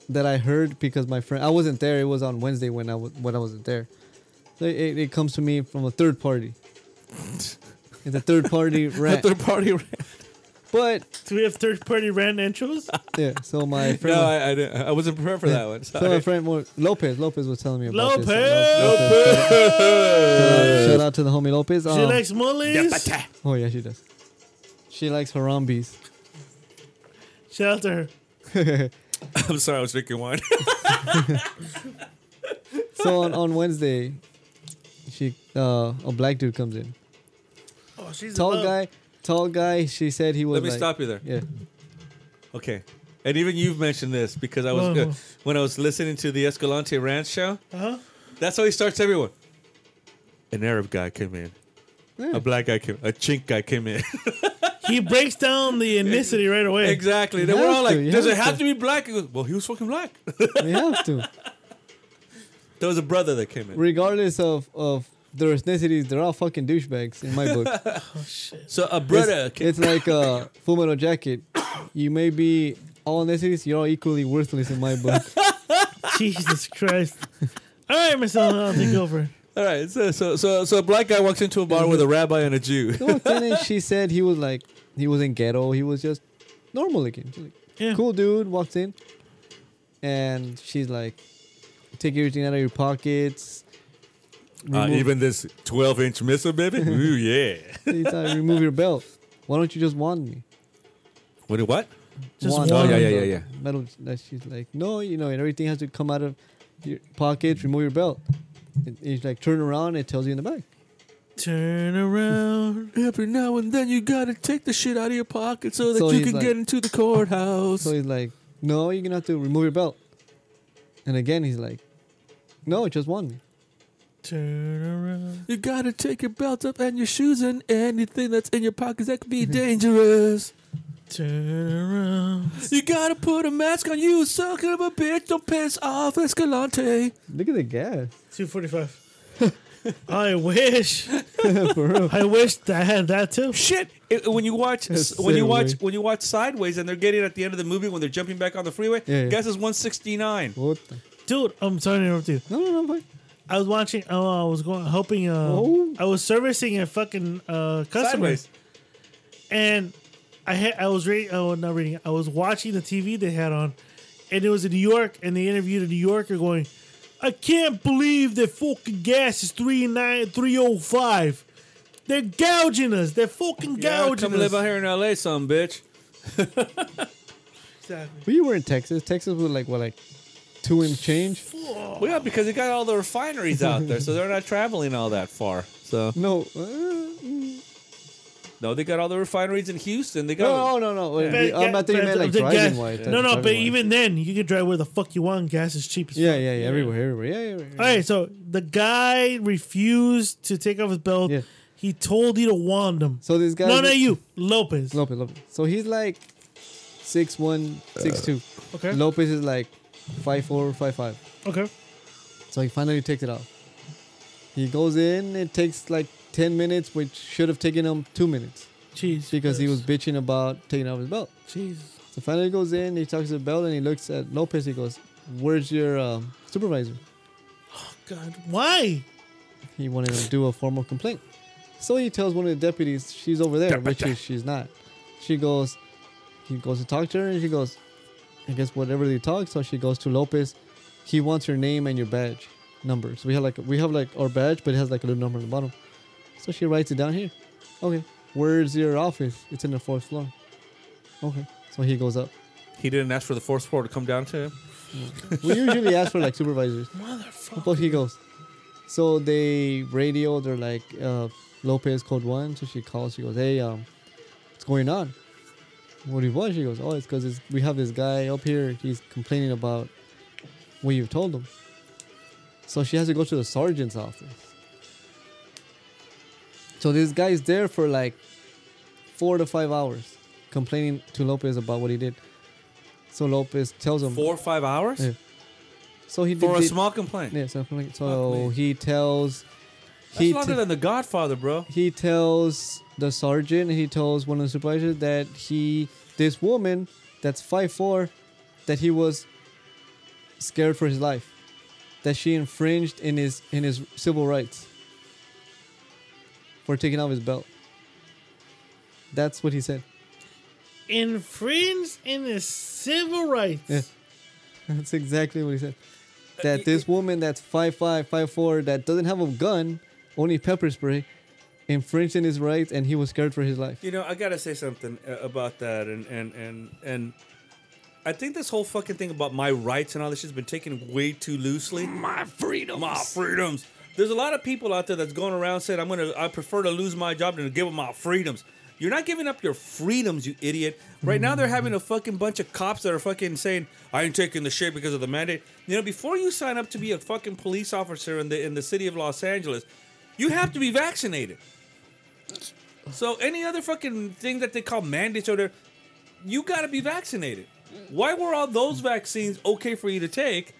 Speaker 3: that I heard because my friend I wasn't there. It was on Wednesday when I was when I wasn't there. So it, it comes to me from a third party. It's a third party rant.
Speaker 6: Third party rant.
Speaker 3: but
Speaker 1: Do we have third party rant intros?
Speaker 3: yeah, so my friend,
Speaker 6: No, I, I, didn't- I wasn't prepared for that one.
Speaker 3: so my
Speaker 6: Sorry.
Speaker 3: friend well, Lopez, Lopez was telling me about
Speaker 1: Lopez!
Speaker 3: this. Lopez! Shout out to the homie Lopez.
Speaker 1: She
Speaker 3: Um,
Speaker 1: likes mullies.
Speaker 3: oh yeah, she does. She likes Harambees.
Speaker 1: Shout out to her.
Speaker 6: I'm sorry, I was drinking wine.
Speaker 3: So on, on Wednesday, she uh, a black dude comes in.
Speaker 1: Oh, she's in
Speaker 3: tall
Speaker 1: love.
Speaker 3: guy, tall guy. She said he was.
Speaker 6: Let me
Speaker 3: like-
Speaker 6: stop you there.
Speaker 3: Yeah,
Speaker 6: Okay. And even you've mentioned this because I was
Speaker 1: Whoa.
Speaker 6: good. when I was listening to the Escalante Ranch show.
Speaker 1: Uh-huh.
Speaker 6: That's how he starts everyone. An Arab guy came in.
Speaker 3: Yeah.
Speaker 6: A black guy came. A chink guy came in.
Speaker 1: He breaks down the ethnicity right away.
Speaker 6: exactly.
Speaker 3: You
Speaker 6: Then we're
Speaker 3: have
Speaker 6: all
Speaker 3: to,
Speaker 6: like,
Speaker 3: you
Speaker 6: "Does it
Speaker 3: have
Speaker 6: have to
Speaker 3: to."
Speaker 6: be black?" He goes, "Well, he was fucking black."
Speaker 3: we have to,
Speaker 6: there was a brother that came in.
Speaker 3: regardless of of their ethnicities, they're all fucking douchebags in my book.
Speaker 6: So a
Speaker 3: it's,
Speaker 6: brother. came.
Speaker 3: it's like a Full Metal Jacket. You may be all ethnicities, you're all equally worthless in my book.
Speaker 1: Jesus Christ. All right, Miss Ellen, I'll take over.
Speaker 6: all right. So so so so a black guy walks into a bar with a rabbi and a Jew.
Speaker 3: Walked in and she said he was like he wasn't ghetto. He was just normal looking. She's like,
Speaker 1: Yeah.
Speaker 3: Cool dude walks in, and she's like, take everything out of your pockets.
Speaker 6: Uh,
Speaker 3: remove-
Speaker 6: even this 12 inch missile, baby. Ooh yeah.
Speaker 3: He's like, remove your belt. Why don't you just want me?
Speaker 6: What? What?
Speaker 1: Just
Speaker 3: Wand.
Speaker 1: one.
Speaker 6: Oh, yeah, yeah,
Speaker 3: the
Speaker 6: yeah,
Speaker 3: Metal. That she's like, no, you know, and everything has to come out of your pocket. Remove your belt. And he's like, turn around. It tells you in the back.
Speaker 1: Turn around.
Speaker 6: Every now and then you gotta take the shit out of your pocket so that
Speaker 3: So
Speaker 6: you
Speaker 3: he's
Speaker 6: can
Speaker 3: like-
Speaker 6: get into the courthouse.
Speaker 3: So he's like, no, you're gonna have to remove your belt. And again, he's like, no, just want me.
Speaker 1: Turn around.
Speaker 6: You gotta take your belt up and your shoes and anything that's in your pockets that could be dangerous.
Speaker 1: Turn around.
Speaker 6: You gotta put a mask on you, sucker of a bitch. Don't piss off Escalante.
Speaker 3: Look at the gas.
Speaker 1: 245. I wish.
Speaker 3: For real.
Speaker 1: I wish I had that too.
Speaker 6: Shit! It- when you watch,
Speaker 3: That's
Speaker 6: when you watch,
Speaker 3: sideways.
Speaker 6: when you watch Sideways, and they're getting at the end of the movie when they're jumping back on the freeway.
Speaker 3: Yeah, yeah.
Speaker 6: Guess it's one sixty nine.
Speaker 3: What the?
Speaker 1: Dude, I'm sorry to interrupt you.
Speaker 3: No, no, no. Fuck.
Speaker 1: I was watching. Oh, I was going helping. Uh,
Speaker 3: Oh.
Speaker 1: I was servicing a fucking uh, customer,
Speaker 6: Sideways.
Speaker 1: and I had I was reading. Oh, not reading. I was watching the TV they had on, and it was in New York, and they interviewed a New Yorker going, "I can't believe that fucking gas is three nine three oh five. They're gouging us. They're fucking
Speaker 6: Yeah,
Speaker 1: gouging
Speaker 6: come
Speaker 1: us."
Speaker 6: live out here in L.A., some bitch.
Speaker 1: Exactly.
Speaker 3: We were in Texas. Texas was like what, like two and change?
Speaker 6: Well, yeah, because they got all the refineries out there, so they're not traveling all that far. So
Speaker 3: No, uh, no,
Speaker 6: no, they got all the refineries in Houston. They got
Speaker 3: Oh, no, no, no. Wait,
Speaker 1: But
Speaker 3: um,
Speaker 1: ga-
Speaker 3: I thought you meant
Speaker 1: but
Speaker 3: like
Speaker 1: the
Speaker 3: driving
Speaker 1: gas-
Speaker 3: wise.
Speaker 1: No, no,
Speaker 3: driving
Speaker 1: but
Speaker 3: wise.
Speaker 1: even then, you can drive where the fuck you want. Gas is cheap as
Speaker 3: yeah,
Speaker 1: fuck.
Speaker 3: yeah, yeah, everywhere, everywhere, yeah, yeah. yeah.
Speaker 1: All right, so the guy refused to take off his belt.
Speaker 3: Yeah.
Speaker 1: He told you to wand him.
Speaker 3: So this guy,
Speaker 1: no, not you, Lopez.
Speaker 3: Lopez, Lopez. So he's like six one, six two.
Speaker 1: Okay.
Speaker 3: Lopez is like five four, five five.
Speaker 1: okay.
Speaker 3: So he finally takes it off. He goes in. It takes like ten minutes, which should have taken him two minutes
Speaker 1: Jeez.
Speaker 3: because he was bitching about taking off his belt.
Speaker 1: Jeez.
Speaker 3: So finally he goes in, he talks to the belt, and he looks at Lopez. He goes, "Where's your um, supervisor?"
Speaker 1: God, why?
Speaker 3: He wanted to do a formal complaint. So he tells one of the deputies she's over there, which is she's not. She goes, he goes to talk to her, and she goes, I guess whatever they talk. So she goes to Lopez. He wants your name and your badge number. So we have like we have like our badge, but it has like a little number on the bottom. So she writes it down here. Okay, where's your office? It's in the fourth floor. Okay, so he goes up.
Speaker 6: He didn't ask for the force floor to come down to him.
Speaker 3: We usually ask for like supervisors.
Speaker 1: Motherfucker.
Speaker 3: But he goes. So they radio. They're like, uh, Lopez code one. So she calls. She goes, hey, um, what's going on? What do you want? She goes, oh, it's because we have this guy up here. He's complaining about what you've told him. So she has to go to the sergeant's office. So this guy's there for like four to five hours complaining to Lopez about what he did. So Lopez tells him.
Speaker 6: Four or five hours
Speaker 3: Yeah. So he did
Speaker 6: for a
Speaker 3: the-
Speaker 6: small complaint.
Speaker 3: yeah, something like so
Speaker 6: me.
Speaker 3: he tells
Speaker 6: That's
Speaker 3: he
Speaker 6: longer
Speaker 3: t-
Speaker 6: than The Godfather, bro.
Speaker 3: he tells the sergeant, he tells one of the supervisors that he this woman that's five four that he was scared for his life. That she infringed in his in his civil rights for taking off his belt. That's what he said.
Speaker 1: Infringed in his civil rights.
Speaker 3: Yeah. That's exactly what he said.
Speaker 6: Uh,
Speaker 3: That this woman that's five five, five four, that doesn't have a gun, only pepper spray, infringed in his rights, and he was scared for his life.
Speaker 6: You know, I gotta say something uh, about that, and and and and I think this whole fucking thing about my rights and all this shit's been taken way too loosely. My freedoms, my freedoms. There's a lot of people out there that's going around saying, "I'm gonna, I prefer to lose my job than to give up my freedoms." You're not giving up your freedoms, you idiot. Right now, they're having a fucking bunch of cops that are fucking saying, "I ain't taking the shit because of the mandate." You know, before you sign up to be a fucking police officer in the in the city of Los Angeles, you have to be vaccinated. So any other fucking thing that they call mandates or there, you gotta be vaccinated. Why were all those vaccines okay for you to take,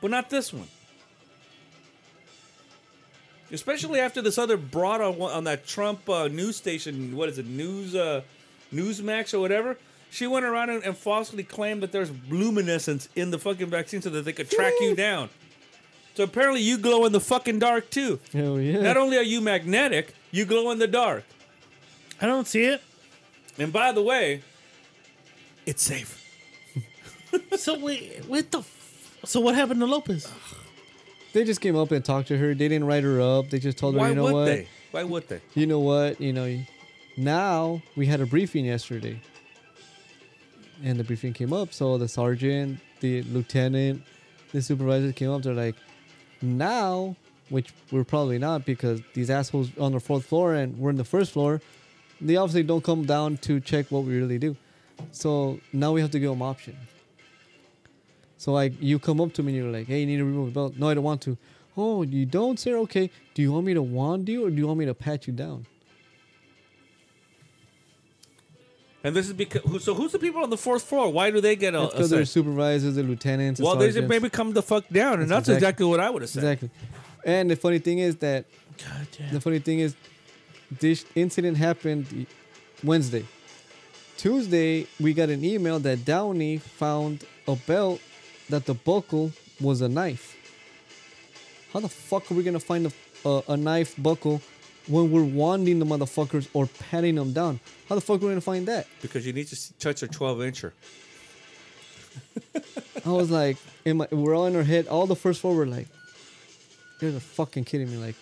Speaker 6: but not this one? Especially after this other broad on, one- on that Trump uh, news station, what is it, News uh, Newsmax or whatever? She went around and, and falsely claimed that there's luminescence in the fucking vaccine so that they could track you down. So apparently you glow in the fucking dark too.
Speaker 3: Hell yeah.
Speaker 6: Not only are you magnetic, you glow in the dark.
Speaker 1: I don't see it.
Speaker 6: And by the way, it's safe.
Speaker 1: So wait, what the? F- so what happened to Lopez?
Speaker 3: they just came up and talked to her. They didn't write her up. They just told her,
Speaker 6: Why
Speaker 3: you know
Speaker 6: would
Speaker 3: what?
Speaker 6: they? Why would they?
Speaker 3: You know what? You know, now we had a briefing yesterday. And the briefing came up. So the sergeant, the lieutenant, the supervisor came up. They're like, now, which we're probably not because these assholes on the fourth floor and we're in the first floor. They obviously don't come down to check what we really do. So now we have to give them option. So like you come up to me and you're like, hey, you need to remove the belt. No, I don't want to. Oh, you don't, sir? Okay. Do you want me to wand you or do you want me to pat you down?
Speaker 6: And this is because who- so who's the people on the fourth floor? Why do they get a,
Speaker 3: That's because
Speaker 6: a
Speaker 3: they're
Speaker 6: say?
Speaker 3: supervisors, the lieutenants, the
Speaker 6: Well, they should
Speaker 3: sergeants.
Speaker 6: maybe come the fuck down, and
Speaker 3: That's
Speaker 6: that's,
Speaker 3: exact-
Speaker 6: exactly, what I would have said.
Speaker 3: Exactly. And the funny thing is that
Speaker 1: God damn.
Speaker 3: the funny thing is this incident happened Wednesday. Tuesday, we got an email that Downey found a belt that the buckle was a knife. How the fuck are we gonna find a, a, a knife buckle when we're wanding the motherfuckers or patting them down? How the fuck are we gonna find that?
Speaker 6: because you need to s- touch a 12 incher.
Speaker 3: I was like, in my, we're all in our head. All the first four were like, "You're the fucking kidding me!" Like,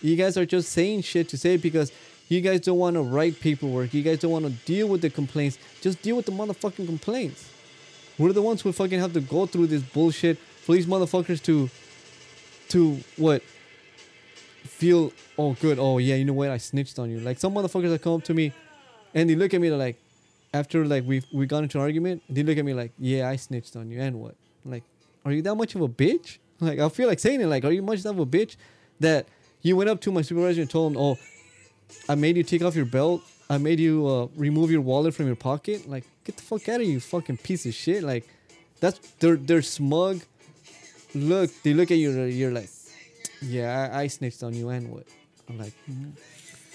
Speaker 3: you guys are just saying shit to say because you guys don't want to write paperwork. You guys don't want to deal with the complaints. Just deal with the motherfucking complaints. We're the ones who fucking have to go through this bullshit for these motherfuckers to, to what? Feel oh good oh yeah you know what I snitched on you like some motherfuckers that come up to me, and they look at me they're like, after like we we got into an argument, they look at me like, "Yeah, I snitched on you." And what? I'm like, are you that much of a bitch? Like, I feel like saying it. Like, are you much of a bitch that you went up to my supervisor and told him, "Oh, I made you take off your belt. I made you uh, remove your wallet from your pocket." Like, get the fuck out of here, you, fucking piece of shit. Like, that's their their smug look. They look at you. and You're like, "Yeah, I, I snitched on you." And what? I'm like, "Mm,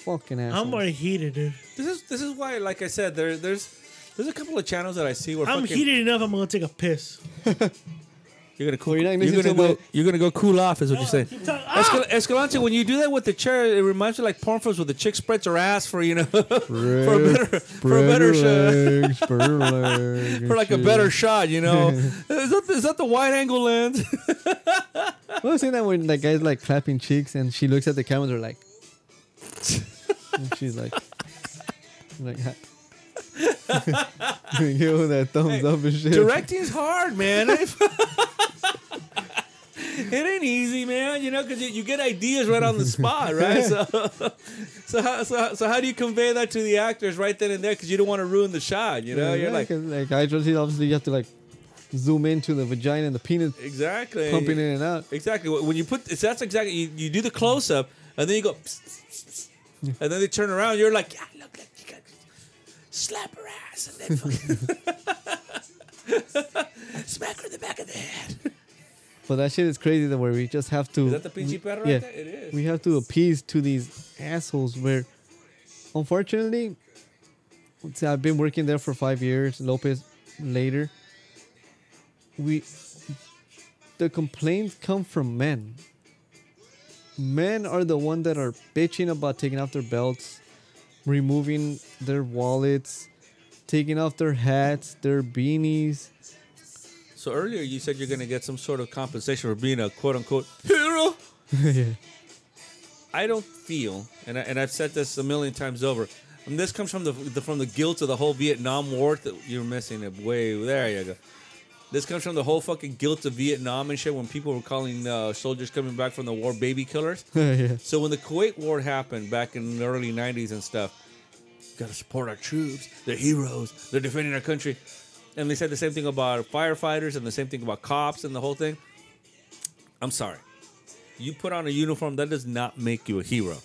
Speaker 3: fucking asshole.
Speaker 1: I'm already heated, dude.
Speaker 6: This is this is why, like I said, there there's there's a couple of channels that I see where
Speaker 1: I'm
Speaker 6: fucking,
Speaker 1: heated enough. I'm gonna take a piss.
Speaker 6: You're gonna cool.
Speaker 3: you're not
Speaker 6: You're,
Speaker 3: listening
Speaker 6: gonna
Speaker 3: to
Speaker 6: go.
Speaker 3: my-
Speaker 6: You're gonna go cool off, is what you're saying.
Speaker 1: keep talking-
Speaker 6: Escal- Escalante, when you do that with the chair, it reminds me like porn films where the chick spreads her ass for you know for a better for a better shot for like a better shot. You know, is that is that the wide angle lens?
Speaker 3: I was saying that when that guy's like clapping cheeks and she looks at the camera, they're like, and she's like, like, ha- you get all that thumbs up and shit.
Speaker 6: Directing's hard, man. it ain't easy, man. You know, because you, you get ideas right on the spot, right? So, so how, so, so how do you convey that to the actors right then and there? Because you don't want to ruin the shot. You know, you're
Speaker 3: Yeah,
Speaker 6: like
Speaker 3: 'cause, like I just obviously you have to like zoom into the vagina and the penis
Speaker 6: exactly
Speaker 3: pumping in and out.
Speaker 6: Exactly. When you put it's that's exactly you, you do the close up and then you go psst, psst, psst, psst. and then they turn around. You're like, yeah, look like you got slap her ass and then fucking smack her in the back of the head.
Speaker 3: But that shit is crazy that where we just have to.
Speaker 6: Is that the peachy platter right
Speaker 3: yeah,
Speaker 6: there? It is.
Speaker 3: We have to appease to these assholes where, unfortunately, see, I've been working there for five years. Lopez later. We. The complaints come from men. Men are the one that are bitching about taking off their belts, removing their wallets, taking off their hats, their beanies.
Speaker 6: So earlier you said you're gonna get some sort of compensation for being a quote unquote hero.
Speaker 3: yeah.
Speaker 6: I don't feel, and I, and I've said this a million times over. And this comes from the, the from the guilt of the whole Vietnam War. That you're missing it way there. You go. This comes from the whole fucking guilt of Vietnam and shit. When people were calling uh, soldiers coming back from the war baby killers.
Speaker 3: yeah.
Speaker 6: So when the Kuwait War happened back in the early '90s and stuff, gotta support our troops. They're heroes. They're defending our country. And they said the same thing about firefighters and the same thing about cops and the whole thing. I'm sorry. You put on a uniform that does not make you a hero.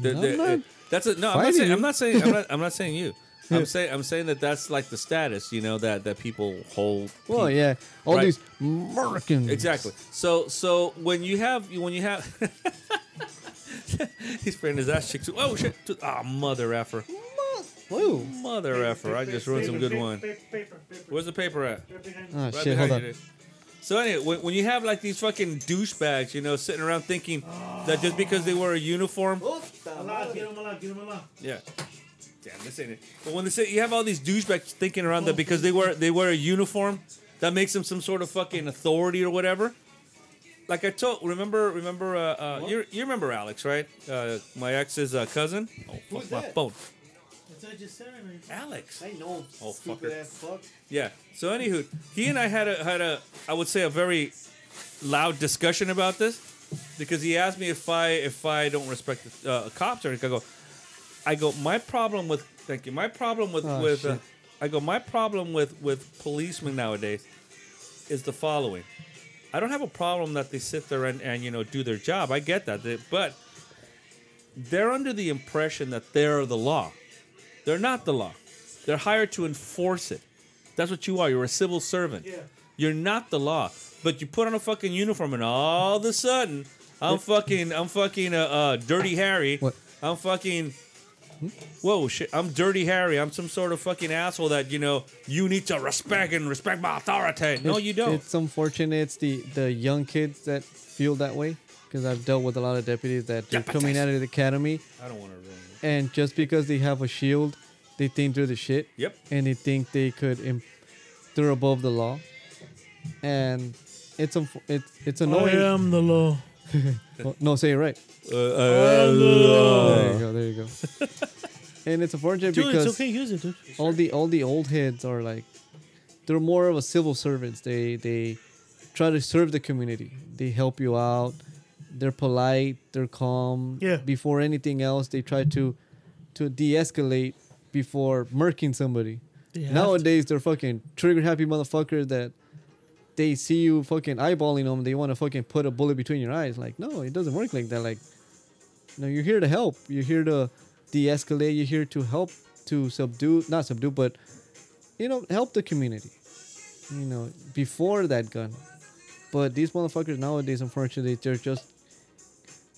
Speaker 6: The-
Speaker 3: I'm
Speaker 6: the-
Speaker 3: not
Speaker 6: that's a, no. I'm not
Speaker 3: fighting
Speaker 6: saying. I'm
Speaker 3: you.
Speaker 6: not saying. I'm not, I'm not saying you. I'm saying. I'm saying that that's like the status. You know that that people hold.
Speaker 3: Well,
Speaker 6: peop-
Speaker 3: yeah. All
Speaker 6: Right.
Speaker 3: these Americans.
Speaker 6: Exactly. So so when you have when you have he's spraying his ass cheek too. Oh shit! Ah, mother effer,
Speaker 3: Whoa.
Speaker 6: mother effer. I just ruined some good one. Where's the paper at?
Speaker 3: Oh,
Speaker 6: Right
Speaker 3: shit, hold
Speaker 6: behind
Speaker 3: on.
Speaker 6: you, dude. So anyway, when, when you have like these fucking douchebags, you know, sitting around thinking that just because they wear a uniform, yeah. Damn, this ain't it. But when they say you have all these douchebags thinking around that because they wear they wear a uniform, that makes them some sort of fucking authority or whatever. Like I told, remember, remember, uh, uh, you you remember Alex, right? Uh, my ex's uh, cousin. Oh fuck my phone, Alex.
Speaker 3: I know.
Speaker 6: Oh, stupid fucker.
Speaker 3: ass fuck.
Speaker 6: Yeah. So anywho, he and I had a had a I would say a very loud discussion about this because he asked me if I if I don't respect the uh, cops or I go I go my problem with thank you my problem with
Speaker 3: Oh,
Speaker 6: with uh,
Speaker 3: shit.
Speaker 6: I go my problem with with policemen nowadays is the following. I don't have a problem that they sit there and, and you know do their job. I get that, They- but they're under the impression that they're the law. They're not the law. They're hired to enforce it. That's what you are. You're a civil servant. You're not the law. But you put on a fucking uniform, and all of a sudden, I'm fucking, I'm fucking uh, uh, Dirty Harry.
Speaker 3: What?
Speaker 6: I'm fucking whoa, shit, I'm Dirty Harry. I'm some sort of fucking asshole that, you know, you need to respect and respect my authority. No,
Speaker 3: It's-
Speaker 6: you don't.
Speaker 3: It's unfortunate. It's the the young kids that feel that way because I've dealt with a lot of deputies that they're coming out of the academy
Speaker 6: I don't want to ruin it.
Speaker 3: and just because they have a shield, they think they're the shit.
Speaker 6: Yep.
Speaker 3: And they think they could, imp- they're above the law, and it's unf- it's it's
Speaker 6: Oh,
Speaker 1: I
Speaker 3: annoying.
Speaker 1: am the law.
Speaker 3: Well, no, say it right.
Speaker 6: Uh,
Speaker 3: There you go. There you go. and it's unfortunate
Speaker 1: Dude,
Speaker 3: because
Speaker 1: it's okay. Use it, dude.
Speaker 3: all the all the old heads are like they're more of a civil servants they they try to serve the community they help you out they're polite they're calm
Speaker 1: Yeah.
Speaker 3: before anything else they try to to de-escalate before murking somebody
Speaker 1: They have
Speaker 3: nowadays they're fucking trigger happy motherfuckers that they see you fucking eyeballing them they want to fucking put a bullet between your eyes like no it doesn't work like that like no, you're here to help. You're here to de-escalate. You're here to help to subdue, not subdue, but you know, help the community. You know, before that gun. But these motherfuckers nowadays, unfortunately, they're just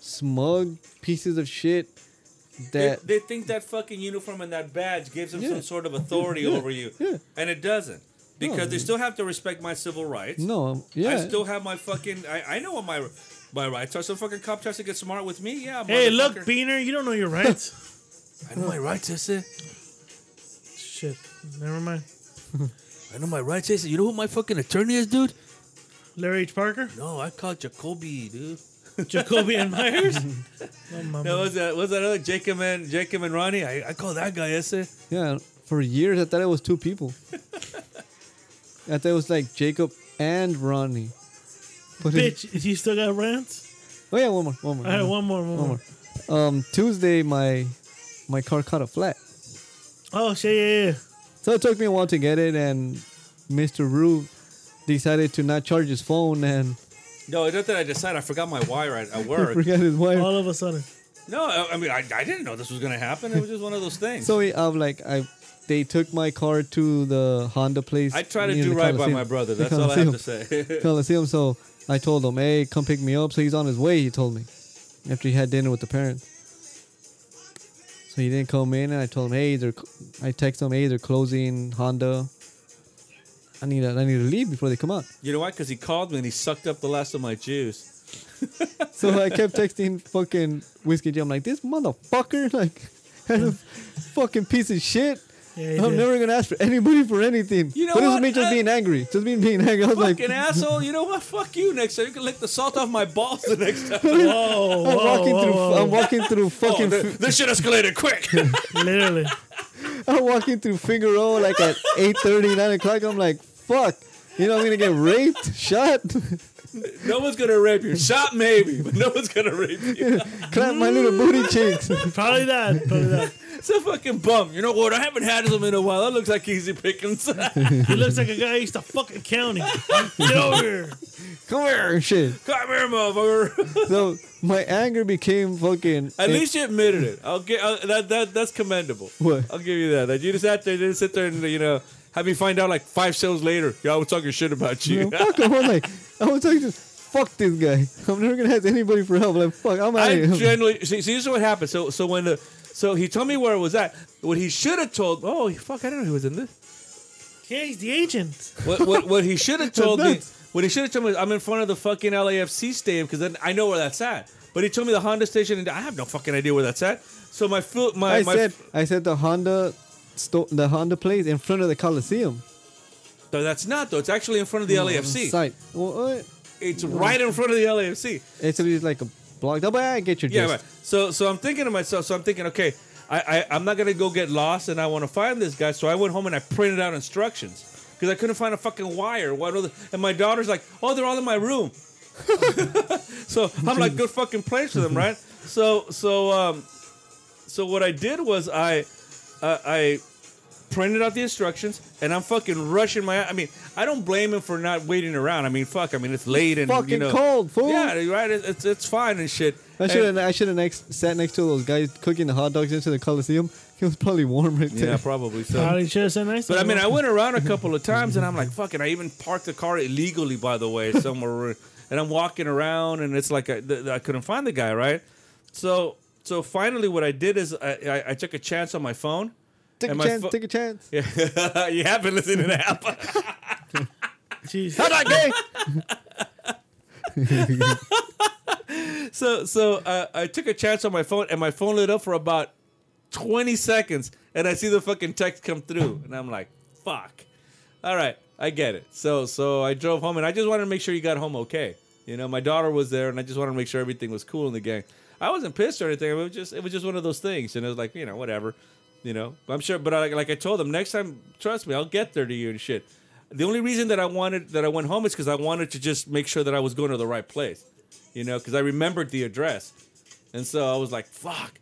Speaker 3: smug pieces of shit.
Speaker 6: They,
Speaker 3: That
Speaker 6: they think that fucking uniform and that badge gives them
Speaker 3: Yeah.
Speaker 6: some sort of authority
Speaker 3: Yeah,
Speaker 6: over you.
Speaker 3: yeah.
Speaker 6: And it doesn't. Because
Speaker 3: No.
Speaker 6: they still have to respect my civil rights.
Speaker 3: no, yeah,
Speaker 6: I still have my fucking. I, I know what my my rights are. So fucking cop tries to get smart with me. Yeah.
Speaker 1: Hey,
Speaker 6: motherfucker.
Speaker 1: look, Beaner, you don't know your rights.
Speaker 6: I know my rights, is it?
Speaker 1: Shit, never mind.
Speaker 6: I know my rights, is it? You know who my fucking attorney is, dude?
Speaker 1: Larry H. Parker,
Speaker 6: No, I call Jacoby, dude.
Speaker 1: Jacoby and Myers. Oh, my
Speaker 6: No, was that was that other Jacob and Jacob and Ronnie? I, I call that guy, is it?
Speaker 3: yeah. For years, I thought it was two people. I thought it was like Jacob and Ronnie. But it-
Speaker 1: bitch, you still got rants?
Speaker 3: oh yeah, one more, one more.
Speaker 1: All right,
Speaker 3: one more.
Speaker 1: one more, one, more.
Speaker 3: more. Um, Tuesday, my my car caught a flat.
Speaker 1: Oh shit, yeah, yeah.
Speaker 3: So it took me a while to get it, and Mr. Rue decided to not charge his phone and
Speaker 6: No, it's not that I decided. I forgot my wire at, at work.
Speaker 3: forget his
Speaker 1: yeah.
Speaker 3: wire.
Speaker 1: All of a sudden,
Speaker 6: no, I, I mean I, I didn't know this was gonna happen. It was just one of those things.
Speaker 3: So he- I'm like, I they took my car to the Honda place.
Speaker 6: I try to
Speaker 3: near
Speaker 6: do
Speaker 3: the
Speaker 6: right by
Speaker 3: Coliseum.
Speaker 6: my brother.
Speaker 3: The
Speaker 6: That's all I have to
Speaker 3: Coliseum.
Speaker 6: say.
Speaker 3: Coliseum. So I told him, hey, come pick me up. So he's on his way. He told me after he had dinner with the parents. So he didn't come in, and I told him, hey, they're. cl- I text him, hey, they're closing Honda. I need to, I need to leave before they come out.
Speaker 6: you know why? Because he called me and he sucked up the last of my juice.
Speaker 3: So I kept texting fucking Whiskey J. I'm like, this motherfucker, like, fucking piece of shit.
Speaker 1: yeah, he
Speaker 3: I'm
Speaker 1: did.
Speaker 3: never gonna ask for anybody for anything.
Speaker 6: You know
Speaker 3: but it was
Speaker 6: what?
Speaker 3: me just
Speaker 6: I-
Speaker 3: being angry. Just me being angry. I was like,
Speaker 6: Fucking asshole! You know what? Fuck you. Next time you can lick the salt off my balls. The next time.
Speaker 1: Whoa,
Speaker 3: I'm
Speaker 1: whoa,
Speaker 3: walking
Speaker 1: whoa,
Speaker 3: through.
Speaker 1: whoa.
Speaker 3: I'm walking through fucking.
Speaker 6: Oh, th- this shit escalated quick.
Speaker 1: literally.
Speaker 3: I'm walking through Figueroa like at 8:30, 9 o'clock. I'm like, fuck. You know I'm gonna get raped, shot.
Speaker 6: no one's gonna rape you. Shot maybe, but no one's gonna rape you.
Speaker 3: Clap my little booty cheeks.
Speaker 1: Probably that. Probably that.
Speaker 6: It's a fucking bum. You know what? I haven't had him in a while. That looks like easy pickings.
Speaker 1: He looks like a guy who used to fucking county. Get over here.
Speaker 3: Come here, shit.
Speaker 6: Come here, motherfucker.
Speaker 3: So my anger became fucking.
Speaker 6: At least you admitted it. I'll get uh, that, that. That's commendable.
Speaker 3: What?
Speaker 6: I'll give you that. That you just sat there, didn't sit there, and you know, have me find out like five shows later. Yeah, I was talking shit about you.
Speaker 3: You know, fuck him. I'm like, I was like, just fuck this guy. I'm never gonna ask anybody for help. Like, fuck, I'm out
Speaker 6: I
Speaker 3: of here.
Speaker 6: generally see, see. This is what happened. So, so when the so he told me where it was at. What he should have told. Oh fuck! I didn't know he was in this.
Speaker 1: Yeah, he's the agent.
Speaker 6: What what, what he should have told me.
Speaker 3: nuts.
Speaker 6: What he should have told me. is, I'm in front of the fucking LAFC stadium because then I know where that's at. But he told me the Honda station, and I have no fucking idea where that's at. So my foot, my
Speaker 3: I
Speaker 6: my
Speaker 3: said, I said the Honda, sto- the Honda place in front of the Coliseum.
Speaker 6: No, that's not though. It's actually in front
Speaker 3: Oh,
Speaker 6: of the LAFC.
Speaker 3: Site. Well, uh,
Speaker 6: It's right in front of the LAFC.
Speaker 3: it's just like a block. No, but I get your
Speaker 6: Yeah,
Speaker 3: gist.
Speaker 6: right. So so I'm thinking to myself. So I'm thinking, okay, I, I I'm not gonna go get lost, and I want to find this guy. So I went home and I printed out instructions because I couldn't find a fucking wire. What are the- and my daughter's like, oh, they're all in my room. so I'm like, good fucking place for them, right? So so um, so what I did was I uh, I printed out the instructions and I'm fucking rushing my. I mean, I don't blame him for not waiting around. I mean, fuck. I mean, it's late and
Speaker 3: Fucking
Speaker 6: you know,
Speaker 3: cold, fool.
Speaker 6: Yeah, right. It's it's- it's fine and shit.
Speaker 3: I
Speaker 6: And-
Speaker 3: should have. I should have next sat next to those guys cooking the hot dogs into the Coliseum. It was probably warm right there.
Speaker 6: Yeah, probably so.
Speaker 1: Probably should have said nice.
Speaker 6: But I
Speaker 1: things.
Speaker 6: mean, I went around a couple of times, and I'm like, "Fucking!" I even parked the car illegally, by the way, somewhere. and I'm walking around, and it's like I, th- th- I couldn't find the guy, right? So, So finally, what I did is I, I, I took a chance on my phone.
Speaker 3: Take
Speaker 6: And
Speaker 3: a
Speaker 6: my
Speaker 3: chance.
Speaker 6: fo-
Speaker 3: take a chance.
Speaker 6: Yeah, you have been listening to that.
Speaker 1: Jeez.
Speaker 3: Not that gay.
Speaker 6: so so uh, I took a chance on my phone, and my phone lit up for about twenty seconds, and I see the fucking text come through, and I'm like, fuck. All right, I get it. So so I drove home, and I just wanted to make sure you got home okay. You know, my daughter was there, and I just wanted to make sure everything was cool in the gang. I wasn't pissed or anything. It was just it was just one of those things, and it was like you know whatever. You know, I'm sure, but I, like I told them, next time, trust me, I'll get there to you and shit. The only reason that I wanted that I went home is because I wanted to just make sure that I was going to the right place you know, because I remembered the address. And so I was like, fuck.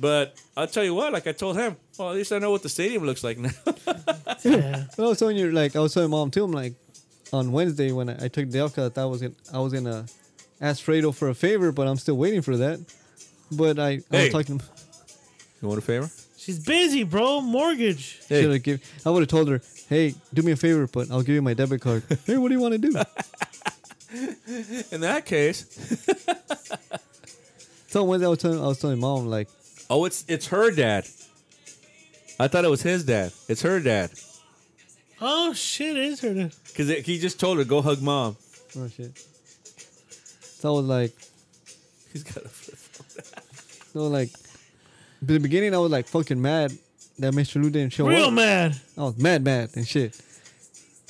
Speaker 6: But I'll tell you what, like I told him, well, at least I know what the stadium looks like now.
Speaker 1: Yeah.
Speaker 3: Well, I was telling you, like, I was telling mom too. I'm like, on Wednesday when I, I took the day off, 'cause I thought I was in, I was gonna ask Fredo for a favor, but I'm still waiting for that. But I, I
Speaker 6: Hey.
Speaker 3: was talking. to
Speaker 6: you want a favor?
Speaker 1: She's busy, bro. Mortgage.
Speaker 6: Hey.
Speaker 3: Should have give. I would have told her, hey, do me a favor, but I'll give you my debit card. hey, what do you want to do?
Speaker 6: In that case,
Speaker 3: So on Wednesday, I was telling, I was telling mom like,
Speaker 6: oh, it's it's her dad. I thought it was his dad. It's her dad
Speaker 1: Oh shit, it is her. then.
Speaker 6: because he just told her go hug mom.
Speaker 3: oh shit. So I was like,
Speaker 6: He's got a flip.
Speaker 3: so like, in the beginning I was like fucking mad that Mr. Lou didn't show
Speaker 1: Real
Speaker 3: up.
Speaker 1: man.
Speaker 3: I was mad, mad and shit.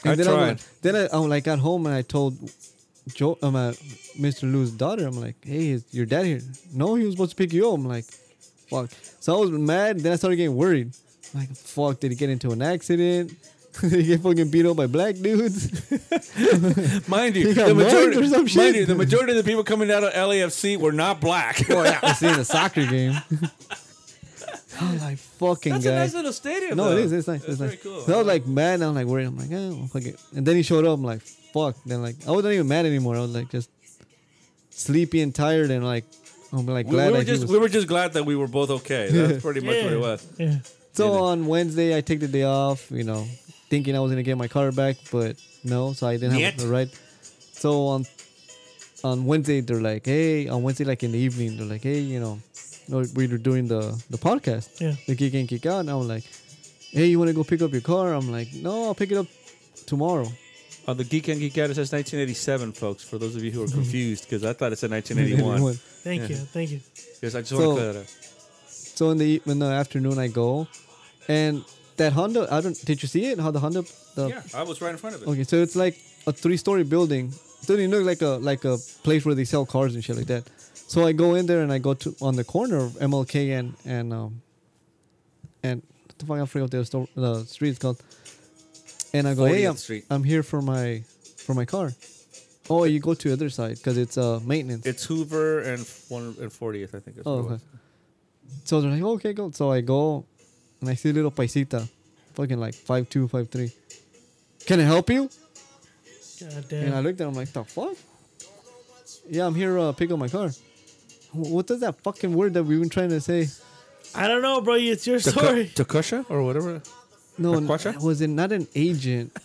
Speaker 3: And
Speaker 6: I
Speaker 3: then I
Speaker 6: tried.
Speaker 3: went, then I, I like got home and I told Joe, um, uh, Mr. Lou's daughter, I'm like, hey, is your dad here? No, he was supposed to pick you up. I'm like, fuck. So I was mad. Then I started getting worried. I'm like, fuck, did he get into an accident? did he get fucking beat up by black dudes?
Speaker 6: Mind you,
Speaker 3: He got
Speaker 6: the majority,
Speaker 3: mugged or some shit?
Speaker 6: mind you, the majority of the people coming out of LAFC were not black.
Speaker 3: oh yeah, I seen a soccer game. I'm like, fucking
Speaker 6: That's
Speaker 3: guy.
Speaker 6: a nice little stadium.
Speaker 3: No, it
Speaker 6: though.
Speaker 3: is. It's nice. It's
Speaker 6: That's
Speaker 3: nice.
Speaker 6: very cool.
Speaker 3: So I was like mad. And I'm like worried. I'm like, oh, fuck it. And then he showed up. I'm like, fuck. Then like, I wasn't even mad anymore. I was like just sleepy and tired and like, I'm like
Speaker 6: we,
Speaker 3: glad
Speaker 6: we were
Speaker 3: that
Speaker 6: just
Speaker 3: he was.
Speaker 6: we were just glad that we were both okay. That's pretty much what
Speaker 1: Yeah.
Speaker 6: it was.
Speaker 1: Yeah.
Speaker 3: so on Wednesday, I take the day off. You know, thinking I was gonna get my car back, but no. So I didn't
Speaker 6: Yet.
Speaker 3: have the ride. So on on Wednesday, they're like, hey, on Wednesday, like in the evening, they're like, hey, you know, or we were doing the the podcast.
Speaker 1: Yeah.
Speaker 3: the kick in, kick out. And I'm like, hey, you want to go pick up your car? I'm like, no, I'll pick it up tomorrow.
Speaker 6: On the Geek and Geek Out, it says 1987, folks. For those of you who are confused, because I thought it said 1981.
Speaker 1: Thank you. Thank you.
Speaker 6: yes, I just want to
Speaker 3: So-
Speaker 6: clear that up.
Speaker 3: So in the e, in the afternoon, I go, and that Honda. I don't. Did you see it? How the Honda? The,
Speaker 6: Oh, Yeah, I was right in front of it.
Speaker 3: Okay, so it's like a three-story building. It doesn't even look like a like a place where they sell cars and shit like that. So I go in there and I go to on the corner of MLK and and um and what the fuck I forgot what the, store, the street's called. And I go, hey,
Speaker 6: 40th
Speaker 3: I'm,
Speaker 6: Street.
Speaker 3: I'm here for my for my car. Oh, you go to the other side because it's uh maintenance.
Speaker 6: It's Hoover and one and 40th, I think. That's
Speaker 3: Oh,
Speaker 6: what it
Speaker 3: okay.
Speaker 6: was.
Speaker 3: So they're like, "Oh, okay, go. So I go and I see little paisita, fucking like five two, five three. Can I help you?
Speaker 1: God
Speaker 3: And I
Speaker 1: damn.
Speaker 3: looked at him like, the fuck? Yeah, I'm here uh, pick up my car. Wh- What does that fucking word that we've been trying to say?
Speaker 1: I don't know, bro. It's your story.
Speaker 6: Takusha or whatever.
Speaker 3: No, n-
Speaker 6: Taquacha?
Speaker 3: was it not an agent?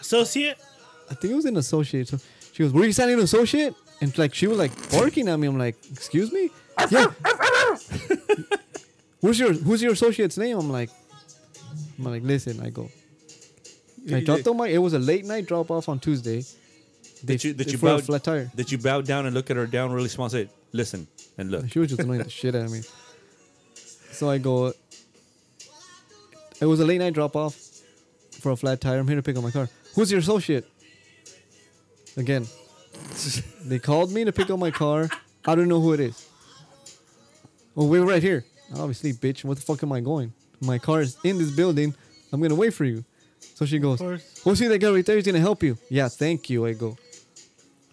Speaker 1: Associate.
Speaker 3: I think it was an associate. So she goes, were you signing an associate? And like she was like barking at me. I'm like, excuse me? Yeah. who's your who's your associate's name? I'm like, I'm like, listen, I go. I dropped on my. It was a late night drop off on Tuesday. They,
Speaker 6: Did you did
Speaker 3: they-
Speaker 6: you
Speaker 3: for a
Speaker 6: bow
Speaker 3: flat tire?
Speaker 6: Did you bow down and look at her down really small? And say, listen and look.
Speaker 3: She was just annoying the shit out of me. So I go. It was a late night drop off for a flat tire. I'm here to pick up my car. Who's your associate? Again, they called me to pick up my car. I don't know who it is. Oh, wait, right here. Obviously, bitch. What the fuck am I going? My car is in this building. I'm gonna wait for you. So she goes.
Speaker 1: course.
Speaker 3: Oh, see that guy right there. He's gonna help you. Yeah, thank you. I go.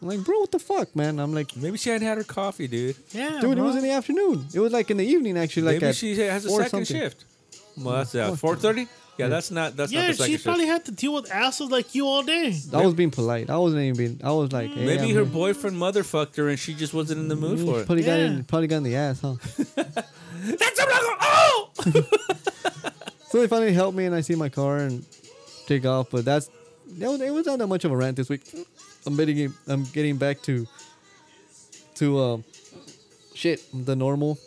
Speaker 3: I'm like, bro, what the fuck, man? I'm like,
Speaker 6: Maybe she hadn't had her coffee, dude.
Speaker 1: Yeah.
Speaker 3: Dude,
Speaker 1: bro.
Speaker 3: it was in the afternoon. It was like in the evening, actually. Like
Speaker 6: Maybe
Speaker 3: at
Speaker 6: she has a
Speaker 3: four
Speaker 6: second
Speaker 3: something.
Speaker 6: shift. Well, that's uh, 4:30. Yeah, that's not that's not
Speaker 1: yeah,
Speaker 6: the second
Speaker 1: she
Speaker 6: shift.
Speaker 1: probably had to deal with assholes like you all day.
Speaker 3: I was being polite. I wasn't even being. I was like, hey,
Speaker 6: Mm. Maybe
Speaker 3: I'm
Speaker 6: her
Speaker 3: here.
Speaker 6: boyfriend motherfucked her and she just wasn't in the mood for it.
Speaker 3: probably got
Speaker 1: Yeah.
Speaker 3: in, probably got in the ass, huh?
Speaker 6: That's a Oh!
Speaker 3: so they finally helped me, and I see my car and take off. But that's that was, it was not that much of a rant this week. I'm getting I'm getting back to to um shit the normal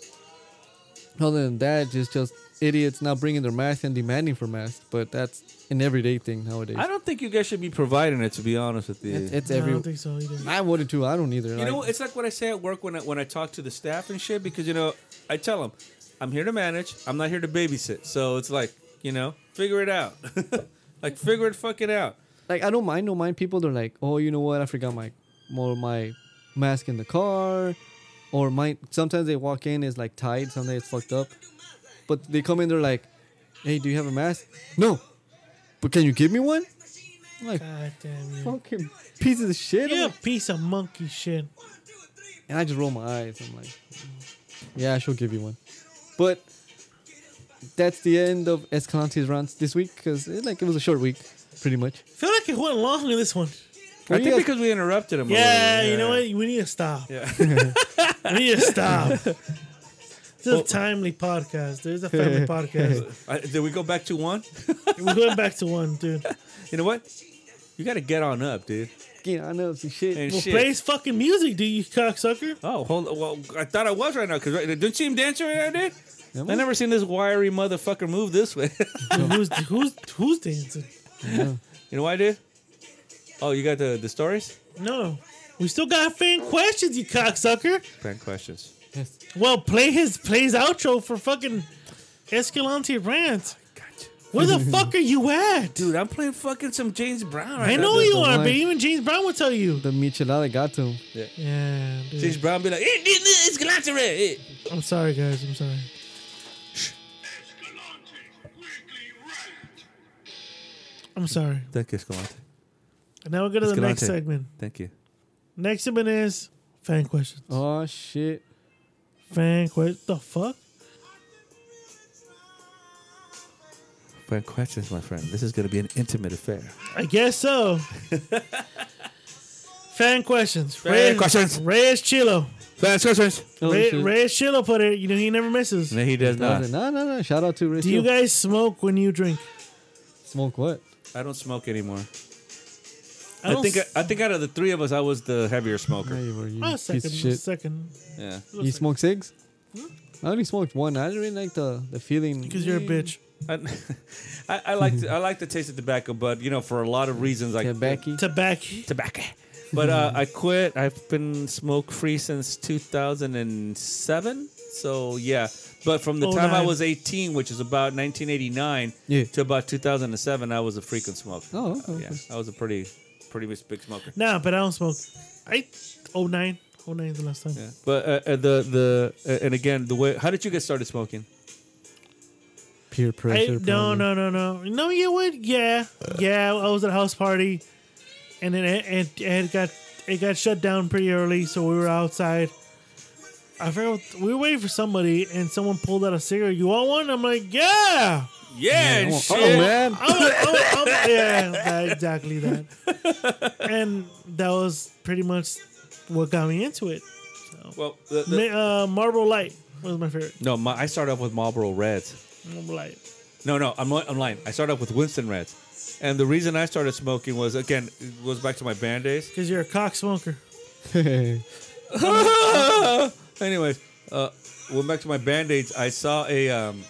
Speaker 3: Other than that, it's just idiots not bringing their masks and demanding for masks. But that's an everyday thing nowadays.
Speaker 6: I don't think you guys should be providing it. To be honest with you,
Speaker 3: It's, it's
Speaker 1: I
Speaker 3: every.
Speaker 1: don't think so either.
Speaker 3: I wouldn't too. I don't either.
Speaker 6: You know, it's like what I say at work when I, when I talk to the staff and shit because you know I tell them I'm here to manage. I'm not here to babysit. So it's like you know, figure it out. like figure it fucking out.
Speaker 3: like I don't mind, don't mind people. They're like, oh, you know what? I forgot my more my mask in the car, or my sometimes they walk in it's like tied, sometimes it's fucked up, but they come in they're like, hey, do you have a mask? No, but can you give me one? I'm like
Speaker 1: God damn you.
Speaker 3: fucking pieces of shit. I'm
Speaker 1: You
Speaker 3: like-
Speaker 1: piece of monkey shit.
Speaker 3: and I just roll my eyes. I'm like, "Mm, yeah, she'll give you one, but. That's the end of Escalante's rants this week because it, like it was a short week, pretty much.
Speaker 1: feel like it went long in this one.
Speaker 3: What do
Speaker 6: I think
Speaker 3: you guys-
Speaker 6: because we interrupted him. a little
Speaker 1: Yeah,
Speaker 6: bit.
Speaker 1: you know what? We need to stop. we need to stop. This is a timely podcast. There's a family podcast.
Speaker 6: Uh, did we go back to one?
Speaker 1: We're going back to one, dude.
Speaker 6: You know what? You got to get on up, dude.
Speaker 3: Yeah, I know some shit.
Speaker 6: And
Speaker 1: Well,
Speaker 6: shit.
Speaker 1: plays fucking music, dude, you cocksucker.
Speaker 6: Oh, hold. Well, I thought I was right now because right, didn't you see him dancing right now, dude?
Speaker 3: Am
Speaker 6: I
Speaker 3: I?
Speaker 6: never seen this wiry motherfucker move this way.
Speaker 1: who's who's who's dancing?
Speaker 6: you know why, dude? Oh, you got the the stories?
Speaker 1: No. We still got fan questions, you cocksucker.
Speaker 6: Fan questions.
Speaker 3: Yes.
Speaker 1: Well, play his plays outro for fucking Escalante Rant.
Speaker 6: Gotcha.
Speaker 1: Where the fuck are you at?
Speaker 6: Dude, I'm playing fucking some James Brown right
Speaker 1: I
Speaker 6: now.
Speaker 1: know you
Speaker 3: Don't
Speaker 1: are,
Speaker 3: lie.
Speaker 1: but even James Brown will tell you.
Speaker 3: The michelada got to him.
Speaker 1: Yeah, dude.
Speaker 6: James Brown be like, eh, eh, eh, it's Galante Red. eh."
Speaker 1: I'm sorry, guys. I'm sorry. I'm sorry.
Speaker 6: Thank you, Escalante.
Speaker 1: And now we go to the next
Speaker 6: Escalante.
Speaker 1: segment.
Speaker 6: Thank you.
Speaker 1: Next segment is fan questions.
Speaker 3: Oh shit.
Speaker 1: Fan questions. The fuck?
Speaker 6: Fan questions, my friend. This is going to be an intimate affair.
Speaker 1: I guess so. fan questions. Fan
Speaker 6: questions.
Speaker 1: Reyes Chilo.
Speaker 6: Fan questions.
Speaker 1: Re-
Speaker 3: shit.
Speaker 1: Reyes Chilo put it. You know he never misses.
Speaker 6: No, he does
Speaker 3: I
Speaker 6: not.
Speaker 3: was like, no, no, no. Shout out to Rachel.
Speaker 1: Do you guys smoke when you drink?
Speaker 3: smoke what?
Speaker 6: I don't smoke anymore.
Speaker 1: don't
Speaker 6: I think
Speaker 1: s-
Speaker 6: I, I think out of the three of us, I was the heavier smoker.
Speaker 3: Hey, were you
Speaker 1: Oh,
Speaker 3: Mm, piece of
Speaker 1: second,
Speaker 3: shit.
Speaker 1: second,
Speaker 6: Yeah.
Speaker 3: You smoke cigs? I only smoked one. I didn't really like the, the feeling.
Speaker 1: because you're a bitch.
Speaker 6: I, I, I like to, I like the taste of tobacco, but you know, for a lot of reasons, I
Speaker 3: Tobacco.
Speaker 1: Tobacco.
Speaker 6: tobacco. But uh, I quit. I've been smoke free since 2007. So yeah, but from the
Speaker 1: Oh,
Speaker 6: time I
Speaker 1: nine.
Speaker 6: was 18, which is about 1989,
Speaker 3: Yeah.
Speaker 6: to about 2007, I was a frequent smoker.
Speaker 3: Oh, okay,
Speaker 6: yeah,
Speaker 3: okay.
Speaker 6: I was a pretty, pretty big smoker.
Speaker 1: Nah, but I don't smoke. I 09. 09 is the last time.
Speaker 6: Yeah. But uh, uh, the the uh, and again the way how did you get started smoking?
Speaker 3: Peer
Speaker 1: I,
Speaker 3: pressure.
Speaker 1: no, no, no, no. No, you would. Yeah. Yeah, I was at a house party and then it, it, it got it got shut down pretty early, so we were outside. I forgot what- we were waiting for somebody and someone pulled out a cigarette. You want one? I'm like, yeah.
Speaker 6: Yeah, and
Speaker 3: Oh,
Speaker 6: shit.
Speaker 3: oh man.
Speaker 1: I'm a, I'm a, I'm a, yeah, that, exactly that. And that was pretty much what got me into it.
Speaker 6: Well, the, the-
Speaker 1: Ma- uh, Marble Light was my favorite.
Speaker 6: no, my, I started off with Marlboro Reds.
Speaker 1: Marble Light.
Speaker 6: No, no, I'm, li- I'm lying. I started off with Winston Reds. And the reason I started smoking was, again, it goes back to my band days.
Speaker 1: Because you're a cock smoker.
Speaker 6: Anyways, uh, went back to my band aids. I saw a, um,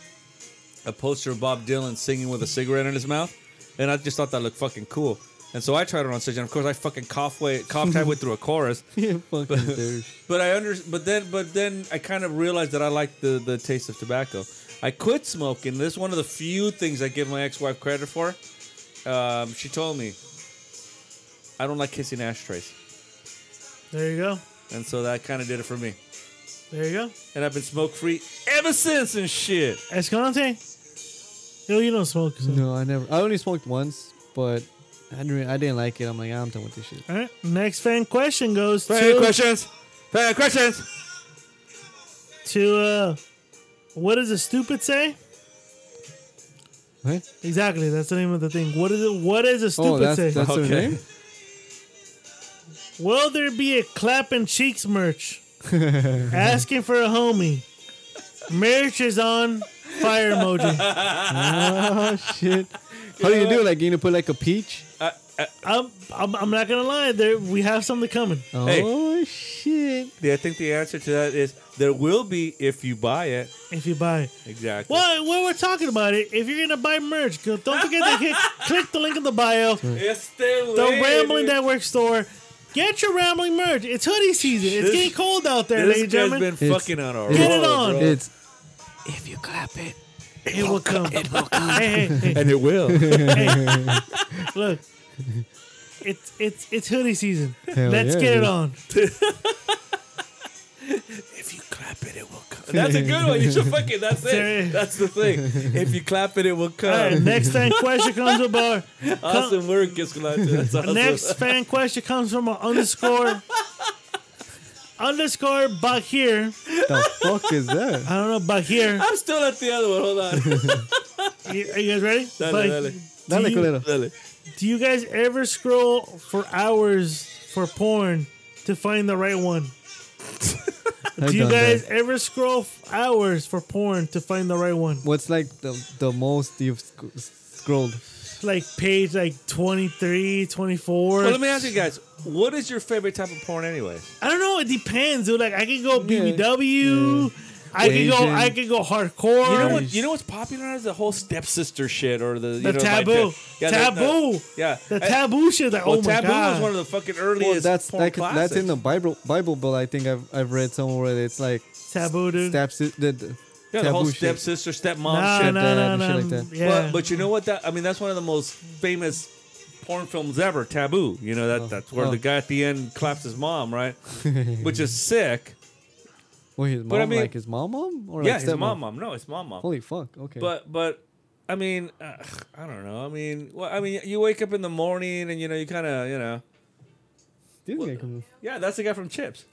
Speaker 6: a poster of Bob Dylan singing with a cigarette in his mouth. And I just thought that looked fucking cool. And so I tried it on stage. And of course, I fucking coughed way, coughed halfway through a chorus.
Speaker 3: yeah, fucking douche.
Speaker 6: But I under, but then, but then I kind of realized that I liked the the taste of tobacco. I quit smoking. This is one of the few things I give my ex wife credit for. Um, she told me I don't like kissing ashtrays,
Speaker 1: There you go.
Speaker 6: and so that kind of did it for me.
Speaker 1: There you go.
Speaker 6: And I've been smoke free ever since and shit.
Speaker 1: Escalante. Yo, you don't smoke. So.
Speaker 3: No, I never. I only smoked once, but I didn't. Really, I didn't like it. I'm like, I'm done with this shit.
Speaker 1: All right. Next fan question goes
Speaker 6: Fan
Speaker 1: to,
Speaker 6: questions. Fan questions.
Speaker 1: to uh, what does a stupid say?
Speaker 3: What?
Speaker 1: Exactly. That's the name of the thing. What is it? What is a
Speaker 3: Oh,
Speaker 1: stupid
Speaker 3: that's
Speaker 1: say?
Speaker 3: that's her
Speaker 6: Okay.
Speaker 3: name.
Speaker 1: Will there be a clap and cheeks merch? Asking for a homie. Merch is on fire emoji.
Speaker 3: Oh shit. How do you do? Like, you gonna put like a peach?
Speaker 6: I, I
Speaker 1: I'm, I'm, I'm not gonna lie. There, we have something coming.
Speaker 6: Hey.
Speaker 3: Oh shit!
Speaker 6: I think the answer to that is there will be if you buy it.
Speaker 1: If you buy,
Speaker 6: Exactly.
Speaker 1: well, well, we're talking about it. If you're gonna buy merch, go- don't forget to hit, click the link in the bio.
Speaker 6: It's
Speaker 1: The Rambling Network store. Get your Rambling merch. It's hoodie season. It's
Speaker 6: This-
Speaker 1: getting cold out there,
Speaker 6: This
Speaker 1: ladies and
Speaker 6: guy's
Speaker 1: gentlemen.
Speaker 6: been
Speaker 3: It's-
Speaker 6: fucking on our
Speaker 1: Get it
Speaker 6: roll,
Speaker 1: on.
Speaker 6: bro.
Speaker 3: It's
Speaker 2: If you clap it,
Speaker 1: it will come. Hey, hey, hey,
Speaker 6: and it will.
Speaker 1: hey. Look. It's it's it's hoodie season.
Speaker 3: Hell
Speaker 1: Let's
Speaker 3: yeah,
Speaker 1: get it
Speaker 3: dude.
Speaker 1: on.
Speaker 6: if you clap it, it will come. That's a good one. You should fucking. That's
Speaker 1: Sorry.
Speaker 6: it. That's the thing. If you clap it, it will come.
Speaker 1: All right, next time question comes about
Speaker 6: Awesome work, Escalante. That's awesome.
Speaker 1: next fan question comes from an underscore underscore back here.
Speaker 3: the fuck is that?
Speaker 1: I don't know back here.
Speaker 6: I'm still at the other one. Hold on.
Speaker 1: You- Are you guys ready?
Speaker 6: Dale,
Speaker 1: Bak-
Speaker 6: dale.
Speaker 3: Dale,
Speaker 1: do, you,
Speaker 3: culero.
Speaker 6: Dale.
Speaker 1: do you guys ever scroll for hours for porn to find the right one?
Speaker 3: I've
Speaker 1: Do you
Speaker 3: done
Speaker 1: guys
Speaker 3: that.
Speaker 1: ever scroll f- hours for porn to find the right one?
Speaker 3: What's like the the most you've sc- scrolled?
Speaker 1: Like page like 23, 24.
Speaker 6: Well, let me ask you guys, what is your favorite type of porn anyway?
Speaker 1: I don't know. It depends, dude. Like I could go
Speaker 3: Yeah.
Speaker 1: BBW. I could go.
Speaker 3: Asian.
Speaker 1: I could go hardcore.
Speaker 6: You know what? You know what's popular is the whole stepsister shit or the you
Speaker 1: The
Speaker 6: know, like
Speaker 1: taboo.
Speaker 6: the- yeah, the- the-
Speaker 1: taboo.
Speaker 6: yeah,
Speaker 1: The
Speaker 6: I-
Speaker 1: taboo shit. Like,
Speaker 6: Well,
Speaker 1: oh my
Speaker 6: taboo
Speaker 1: god.
Speaker 6: was one of the fucking earliest
Speaker 3: Well, that's
Speaker 6: porn
Speaker 3: that, could- that's in the
Speaker 6: classics.
Speaker 3: Bible Bible, but I think I've I've read somewhere that it's like
Speaker 1: taboo, dude.
Speaker 3: steps. The, the
Speaker 6: yeah, the whole
Speaker 3: taboo shit.
Speaker 6: stepsister, stepmom
Speaker 1: nah,
Speaker 6: shit.
Speaker 1: nah,
Speaker 3: that
Speaker 1: nah,
Speaker 3: and
Speaker 1: nah.
Speaker 3: shit like that.
Speaker 1: Yeah.
Speaker 6: But, but you know what? That I mean, that's one of the most famous porn films ever. Taboo. You know that that's where
Speaker 3: oh.
Speaker 6: the guy at the end claps his mom, right? Which is sick.
Speaker 3: Well, his mom,
Speaker 6: But I mean-
Speaker 3: like his mom, mom, or
Speaker 6: yeah,
Speaker 3: like
Speaker 6: his
Speaker 3: stepmom?
Speaker 6: mom, mom. No, it's mom, mom.
Speaker 3: Holy fuck! Okay,
Speaker 6: But but I mean, uh, I don't know. I mean, well, I mean, you wake up in the morning and you know you kind of you know
Speaker 3: Did make him-
Speaker 6: yeah, that's the guy from Chips.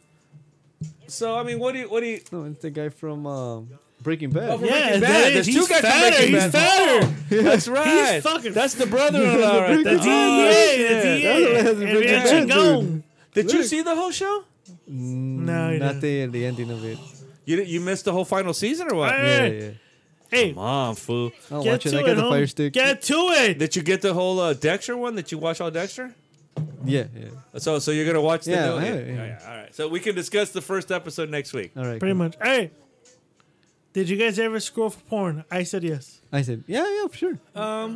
Speaker 6: So I mean, what do you what do you?
Speaker 3: no, it's the guy from um, Breaking Bad.
Speaker 6: from
Speaker 1: yeah,
Speaker 6: Breaking Bad.
Speaker 1: that is.
Speaker 6: There's two
Speaker 1: He's
Speaker 6: guys from
Speaker 1: fatter.
Speaker 6: Breaking
Speaker 1: He's
Speaker 6: Bad.
Speaker 1: fatter.
Speaker 6: That's right.
Speaker 1: fucking-
Speaker 6: that's the brother-in-law right there.
Speaker 1: The DEA. The
Speaker 3: That's
Speaker 1: DEA.
Speaker 3: what has been
Speaker 1: And
Speaker 3: done,
Speaker 1: Chingón.
Speaker 6: Did you see the whole show?
Speaker 1: No, you
Speaker 3: Mm, Not
Speaker 1: didn't.
Speaker 3: the the ending of it.
Speaker 6: You didn't- you missed the whole final season or what?
Speaker 1: Hey,
Speaker 3: Yeah, yeah.
Speaker 1: Hey,
Speaker 6: Come on, fool.
Speaker 3: I'll
Speaker 1: get
Speaker 3: watch it.
Speaker 1: to
Speaker 3: I got
Speaker 1: it,
Speaker 3: the
Speaker 1: homie.
Speaker 3: fire stick.
Speaker 1: Get to it.
Speaker 6: Did you get the whole uh, Dexter one? Did you watch all Dexter?
Speaker 3: yeah, yeah.
Speaker 6: So so you're gonna watch the
Speaker 3: Yeah,
Speaker 6: new
Speaker 3: I-
Speaker 6: yeah,
Speaker 3: yeah.
Speaker 6: yeah, All right. So we can discuss the first episode next week.
Speaker 3: All right.
Speaker 1: Pretty
Speaker 3: cool.
Speaker 1: much. Hey, did you guys ever scroll for porn? I said yes.
Speaker 3: I said, yeah, yeah, for sure.
Speaker 6: Um,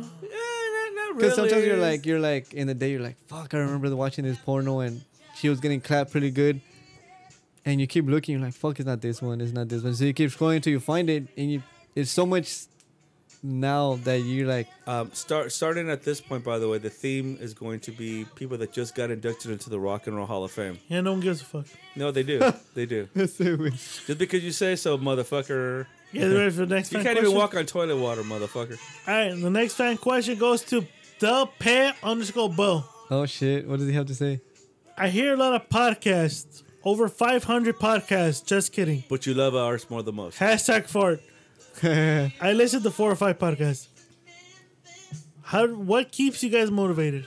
Speaker 6: yeah, not, not really.
Speaker 3: Because sometimes you're like, you're like, in the day, you're like, fuck, I remember the- watching this porno and she was getting clapped pretty good. And you keep looking, you're like, fuck, it's not this one, it's not this one. So you keep scrolling until you find it. And you, it's so much now that you're like,
Speaker 6: Um, start starting at this point. By the way, the theme is going to be people that just got inducted into the Rock and Roll Hall of Fame.
Speaker 1: Yeah, no one gives a fuck.
Speaker 6: No, they do. they do. Just because you say so, motherfucker.
Speaker 1: Yeah, ready for the next
Speaker 6: You
Speaker 1: fan
Speaker 6: can't
Speaker 1: question?
Speaker 6: even walk on toilet water, motherfucker.
Speaker 1: All right, the next fan question goes to the pair underscore bow.
Speaker 3: oh shit, what does he have to say?
Speaker 1: I hear a lot of podcasts, over 500 podcasts. Just kidding.
Speaker 6: But you love ours more than most.
Speaker 1: Hashtag fart. I listen to four or five podcasts. How? What keeps you guys motivated?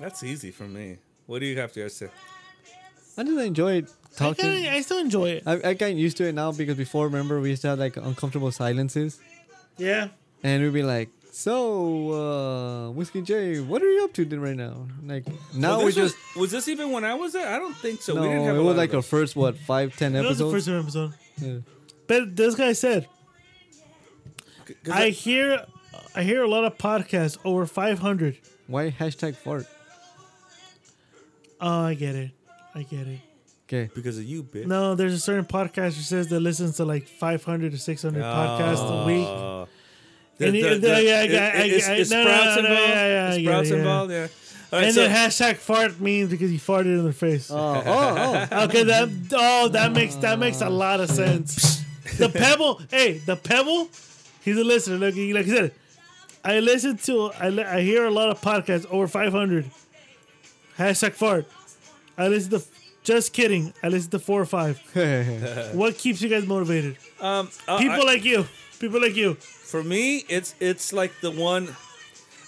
Speaker 6: That's easy for me. What do you have to guys say?
Speaker 3: I just enjoy
Speaker 1: I,
Speaker 3: talking.
Speaker 1: kinda, Eh, I still enjoy it.
Speaker 3: I, I got used to it now because before, remember, we used to have like uncomfortable silences.
Speaker 1: Yeah.
Speaker 3: And we'd be like, so, uh, Whiskey J, what are you up to then right now? Like, now
Speaker 6: Well,
Speaker 3: we
Speaker 6: this was,
Speaker 3: just.
Speaker 6: was this even when I was there? I don't think so.
Speaker 3: No,
Speaker 6: we didn't have
Speaker 3: it
Speaker 6: a lot
Speaker 3: was
Speaker 6: of
Speaker 3: like
Speaker 6: those.
Speaker 3: our first what five ten
Speaker 1: That was the
Speaker 3: episodes.
Speaker 1: first episode.
Speaker 3: Yeah.
Speaker 1: But this guy said,
Speaker 6: 'Cause
Speaker 1: I hear, I hear a lot of podcasts, over 500.
Speaker 3: Why hashtag fart?
Speaker 1: Oh, I get it. I get it.
Speaker 3: Okay,
Speaker 6: because of you, bitch.
Speaker 1: No, there's a certain podcaster says that listens to like 500 to
Speaker 6: Oh.
Speaker 1: 600 podcasts a week.
Speaker 6: The-
Speaker 1: And
Speaker 6: the-
Speaker 1: you-
Speaker 6: the-
Speaker 1: yeah, I-
Speaker 6: it-
Speaker 1: I-
Speaker 6: it- it's-
Speaker 1: I-
Speaker 6: it's
Speaker 1: no, no,
Speaker 6: Sprouts
Speaker 1: no, no,
Speaker 6: involved.
Speaker 1: yeah, yeah,
Speaker 6: It's
Speaker 1: yeah,
Speaker 6: Sprouts
Speaker 1: yeah.
Speaker 6: involved. Yeah. All right,
Speaker 1: and
Speaker 6: so-
Speaker 1: then hashtag fart means because he farted in their face.
Speaker 3: oh, oh, oh.
Speaker 1: Okay, that oh that makes that makes a lot of sense. The pebble, hey, the pebble, he's a listener. Look, he- like I said, I listen to I, li- I hear a lot of podcasts over 500. Hashtag fart. I listen to just kidding. I listen to four or five.
Speaker 6: oh.
Speaker 1: what keeps you guys motivated?
Speaker 6: um, uh,
Speaker 1: People
Speaker 6: I-
Speaker 1: like you. People like you.
Speaker 6: For me, it's it's like the one.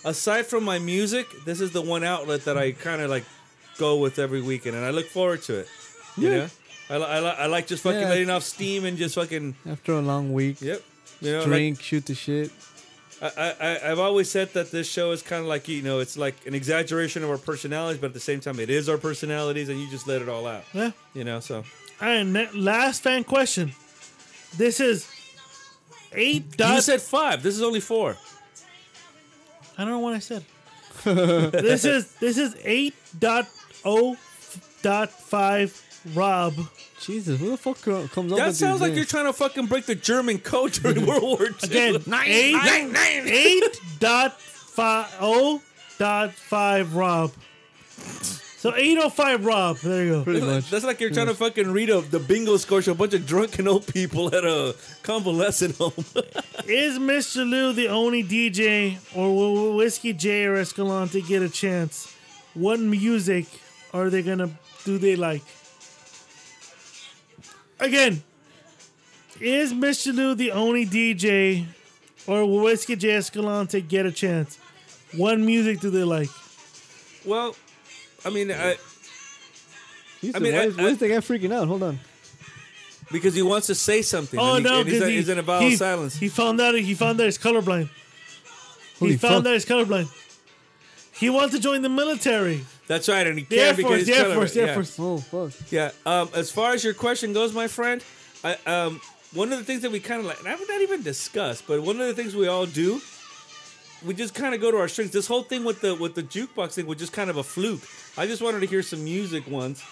Speaker 6: Aside from my music, this is the one outlet that I kind of like go with every weekend, and I look forward to it. You know, I, li- I, li- I like just fucking
Speaker 3: Yeah.
Speaker 6: letting off steam and just fucking
Speaker 3: After a long week,
Speaker 6: yep. You know, like-
Speaker 3: drink, shoot the shit.
Speaker 6: I, I, I've always said that this show is kind of like you know, it's like an exaggeration of our personalities, but at the same time, it is our personalities, and you just let it all out.
Speaker 1: Yeah.
Speaker 6: You know, so
Speaker 1: And ne- last fan question. This is eight dot.
Speaker 6: you said five. This is only four.
Speaker 1: I don't know what I said. this is this is eight dot o dot five Rob.
Speaker 3: Jesus, who the fuck co- comes up
Speaker 6: That
Speaker 3: with
Speaker 6: sounds
Speaker 3: these
Speaker 6: like
Speaker 3: names?
Speaker 6: you're trying to fucking break the German code during World War II.
Speaker 1: Again, eight, eight dot five o dot five Rob. So eight oh five Rob. There you go.
Speaker 3: pretty much.
Speaker 6: That's like you're trying to fucking read a, the bingo score to a bunch of drunken old people at a convalescent home.
Speaker 1: Is Mr. Lou the only DJ, or will Whiskey J or Escalante get a chance? What music are they gonna do? They like again. Is Mr. Lou the only DJ, or will Whiskey J Escalante get a chance? What music do they like?
Speaker 6: well, I mean, I,
Speaker 3: Jesus,
Speaker 6: I mean,
Speaker 3: why,
Speaker 6: I-
Speaker 3: is, why is the guy freaking out? Hold on.
Speaker 6: because he wants to say something.
Speaker 1: Oh
Speaker 6: and he-
Speaker 1: no,
Speaker 6: and he's,
Speaker 1: because
Speaker 6: in- he's in a vow
Speaker 1: he,
Speaker 6: of silence.
Speaker 1: He found out. He found out he's colorblind.
Speaker 3: Holy
Speaker 1: he found
Speaker 3: fuck.
Speaker 1: out he's colorblind. He wants to join the military.
Speaker 6: That's right, and he
Speaker 1: The Air
Speaker 6: can't
Speaker 1: Force,
Speaker 6: because
Speaker 1: the
Speaker 6: he's
Speaker 1: Air Force, the Air
Speaker 6: yeah.
Speaker 1: Force.
Speaker 3: Oh fuck.
Speaker 6: Yeah. Um, as far as your question goes, my friend, I, um, one of the things that we kind of like, and I have not even discussed, but one of the things we all do, we just kind of go to our strengths. This whole thing with the with the jukebox thing was just kind of a fluke. I just wanted to hear some music once,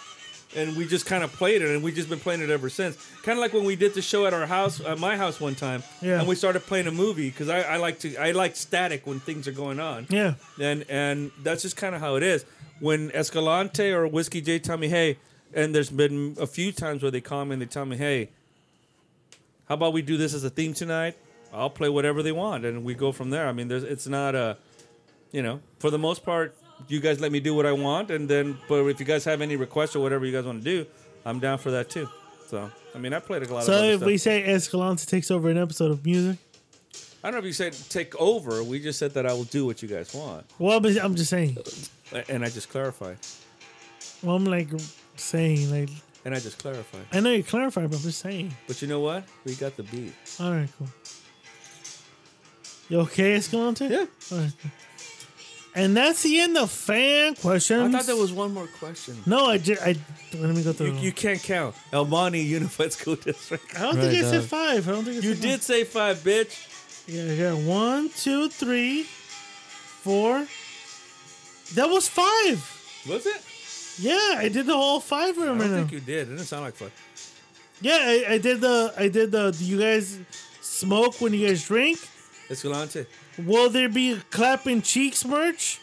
Speaker 6: and we just kind of played it, and we've just been playing it ever since. Kind of like when we did the show at our house, at my house one time,
Speaker 1: Yeah.
Speaker 6: and we started playing a movie because I, I like to I like static when things are going on.
Speaker 1: Yeah.
Speaker 6: And and that's just kind of how it is. When Escalante or Whiskey J tell me, hey, and there's been a few times where they call me and they tell me, hey, how about we do this as a theme tonight? I'll play whatever they want, and we go from there. I mean, there's it's not a, you know, for the most part, you guys let me do what I want, and then but if you guys have any requests or whatever you guys want to do, I'm down for that too. So I mean, I played a lot
Speaker 1: So
Speaker 6: of. other
Speaker 1: if we
Speaker 6: stuff.
Speaker 1: say Escalante takes over an episode of music,
Speaker 6: I don't know if you said take over. We just said that I will do what you guys want,
Speaker 1: well, but I'm just saying.
Speaker 6: and I just clarified.
Speaker 1: Well, I'm like saying, like
Speaker 6: And I just clarified.
Speaker 1: I know you clarified, but I'm just saying.
Speaker 6: But you know what? We got the beat.
Speaker 1: All right, cool. You okay, Escalante?
Speaker 6: Yeah.
Speaker 1: All right. cool. And that's the end of fan questions.
Speaker 6: one more question.
Speaker 1: no. I just I let me go through.
Speaker 6: You,
Speaker 1: them.
Speaker 6: you can't count. El Monte Unified School District.
Speaker 1: I don't think
Speaker 3: Right,
Speaker 1: I said
Speaker 3: dog.
Speaker 1: five. I don't think I
Speaker 6: You
Speaker 1: said
Speaker 6: did say five, bitch.
Speaker 1: Yeah, yeah. One, two, three, four. That was five.
Speaker 6: Was it?
Speaker 1: Yeah, I did the whole five
Speaker 6: I
Speaker 1: room
Speaker 6: don't
Speaker 1: right now.
Speaker 6: think you did. It didn't sound like five.
Speaker 1: Yeah, I, I did the I did the do you guys smoke when you guys drink?
Speaker 6: Escalante.
Speaker 1: Will there be clapping cheeks merch?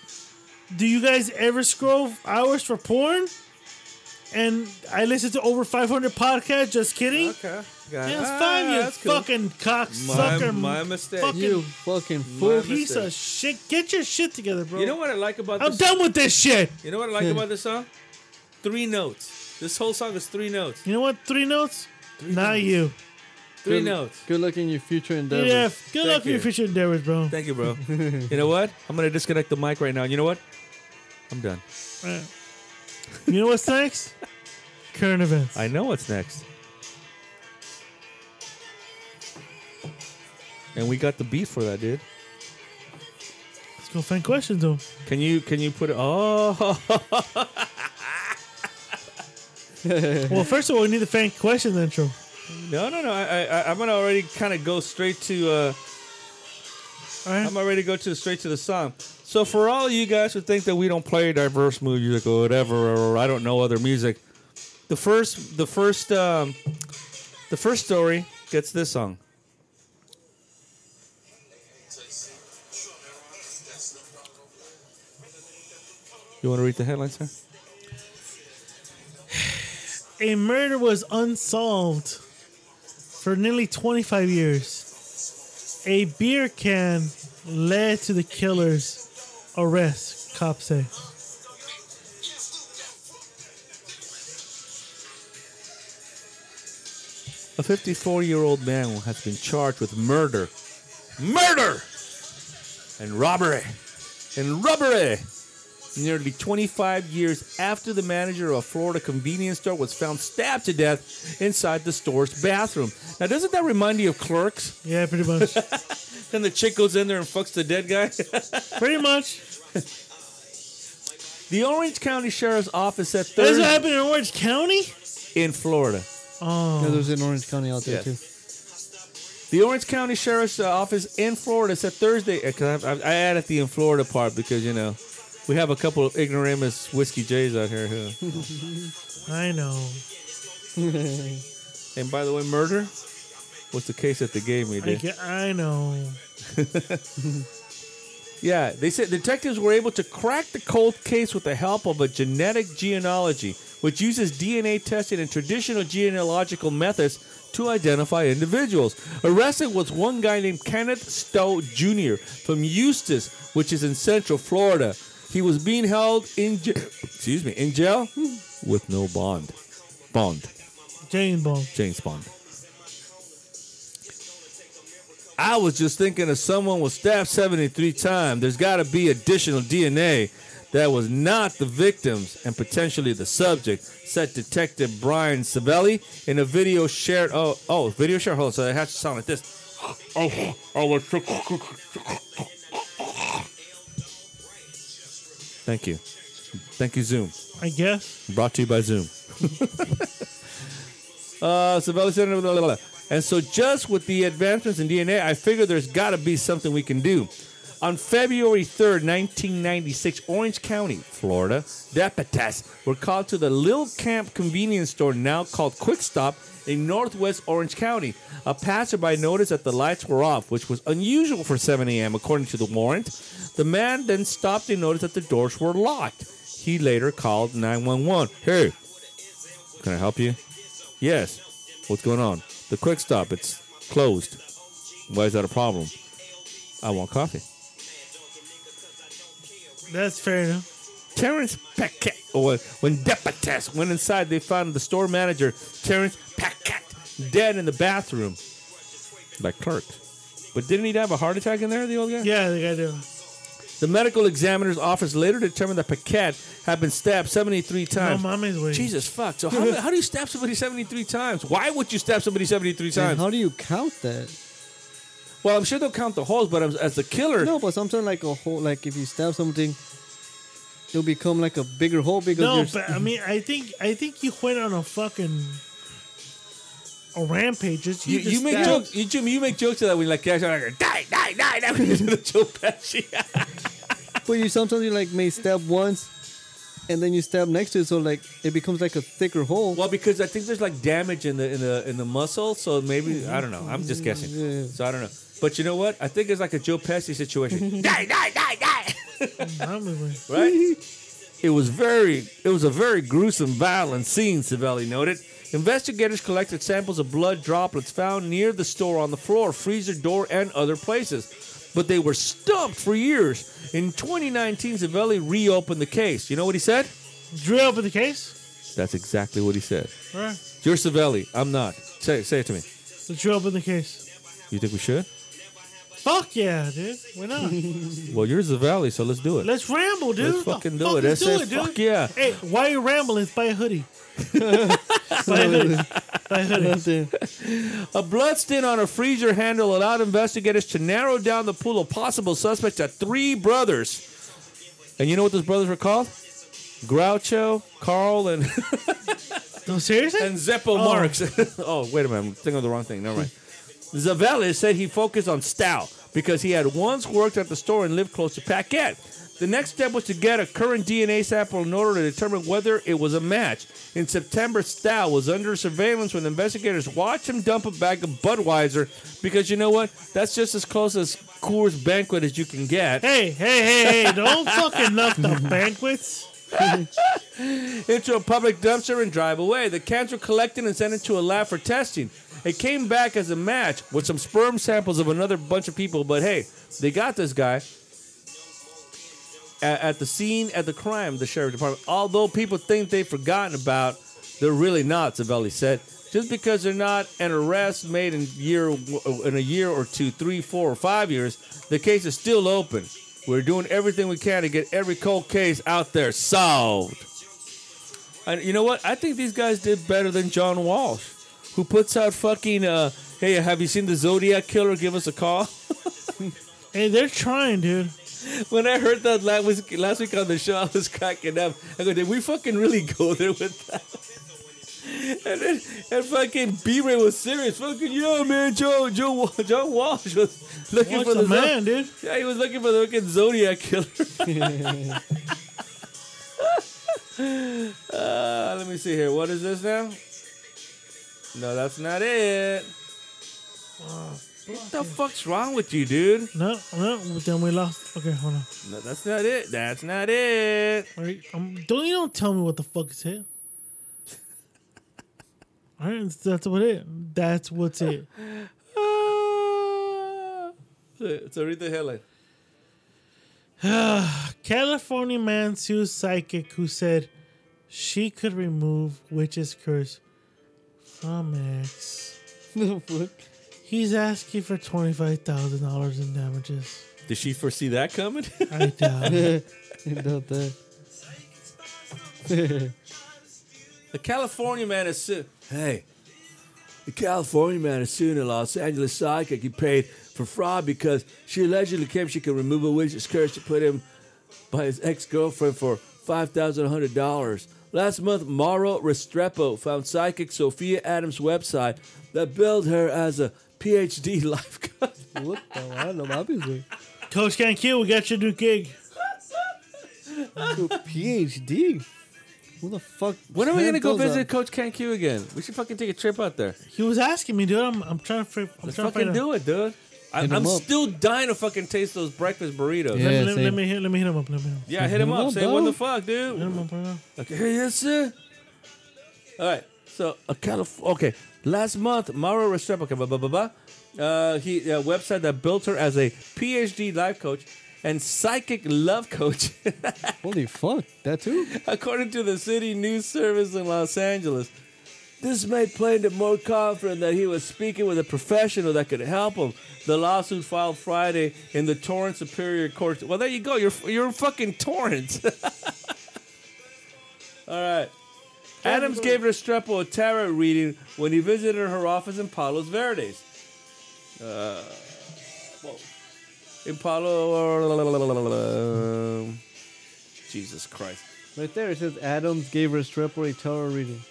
Speaker 1: Do you guys ever scroll hours for porn? And I listened to over 500 podcasts. Just kidding.
Speaker 6: Okay. Got it.
Speaker 1: Yeah, it's
Speaker 6: Ah,
Speaker 1: five. You
Speaker 6: that's cool.
Speaker 1: fucking
Speaker 6: My,
Speaker 1: cocksucker.
Speaker 6: my mistake.
Speaker 1: fucking
Speaker 3: You fucking fool.
Speaker 6: My-
Speaker 1: piece
Speaker 6: mistake.
Speaker 1: of shit. Get your shit together, bro.
Speaker 6: You know what I like about
Speaker 1: I'm
Speaker 6: this?
Speaker 1: done with this shit.
Speaker 6: You know what I like about this song? Three notes. This whole song is three notes.
Speaker 1: You know what? Three notes. Not you.
Speaker 6: Three
Speaker 3: Good-
Speaker 6: notes.
Speaker 3: Good luck in your future endeavors.
Speaker 1: Yeah. Good luck
Speaker 6: Thank
Speaker 1: with your
Speaker 6: you.
Speaker 1: future endeavors, bro.
Speaker 6: Thank you, bro. you know what? I'm gonna disconnect the mic right now. You know what? I'm done.
Speaker 1: You know what's next? Current events.
Speaker 6: I know what's next. And we got the beat for that, dude.
Speaker 1: Let's go find questions, though.
Speaker 6: Can you can you put it? Oh,
Speaker 1: Well, first of all, we need the fan questions intro.
Speaker 6: no, no, no! I, I I'm gonna already kind of go straight to. Uh,
Speaker 1: All right.
Speaker 6: I'm already go to straight to the song. So for all you guys who think that we don't play diverse music or whatever, or I don't know other music, the first the first um, the first story gets this song. You want to read the headline, sir?
Speaker 1: a murder was unsolved for nearly 25 years. A beer can led to the killer's arrest, cops say.
Speaker 6: A 54 year old man has been charged with murder, murder, and robbery, and robbery nearly 25 years after the manager of a Florida convenience store was found stabbed to death inside the store's bathroom. Now, doesn't that remind you of Clerks?
Speaker 1: Yeah, pretty much.
Speaker 6: Then the chick goes in there and fucks the dead guy.
Speaker 1: pretty much.
Speaker 6: the Orange County Sheriff's Office said
Speaker 1: That's what
Speaker 6: Thursday
Speaker 1: happened in Orange County?
Speaker 6: in Florida.
Speaker 1: Oh.
Speaker 3: Yeah, there's an Orange County out there
Speaker 6: Yes.
Speaker 3: too.
Speaker 6: The Orange County Sheriff's uh, Office in Florida said Thursday. uh, 'cause I, I, I added the in Florida part because you know we have a couple of ignoramus whiskey J's out here. Who,
Speaker 1: I know.
Speaker 6: and by the way, murder was the case that they gave me.
Speaker 1: I,
Speaker 6: Dude.
Speaker 1: get- I know.
Speaker 6: Yeah, they said detectives were able to crack the cold case with the help of a genetic genealogy, which uses DNA testing and traditional genealogical methods to identify individuals. Arrested was one guy named Kenneth Stowe Jr. from Eustis, which is in Central Florida. He was being held in jail, excuse me, in jail with no bond. Bond.
Speaker 1: Jane Bond.
Speaker 6: James Bond. I was just thinking if someone was stabbed 73 times, there's got to be additional DNA that was not the victim's and potentially the subject, said Detective Brian Savelli in a video shared. Oh, oh, video shared. Hold on, so it has to sound like this. Oh, I was. Thank you. Thank you, Zoom.
Speaker 1: I guess.
Speaker 6: Brought to you by Zoom. uh, Savelli said, blah, blah, blah. and so just with the advancements in DNA, I figure there's got to be something we can do. On February 3rd, 1996, Orange County, Florida, deputies were called to the Lil Camp convenience store, now called Quick Stop, in northwest Orange County. A passerby noticed that the lights were off, which was unusual for 7 a.m., according to the warrant. The man then stopped and noticed that the doors were locked. He later called 911. Hey, can I help you? Yes. What's going on? The quick stop, it's closed. Why is that a problem? I want coffee.
Speaker 1: That's fair enough.
Speaker 6: Terrence Paquette. Or when deputies went inside, they found the store manager, Terrence Paquette, dead in the bathroom. Like clerk. But didn't he have a heart attack in there, the old guy?
Speaker 1: Yeah, the guy do.
Speaker 6: The medical examiner's office later determined that Paquette had been stabbed 73
Speaker 1: No,
Speaker 6: times.
Speaker 1: mommy's waiting.
Speaker 6: Jesus fuck. So how, how do you stab somebody 73 times? Why would you stab somebody 73
Speaker 3: And
Speaker 6: times?
Speaker 3: how do you count that?
Speaker 6: Well, I'm sure they'll count the holes, but as- as the killer,
Speaker 3: No, but sometimes like a hole, like if you stab something, it'll become like a bigger hole because
Speaker 1: No,
Speaker 3: you're,
Speaker 1: but I mean, I think I think you went on a fucking a rampage. Just
Speaker 6: you, you
Speaker 1: just
Speaker 6: make
Speaker 1: stabbed-
Speaker 6: jokes. You, Jimmy, you make jokes to that when like guys are like die, die, die, die. When you do the Joe Pesci.
Speaker 3: but you sometimes you like may stab once, and then you stab next to it, so like it becomes like a thicker hole.
Speaker 6: well, because I think there's like damage in the in the in the muscle, so maybe I don't know. I'm just guessing. So I don't know. But you know what? I think it's like a Joe Pesci situation. die, die, die, die.
Speaker 1: Mommy's waiting.
Speaker 6: right? it was very it was a very gruesome, violent scene, Savelli noted. Investigators collected samples of blood droplets found near the store on the floor, freezer door, and other places. But they were stumped for years. In 2019, Savelli reopened the case. You know what he said?
Speaker 1: Drew up with the case.
Speaker 6: That's exactly what he said.
Speaker 1: Right.
Speaker 6: You're Savelli. I'm not. Say, say it to me.
Speaker 1: So drew up with the case.
Speaker 6: You think we should?
Speaker 1: Fuck yeah, dude. Why not?
Speaker 6: Well, you're Savelli, so let's do it.
Speaker 1: Let's ramble, dude.
Speaker 6: Let's fucking
Speaker 1: The
Speaker 6: do it.
Speaker 1: fuck,
Speaker 6: Let's
Speaker 1: Let's
Speaker 6: say
Speaker 1: do it, dude.
Speaker 6: fuck yeah.
Speaker 1: Hey, while you're rambling, let's buy a hoodie. buy a hoodie. Buy a hoodie.
Speaker 3: Nothing.
Speaker 6: A blood stain on a freezer handle allowed investigators to narrow down the pool of possible suspects at three brothers. And you know what those brothers were called? Groucho, Carl, and,
Speaker 1: No, seriously?
Speaker 6: and Zeppo Marx. oh, wait a minute. I'm thinking of the wrong thing. Never mind. Zavelli said he focused on Stout because he had once worked at the store and lived close to Paquette. The next step was to get a current DNA sample in order to determine whether it was a match. In September, Stout was under surveillance when investigators watched him dump a bag of Budweiser because you know what? That's just as close as Coors Banquet as you can get.
Speaker 1: hey, hey, hey, hey. Don't fucking knock the banquets.
Speaker 6: into a public dumpster and drive away. The cans were collected and sent into a lab for testing. It came back as a match with some sperm samples of another bunch of people, but hey, they got this guy at, at the scene at the crime, the sheriff department. Although people think they've forgotten about, they're really not, Savelli said. Just because they're not an arrest made in year in a year or two, three, four, or five years, the case is still open. We're doing everything we can to get every cold case out there solved. And you know what? I think these guys did better than John Walsh, who puts out fucking, uh, hey, have you seen the Zodiac Killer? Give us a call.
Speaker 1: Hey, they're trying, dude.
Speaker 6: when I heard that last week, last week on the show, I was cracking up. I go, did we fucking really go there with that? And then, and fucking B Ray was serious. Fucking yeah, man. Joe Joe Wa- John Walsh was looking
Speaker 1: Watch
Speaker 6: for the,
Speaker 1: the man, dude.
Speaker 6: Yeah, he was looking for the fucking Zodiac killer. uh, let me see here. What is this now? No, that's not it. what the fuck's wrong with you, dude?
Speaker 1: No, no. Then we lost. Okay, hold on.
Speaker 6: No, that's not it. That's not it.
Speaker 1: All right, um, don't you don't tell me what the fuck is it. All right, that's- that's what it. That's what's it.
Speaker 6: Ah. So, so read the headline.
Speaker 1: California man sues psychic who said she could remove witch's curse from ex.
Speaker 3: No fuck.
Speaker 1: He's asking for twenty five thousand dollars in damages.
Speaker 6: Did she foresee that coming?
Speaker 1: I doubt it.
Speaker 3: Doubt that.
Speaker 6: the California man is suing. Hey, the California man is suing a Los Angeles psychic he paid for fraud because she allegedly claimed she could remove a witch's curse to put him by his ex-girlfriend for five thousand one hundred dollars. Last month, Mauro Restrepo found psychic Sophia Adams' website that billed her as a PhD life coach.
Speaker 3: What the? I don't know, Bobby's doing.
Speaker 1: Coach Canq, we got your new gig.
Speaker 3: PhD. Who the fuck? uh,
Speaker 6: When are we gonna go
Speaker 3: handles
Speaker 6: visit
Speaker 3: a-
Speaker 6: Coach Ken Q again? We should fucking take a trip out there.
Speaker 1: He was asking me, dude. I'm, I'm trying to. fi- I'm
Speaker 6: Let's
Speaker 1: trying to
Speaker 6: fucking
Speaker 1: find out.
Speaker 6: do it, dude. I,
Speaker 3: Hit 'em
Speaker 6: I'm
Speaker 3: up.
Speaker 6: still dying to fucking taste those breakfast burritos.
Speaker 3: Yeah.
Speaker 6: Yeah,
Speaker 1: let, me, let,
Speaker 3: same.
Speaker 1: me hit, let me hit him up. Let me hit him up.
Speaker 6: hit him up.
Speaker 3: Well,
Speaker 6: Say what
Speaker 3: bro.
Speaker 6: the fuck,
Speaker 1: Hit
Speaker 6: dude.
Speaker 1: him up right now.
Speaker 6: Okay, yes, sir. All right. So a Calif- okay. Last month, Mauro Restrepo, okay, blah blah blah blah. Uh, he a website that built her as a PhD life coach and psychic love coach.
Speaker 3: Holy fuck, that too?
Speaker 6: According to the city news service in Los Angeles, this made plaintiff more confident that he was speaking with a professional that could help him. The lawsuit filed Friday in the Torrance Superior Court. Well, there you go. You're you're in fucking Torrance. All right. Adams gave Restrepo a tarot reading when he visited her office in Palos Verdes. Uh, whoa. in Palo. Jesus Christ.
Speaker 3: Right there, it says Adams gave Restrepo a tarot reading.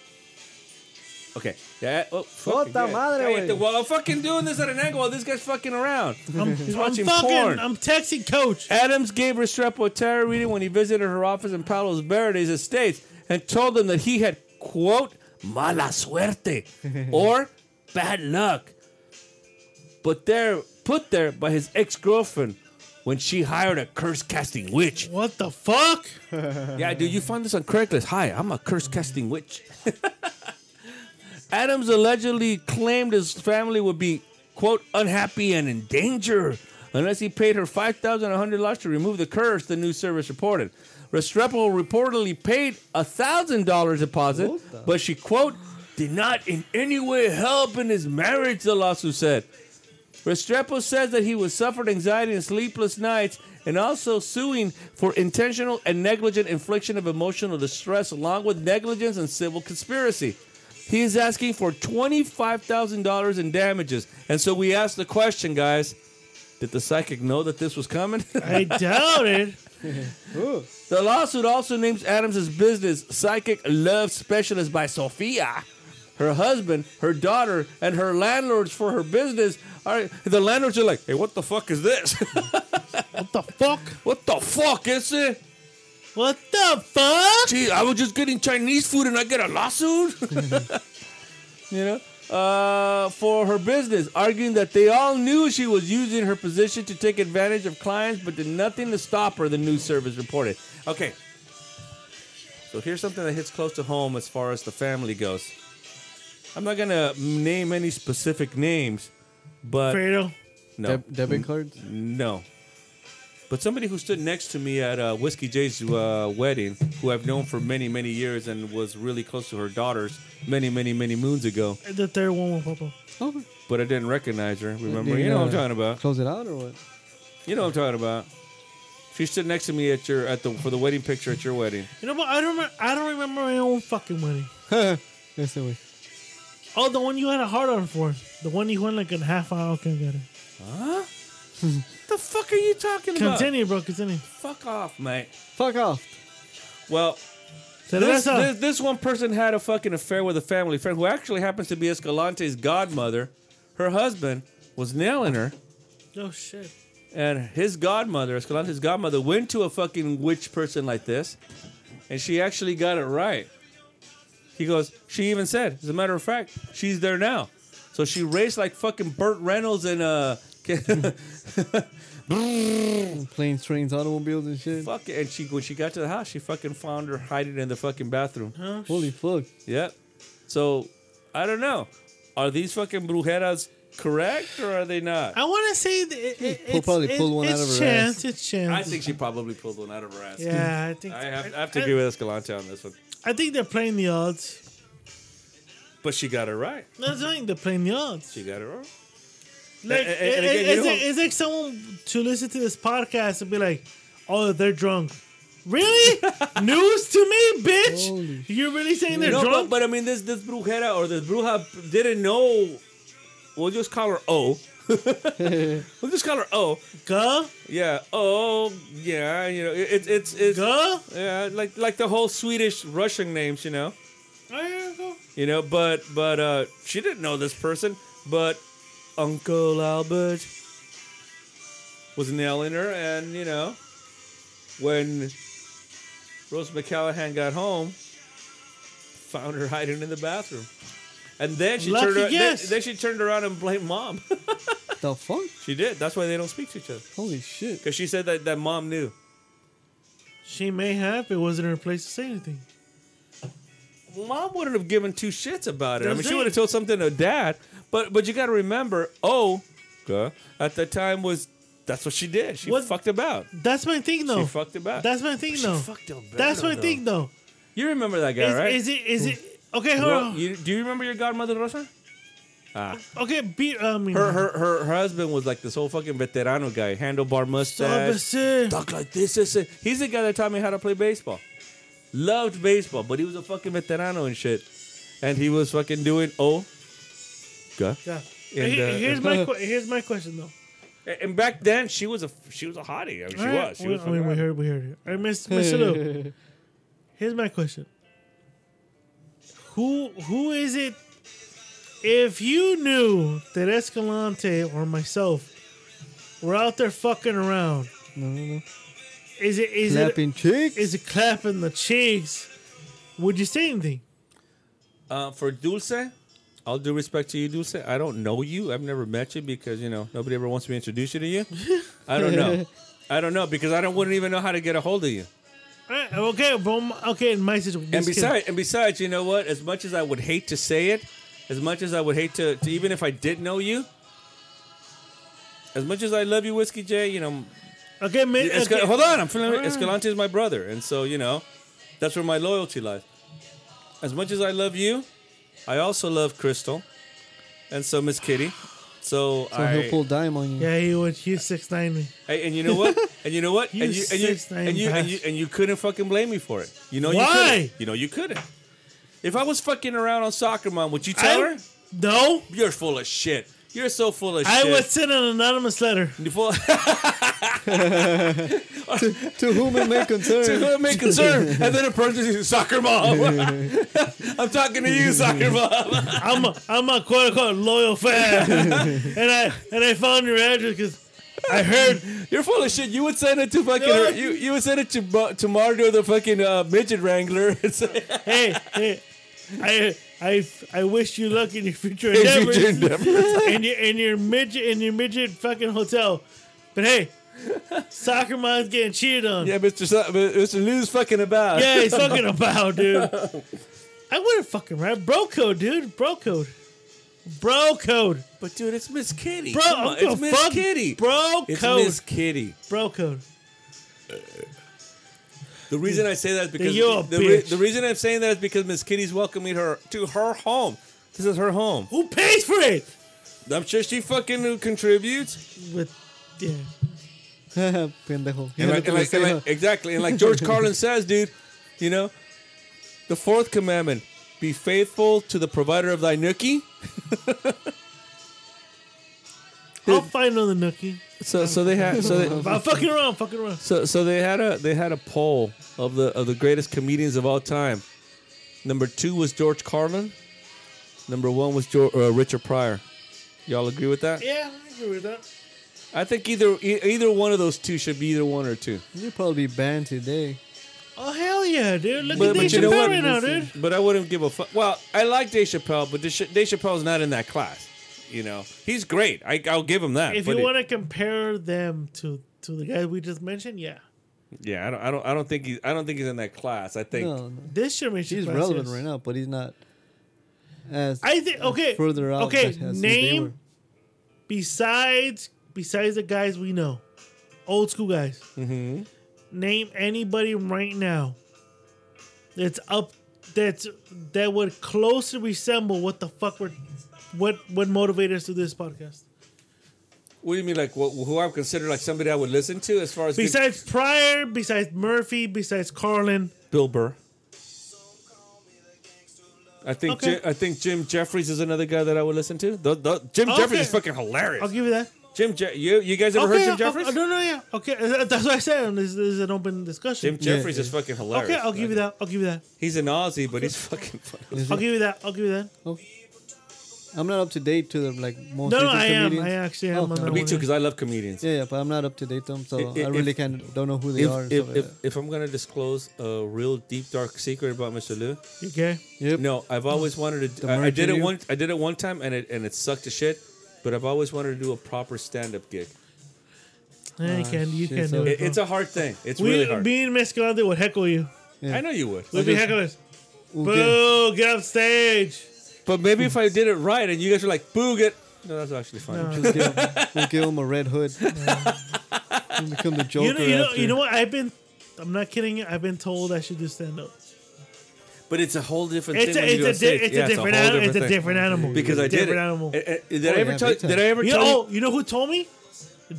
Speaker 6: Okay. Yeah. Oh,
Speaker 3: Puta
Speaker 6: fuck again.
Speaker 3: madre,
Speaker 6: Yeah,
Speaker 3: güey.
Speaker 6: Well, I'm fucking doing this at an angle while this guy's fucking around.
Speaker 1: I'm,
Speaker 6: He's
Speaker 1: I'm
Speaker 6: watching
Speaker 1: fucking,
Speaker 6: porn.
Speaker 1: I'm texting Coach.
Speaker 6: Adams gave Restrepo a tarot reading when he visited her office in Palos Verdes Estates and told them that he had, quote, mala suerte or bad luck. But there, put there by his ex girlfriend when she hired a curse casting witch.
Speaker 1: What the fuck?
Speaker 6: Yeah, dude, you find this on Craigslist. Hi, I'm a curse casting witch. Adams allegedly claimed his family would be, quote, unhappy and in danger unless he paid her 5100 dollars to remove the curse, the new service reported. Restrepo reportedly paid a $1,000 deposit,
Speaker 3: What the-
Speaker 6: but she, quote, did not in any way help in his marriage, the lawsuit said. Restrepo says that he was suffered anxiety and sleepless nights and also suing for intentional and negligent infliction of emotional distress along with negligence and civil conspiracy. He is asking for $25,000 in damages. And so we asked the question, guys, did the psychic know that this was coming?
Speaker 1: I doubt it.
Speaker 6: The lawsuit also names Adams' business psychic love specialist by Sophia. Her husband, her daughter, and her landlords for her business are the landlords are like, hey, what the fuck is this?
Speaker 1: What the fuck?
Speaker 6: what the fuck is it?
Speaker 1: What the fuck?
Speaker 6: Gee, I was just getting Chinese food and I get a lawsuit. you know? Uh, for her business, arguing that they all knew she was using her position to take advantage of clients, but did nothing to stop her, the news service reported. Okay. So here's something that hits close to home as far as the family goes. I'm not going to name any specific names,
Speaker 3: Uh,
Speaker 6: but.
Speaker 1: Fredo.
Speaker 6: no.
Speaker 3: Deb- debit cards?
Speaker 6: No. But somebody who stood next to me at uh, Whiskey J's uh, wedding, who I've known for many, many years and was really close to her daughters many, many, many moons ago,
Speaker 1: The third one will pop up.
Speaker 3: Oh,
Speaker 6: but I didn't recognize her. Remember?
Speaker 3: did
Speaker 6: You know what I'm
Speaker 3: not-
Speaker 6: talking about.
Speaker 3: Close it out or what?
Speaker 6: You know what I'm talking about. She stood next to me at your at the for the wedding picture at your wedding.
Speaker 1: You know what? I don't remember. I don't remember my own fucking wedding.
Speaker 3: Yes, that way.
Speaker 1: Oh, the one you had a hard on for. The one you went like a half hour. Okay, I got it.
Speaker 6: The fuck are you talking about?
Speaker 1: Continue, bro. Continue.
Speaker 6: Fuck off, mate.
Speaker 3: Fuck off.
Speaker 6: Well,
Speaker 1: So
Speaker 6: this,
Speaker 1: that's all.
Speaker 6: this, this one person had a fucking affair with a family friend who actually happens to be Escalante's godmother. Her husband was nailing her,
Speaker 1: Oh shit.
Speaker 6: and his godmother, Escalante's godmother, went to a fucking witch person like this, and she actually got it right. He goes, she even said, as a matter of fact, she's there now. So she raced like fucking Burt Reynolds and uh,
Speaker 3: Planes, trains, automobiles, and shit.
Speaker 6: fuck, and she when she got to the house, she fucking found her hiding in the fucking bathroom.
Speaker 3: Holy fuck.
Speaker 6: Yep. So I don't know. Are these fucking brujeras correct or are they not?
Speaker 1: I want to say that it, it,
Speaker 3: Hmm. pull-
Speaker 1: it's,
Speaker 3: probably
Speaker 1: it-
Speaker 3: pulled one out
Speaker 1: it's
Speaker 3: of her
Speaker 1: chance. It's chance.
Speaker 6: I think she probably pulled one out of her ass.
Speaker 1: Yeah, I think.
Speaker 6: I have, I have to agree with Escalante on this one.
Speaker 1: I think they're playing the odds.
Speaker 6: But she got it right.
Speaker 1: No, I think they're playing the odds.
Speaker 6: She got it wrong.
Speaker 1: Like,
Speaker 6: and- and
Speaker 1: it-
Speaker 6: again,
Speaker 1: it-
Speaker 6: you
Speaker 1: it's,
Speaker 6: know-
Speaker 1: like, it's like someone to listen to this podcast and be like, "Oh, they're drunk." Really? News to me, bitch.
Speaker 3: Holy
Speaker 1: You're really saying they're
Speaker 6: No, but,
Speaker 1: drunk?
Speaker 6: but I mean, this this brujera or this bruja didn't know. We'll just call her O. we'll just call her O.
Speaker 1: Guh,
Speaker 6: Yeah, O. Yeah, you know, it, it's it's it's
Speaker 1: guh.
Speaker 6: yeah, like like the whole Swedish Russian names, you know.
Speaker 1: Oh, yeah, go.
Speaker 6: you know but but uh she didn't know this person but uncle albert was nailing her and you know when rose mccallahan got home found her hiding in the bathroom and then she
Speaker 1: Lucky
Speaker 6: turned ar-
Speaker 1: guess.
Speaker 6: then, then she turned around and blamed mom
Speaker 3: The fuck?
Speaker 6: she did that's why they don't speak to each other
Speaker 3: Holy shit.
Speaker 6: because she said that, that mom knew
Speaker 1: She may have. It wasn't her place to say anything.
Speaker 6: mom wouldn't have given two shits about it. I
Speaker 1: That's
Speaker 6: mean, she
Speaker 1: it.
Speaker 6: would have told something to dad. But but you got to remember, oh, okay, at the time was that's what she did. She
Speaker 1: What- Oh.
Speaker 6: fucked about.
Speaker 1: That's my thing, though.
Speaker 6: She fucked about.
Speaker 1: That's my thing,
Speaker 6: She
Speaker 1: though.
Speaker 6: fucked Alberto,
Speaker 1: That's my
Speaker 6: though.
Speaker 1: thing, though.
Speaker 6: You remember that guy,
Speaker 1: is,
Speaker 6: right?
Speaker 1: is it? Is it? Okay, hold
Speaker 6: Ro-
Speaker 1: on.
Speaker 6: you, do you remember your godmother Rosa?
Speaker 1: Okay, beat. I mean,
Speaker 6: Her, her her her husband was like this whole fucking veterano guy, handlebar mustache,
Speaker 1: Officer.
Speaker 6: talk like this. this, this. He's the guy that taught me how to play baseball. Loved baseball, but he was a fucking veterano and shit. And he was fucking doing oh, okay.
Speaker 1: Yeah.
Speaker 6: And,
Speaker 1: Here-
Speaker 6: uh,
Speaker 1: here's my que- here's my question though.
Speaker 6: A- And back then, she was a she was a hottie. I mean, she
Speaker 1: All right,
Speaker 6: was. She
Speaker 1: we,
Speaker 6: was.
Speaker 1: I mean, we
Speaker 6: fucking hot.
Speaker 1: heard we heard it. All right, Miss Mr. Lou. Here's my question. Who who is it? If you knew that Escalante or myself were out there fucking around,
Speaker 3: No, no, no.
Speaker 1: is it is
Speaker 3: Clapping
Speaker 1: it is
Speaker 3: chicks?
Speaker 1: it clapping the cheeks? Would you say anything?
Speaker 6: Uh, for Dulce, all due respect to you, Dulce. I don't know you. I've never met you because you know nobody ever wants me to introduce you to you. I don't know. I don't know because I don't wouldn't even know how to get a hold of you.
Speaker 1: All right, okay, but m- okay, in my situation.
Speaker 6: And besides, and besides, you know what? As much as I would hate to say it, as much as I would hate to, to even if I did know you, as much as I love you, Whiskey J, you know
Speaker 1: okay, mi-
Speaker 6: Yeah, Esca-
Speaker 1: okay.
Speaker 6: Hold on, I'm feeling
Speaker 1: Alright.
Speaker 6: Escalante is my brother, and so you know, that's where my loyalty lies. As much as I love you, I also love Crystal, and so Miss Kitty. So,
Speaker 3: So
Speaker 6: I
Speaker 3: he'll pull dime on you.
Speaker 1: Yeah, he would. He's six nine.
Speaker 6: Hey, and you know what? And you know what?
Speaker 1: You
Speaker 6: and, you, and, you,
Speaker 1: six nine
Speaker 6: and you and you
Speaker 1: bastard.
Speaker 6: and you couldn't fucking blame me for it. You know
Speaker 1: Why?
Speaker 6: you couldn't. You know you couldn't. If I was fucking around on soccer mom, would you tell
Speaker 1: I,
Speaker 6: her?
Speaker 1: no,
Speaker 6: You're full of shit. You're so full of
Speaker 1: I
Speaker 6: shit.
Speaker 1: would send an anonymous letter.
Speaker 6: You're full-
Speaker 3: To whom it may
Speaker 6: to
Speaker 3: concern.
Speaker 6: whom it may concern, and then a person says, "Soccer mom." I'm talking to you, soccer mom.
Speaker 1: I'm a, I'm a quote unquote loyal fan, and I and I found your address because I heard
Speaker 6: You're full of shit. You would send it to fucking her. You, you would send it to Ma- to Mario, the fucking uh, midget wrangler. and say,
Speaker 1: hey hey I I I wish you luck in your future
Speaker 6: "Hey,
Speaker 1: endeavors
Speaker 6: future endeavor."
Speaker 1: in your in your midget in your midget fucking hotel, but hey, soccer mom's getting cheated on.
Speaker 6: yeah, Mister so- Mister Lou's fucking about.
Speaker 1: Yeah, he's fucking about, dude. I wouldn't fucking right. Bro code, dude. Bro code. Bro code.
Speaker 6: but dude, it's Miss Kitty.
Speaker 1: Bro,
Speaker 6: Come on,
Speaker 1: I'm
Speaker 6: it's
Speaker 1: gonna
Speaker 6: Miss
Speaker 1: fuck
Speaker 6: Kitty.
Speaker 1: Bro
Speaker 6: it's
Speaker 1: code.
Speaker 6: Miss Kitty.
Speaker 1: Bro code.
Speaker 6: The reason I say that is because
Speaker 1: You're a
Speaker 6: the, re-
Speaker 1: bitch.
Speaker 6: the reason I'm saying that is because Miss Kitty's welcoming her to her home. This is her home.
Speaker 1: Who pays for it?
Speaker 6: I'm sure she fucking contributes.
Speaker 1: With yeah.
Speaker 3: Pendejo.
Speaker 6: And like, and like- and like- exactly. And like George Carlin says, dude, you know, the fourth commandment be faithful to the provider of thy nookie.
Speaker 1: I'll find another nookie.
Speaker 6: So, so they had, so they,
Speaker 1: If I'm fucking around, fucking around.
Speaker 6: So, so they had a they had a poll of the of the greatest comedians of all time. Number two was George Carlin. Number one was George, uh, Richard Pryor. Y'all agree with that?
Speaker 1: Yeah, I agree with that.
Speaker 6: I think either e- either one of those two should be either one or two.
Speaker 3: You'd probably be banned today.
Speaker 1: Oh hell yeah, dude! Look
Speaker 6: But-
Speaker 1: at
Speaker 6: but
Speaker 1: Dave
Speaker 6: you know
Speaker 1: Chappelle
Speaker 6: what?
Speaker 1: right now, dude.
Speaker 6: But I wouldn't give a fuck. Well, I like Dave Chappelle, but Dave Ch- Dave Chappelle's not in that class. You know, he's great. I, I'll give him that.
Speaker 1: If
Speaker 6: but
Speaker 1: you
Speaker 6: it-
Speaker 1: want to compare them to to the guys we just mentioned, yeah,
Speaker 6: yeah, I don't, I don't, I don't think he's, I don't think he's in that class. I think
Speaker 3: No, no.
Speaker 1: this should make
Speaker 3: He's relevant right now, but he's not as
Speaker 1: I think okay,
Speaker 3: further out.
Speaker 1: Okay,
Speaker 3: as- as they were.
Speaker 1: name besides besides the guys we know, old school guys.
Speaker 6: Mm-hmm.
Speaker 1: Name anybody right now that's up that's that would closely resemble what the fuck we're what what motivated us to this podcast.
Speaker 6: what do you mean, like wh- who I consider like somebody I would listen to as far as good-
Speaker 1: Besides Pryor, besides Murphy, besides Carlin,
Speaker 6: Bill Burr. I think
Speaker 1: Okay.
Speaker 6: Jim, I think Jim Jeffries is another guy that I would listen to. The, the, Jim
Speaker 1: Okay.
Speaker 6: Jeffries is fucking hilarious.
Speaker 1: I'll give you that.
Speaker 6: Jim Je- you you guys ever heard Jim
Speaker 1: I'll-
Speaker 6: Jeffries?
Speaker 1: I'll- no, no, yeah. Okay, uh, that's what I said. This, this is an open discussion.
Speaker 6: Jim Jeffries is fucking hilarious.
Speaker 1: okay, I'll give you that. I'll give you that.
Speaker 6: He's an Aussie, but he's fucking funny.
Speaker 3: Is
Speaker 1: I'll
Speaker 3: it-
Speaker 1: give you that. I'll give you that.
Speaker 3: I'm not up to date to the like most.
Speaker 1: No, no,
Speaker 3: recent
Speaker 1: I am.
Speaker 3: comedians.
Speaker 1: I actually am.
Speaker 3: Oh,
Speaker 1: on that
Speaker 3: okay.
Speaker 6: Me
Speaker 1: one.
Speaker 6: too, because I love comedians.
Speaker 3: Yeah, yeah, but I'm not up to date them, so
Speaker 6: I-
Speaker 3: I
Speaker 6: if-
Speaker 3: really can don't know who they
Speaker 6: If,
Speaker 3: are. and
Speaker 6: if,
Speaker 3: stuff like
Speaker 6: if,
Speaker 3: that.
Speaker 6: if I'm gonna disclose a real deep dark secret about Mr. Liu,
Speaker 1: You gay?
Speaker 3: Yep.
Speaker 6: no, I've always wanted to.
Speaker 3: The
Speaker 6: I, I did it
Speaker 3: Mercury.
Speaker 6: one. I did it one time, and it and it sucked to shit. But I've always wanted to do a proper stand-up gig.
Speaker 1: Yeah, you can. You
Speaker 3: shit,
Speaker 1: can
Speaker 3: so-
Speaker 1: do it.
Speaker 6: It,
Speaker 1: bro.
Speaker 6: it's a hard thing. It's
Speaker 1: we,
Speaker 6: really hard.
Speaker 1: Me and Mescalante would heckle you.
Speaker 6: I know you would.
Speaker 1: We'd be hecklers.
Speaker 3: Okay.
Speaker 1: Boo! Get off stage.
Speaker 6: But maybe if I did it right and you guys were like, boo, get. No, that's actually funny.
Speaker 1: No.
Speaker 3: We'll give, him- we'll give him a red hood. He'll become the Joker.
Speaker 1: You know, you know,
Speaker 3: after.
Speaker 1: you know what? I've been. I'm not kidding. you. I've been told I should do stand up.
Speaker 6: But it's a whole different
Speaker 1: It's
Speaker 6: thing.
Speaker 1: a,
Speaker 6: when you do
Speaker 1: it's a,
Speaker 6: stage.
Speaker 1: di- it's
Speaker 6: Yeah,
Speaker 1: a different,
Speaker 6: whole
Speaker 1: animal. It's a
Speaker 6: thing.
Speaker 1: different animal.
Speaker 6: Because I did it.
Speaker 1: different animal.
Speaker 6: Uh, uh, Did I
Speaker 3: Oh,
Speaker 6: ever
Speaker 3: yeah,
Speaker 6: tell?
Speaker 3: big time.
Speaker 6: Did I ever
Speaker 1: You
Speaker 6: tell?
Speaker 1: know, oh, you know who told me?